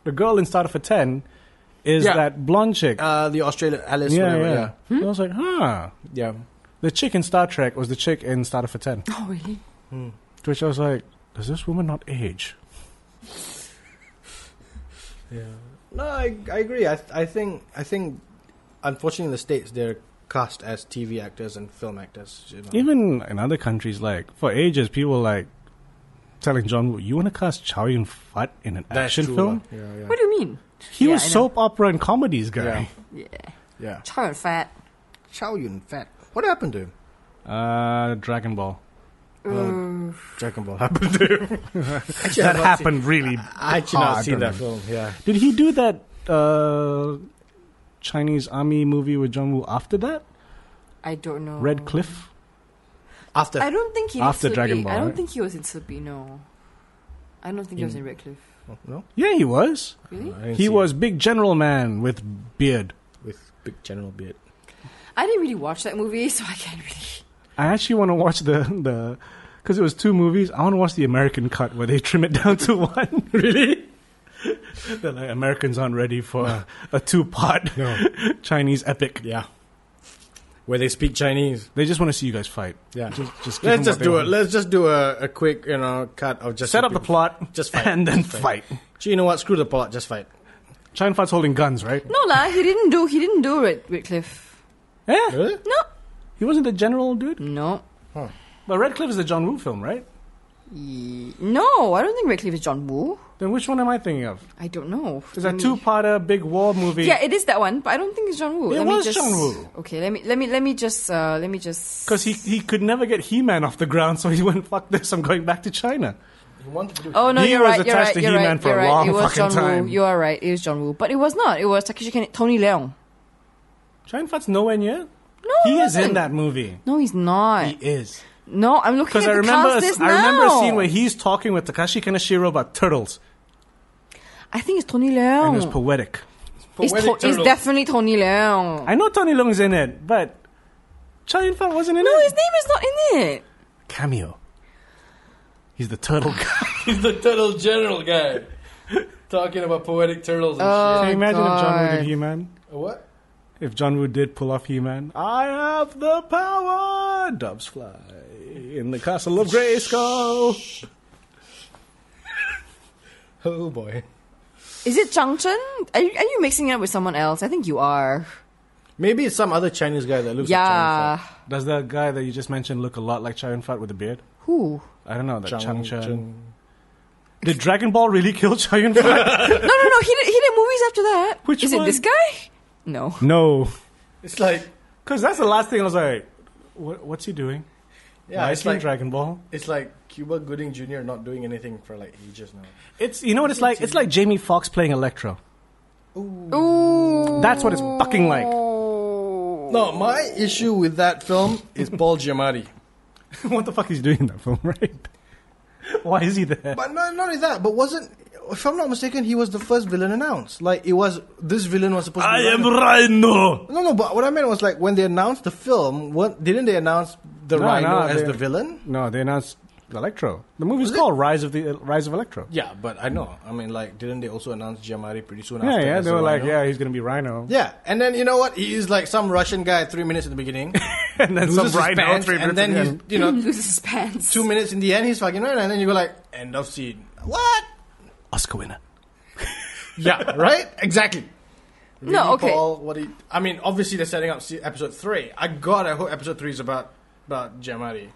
The girl in Starter for Ten is
Yeah.
that blonde chick.
yeah. Uh, the Australian Alice,
yeah,
whatever,
yeah.
yeah, Hmm?
I was like, huh.
yeah.
The chick in Star Trek was the chick in Starter for Ten.
Oh really?
To which I was like, does this woman not age?
No, I, I agree. I, I think, I think, unfortunately, in the states they're cast as TV actors and film actors. You know?
Even in other countries, like for ages, people like telling John, Woo, "You want to cast Chow Yun Fat in an
That's
action
true,
film?"
lah. Yeah, yeah.
What do you mean?
He
Yeah,
was
I know.
soap opera and comedies guy.
Yeah,
yeah.
child fat.
Chow Yun Fat. What happened to him?
Uh, Dragon Ball. Uh,
Dragon Ball happened to him. Actually,
That
I've not seen-
happened really.
I actually not
hard
seen
on
that
him.
film. Yeah.
Did he do that uh, Chinese army movie with John Woo after that?
I don't know.
Red Cliff.
After
I don't think he
After
did
Dragon
Sleepy.
Ball,
I don't
right?
think he was in Sleepy. No. I don't think he was in Redcliffe.
Uh,
oh, No,
Yeah, he was.
Really?
I didn't see
He
it.
was big general man with beard.
with big general beard.
I didn't really watch that movie, so I can't really.
I actually want to watch the the because it was two movies. I want to watch the American cut where they trim it down to one. really? They're like Americans aren't ready for a two part
No,
Chinese epic.
yeah, where they speak Chinese.
They just want to see you guys fight.
Yeah,
Just, just give
let's
them
just
what they
do it.
want.
Let's just do a, a quick, you know, cut of just
Set up the plot
Just fight.
and then
Just
fight.
So you know what? Screw the plot. Just fight.
China fight's holding guns, right?
No lah, he didn't do. He didn't do Red Redcliffe.
Yeah,
Really?
No,
he wasn't the general dude.
no,
But Redcliffe is the John Woo film, right?
Ye- no. I don't think Redcliffe is John Woo.
Then which one am I thinking of?
I don't know.
It's a
Let me-
two-parter big war movie.
Yeah, it is that one, but I don't think it's John Woo.
It
let me
was
just,
John Woo.
Okay, let me let me let me just uh, let me just
Because he, he could never get He Man off the ground, so he went, fuck this, I'm going back to China.
Oh no,
He
you're
was
right. You're
attached
right.
to
You're
He-Man
right.
for
You're
a
right.
long
It was
fucking
John
time.
Woo. You are right. It was John Woo, but it was not. It was Takeshi Ken- Tony Leung.
China Fat's nowhere near.
No,
he
it
is in
wasn't.
that movie.
No, he's not.
He is.
no, I'm looking at
Because
the
I remember,
cast list
I remember
now.
a scene where he's talking with Takashi Kaneshiro about turtles,
I think it's Tony
and it's
Leung.
poetic.
It's, to- it's definitely Tony Leung.
I know Tony Leung is in it, but China Fat wasn't in
no,
it.
his name is not in it.
Cameo. He's the turtle guy.
He's the turtle general guy. Talking about poetic turtles and
Oh,
Uh,
Can you imagine if John Woo
God.
did He Man?
shit. What?
If John Woo did pull off He Man, I have the power! Doves fly in the castle of Grayskull.
Oh boy.
Is it Chang Chen? Are you, are you mixing it up with someone else? I think you are.
Maybe it's some other Chinese guy that looks
yeah.
like China.
Does that guy that you just mentioned look a lot like Chang Fat with a beard?
Who?
I don't know, that Chang
Chang
Chen.
Chen.
Did Dragon Ball really kill Chang Fat?
No, no, no. He did, he did movies after that.
Which
is
one?
it? This guy? No.
no.
It's like
Because that's the last thing I was like, what, what's he doing?
yeah,
Light
it's
Skin
like
Dragon Ball.
it's like Cuba Gooding Jr. not doing anything for like ages now.
It's you know what it's like. It's like Jamie Foxx playing Electro.
Ooh.
That's what it's fucking like.
No, my issue with that film is Paul Giamatti.
what the fuck is he doing in that film, right? Why is he there?
But no, not only that, but wasn't if I'm not mistaken, he was the first villain announced. Like it was this villain was supposed to be Rhino.
Rhino.
No, no, but what I meant was like when they announced the film, what didn't they announce the
No,
Rhino
no,
as
they-
the villain?
No, they announced Electro. The movie's called Rise of the uh, Rise of Electro.
Yeah, but I know. I mean, like, didn't they also announce Giamatti pretty soon
Yeah,
after?
yeah.
as
They
the
were like,
Rhino?
yeah, he's gonna be Rhino.
Yeah, and then you know what? He is like some Russian guy. Three minutes in the beginning,
and then some
loses his
Rhino.
pants,
three
and
minutes
then
in the
he's
end.
you know
Loses his pants.
two minutes in the end he's fucking Rhino, and then you go like, end of scene. What?
Oscar winner.
Yeah, right. Exactly.
No, Oh, okay.
Paul, what he, I mean, obviously they're setting up se- episode three. I god, I hope episode three is about about Giamatti.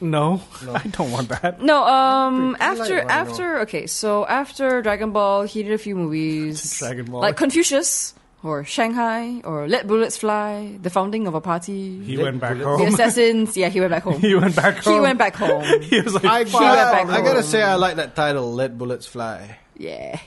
No, I don't want that.
No, um, after
light, why not?
after okay, so after Dragon Ball, he did a few movies,
Dragon Ball.
like Confucius or Shanghai or Let Bullets Fly, the founding of a party,
He went back
the
home.
assassins. Yeah, he went back home.
He went back home.
He went back home.
He was like,
I,
Fuck.
got,
Back
I gotta
row.
say, I like that title, "Let Bullets Fly."
yeah,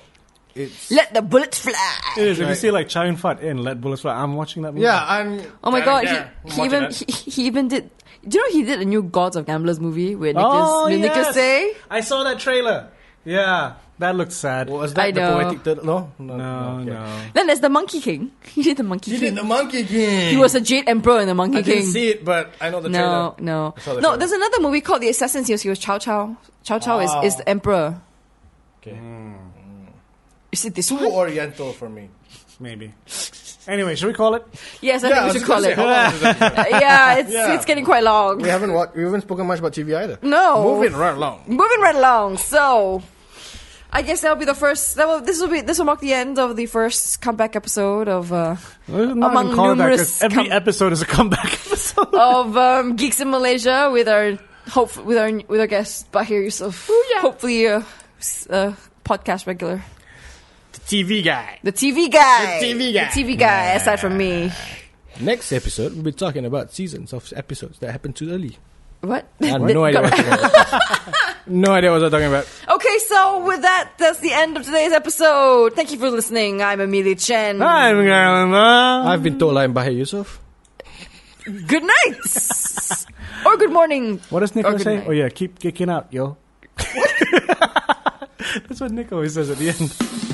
It's
let the bullets fly.
It is. If you
Right.
see like Chow Fat in Let Bullets Fly, I'm watching that movie.
yeah, I'm.
Oh my
I-
god,
yeah,
he,
I'm
he
watching
even
that.
he, he even did. Do you know he did a new Gods of Gamblers movie with Nicholas,
Oh,
with Nicholas
yes.
Day?
I saw that trailer. Yeah, that looked sad.
was that
I
the
know.
poetic turtle? No, no,
no,
okay.
no.
Then there's the Monkey King. He did the Monkey
He
King.
did the Monkey King.
he was a Jade Emperor in the Monkey
I
King.
didn't see it, but I know the
No,
trailer.
no,
saw
no.
the trailer.
There's another movie called The Assassin's He was, he was Chow Chow. Chow Chow is, is the emperor.
Okay.
Is it this
Too
one?
oriental for me.
Maybe. Anyway, should we call it?
Yes, I
Yeah, I
think
was
we
just
should call
gonna say,
it.
how long is it?
Uh, yeah, it's
Yeah.
it's getting quite long.
we haven't watched. We haven't spoken much about TV either.
No,
Moving right along.
moving right along. So, I guess that'll be the first. That will this will be this will mark the end of the first comeback episode of uh, Among numerous
every
com-
episode is a comeback episode.
of um, Geeks in Malaysia with our hope with our with our guest Bahir Yusuf. Hopefully, uh, s- uh, podcast regular.
TV guy.
The TV guy.
The TV guy.
The TV guy. Aside from me,
Next episode, we'll be talking about seasons of episodes that happened too early.
what?
I have no idea what I'm talking about. no idea what I'm talking about.
Okay, so with that, that's the end of today's episode. Thank you for listening. I'm Amelia Chen.
I'm
um,
going
I've been told I'm Bahir Yusuf.
Good night, or good morning.
What does
Or good
Nicholas say?
night.
Oh yeah, keep kicking out, yo. That's what Nick always says at the end.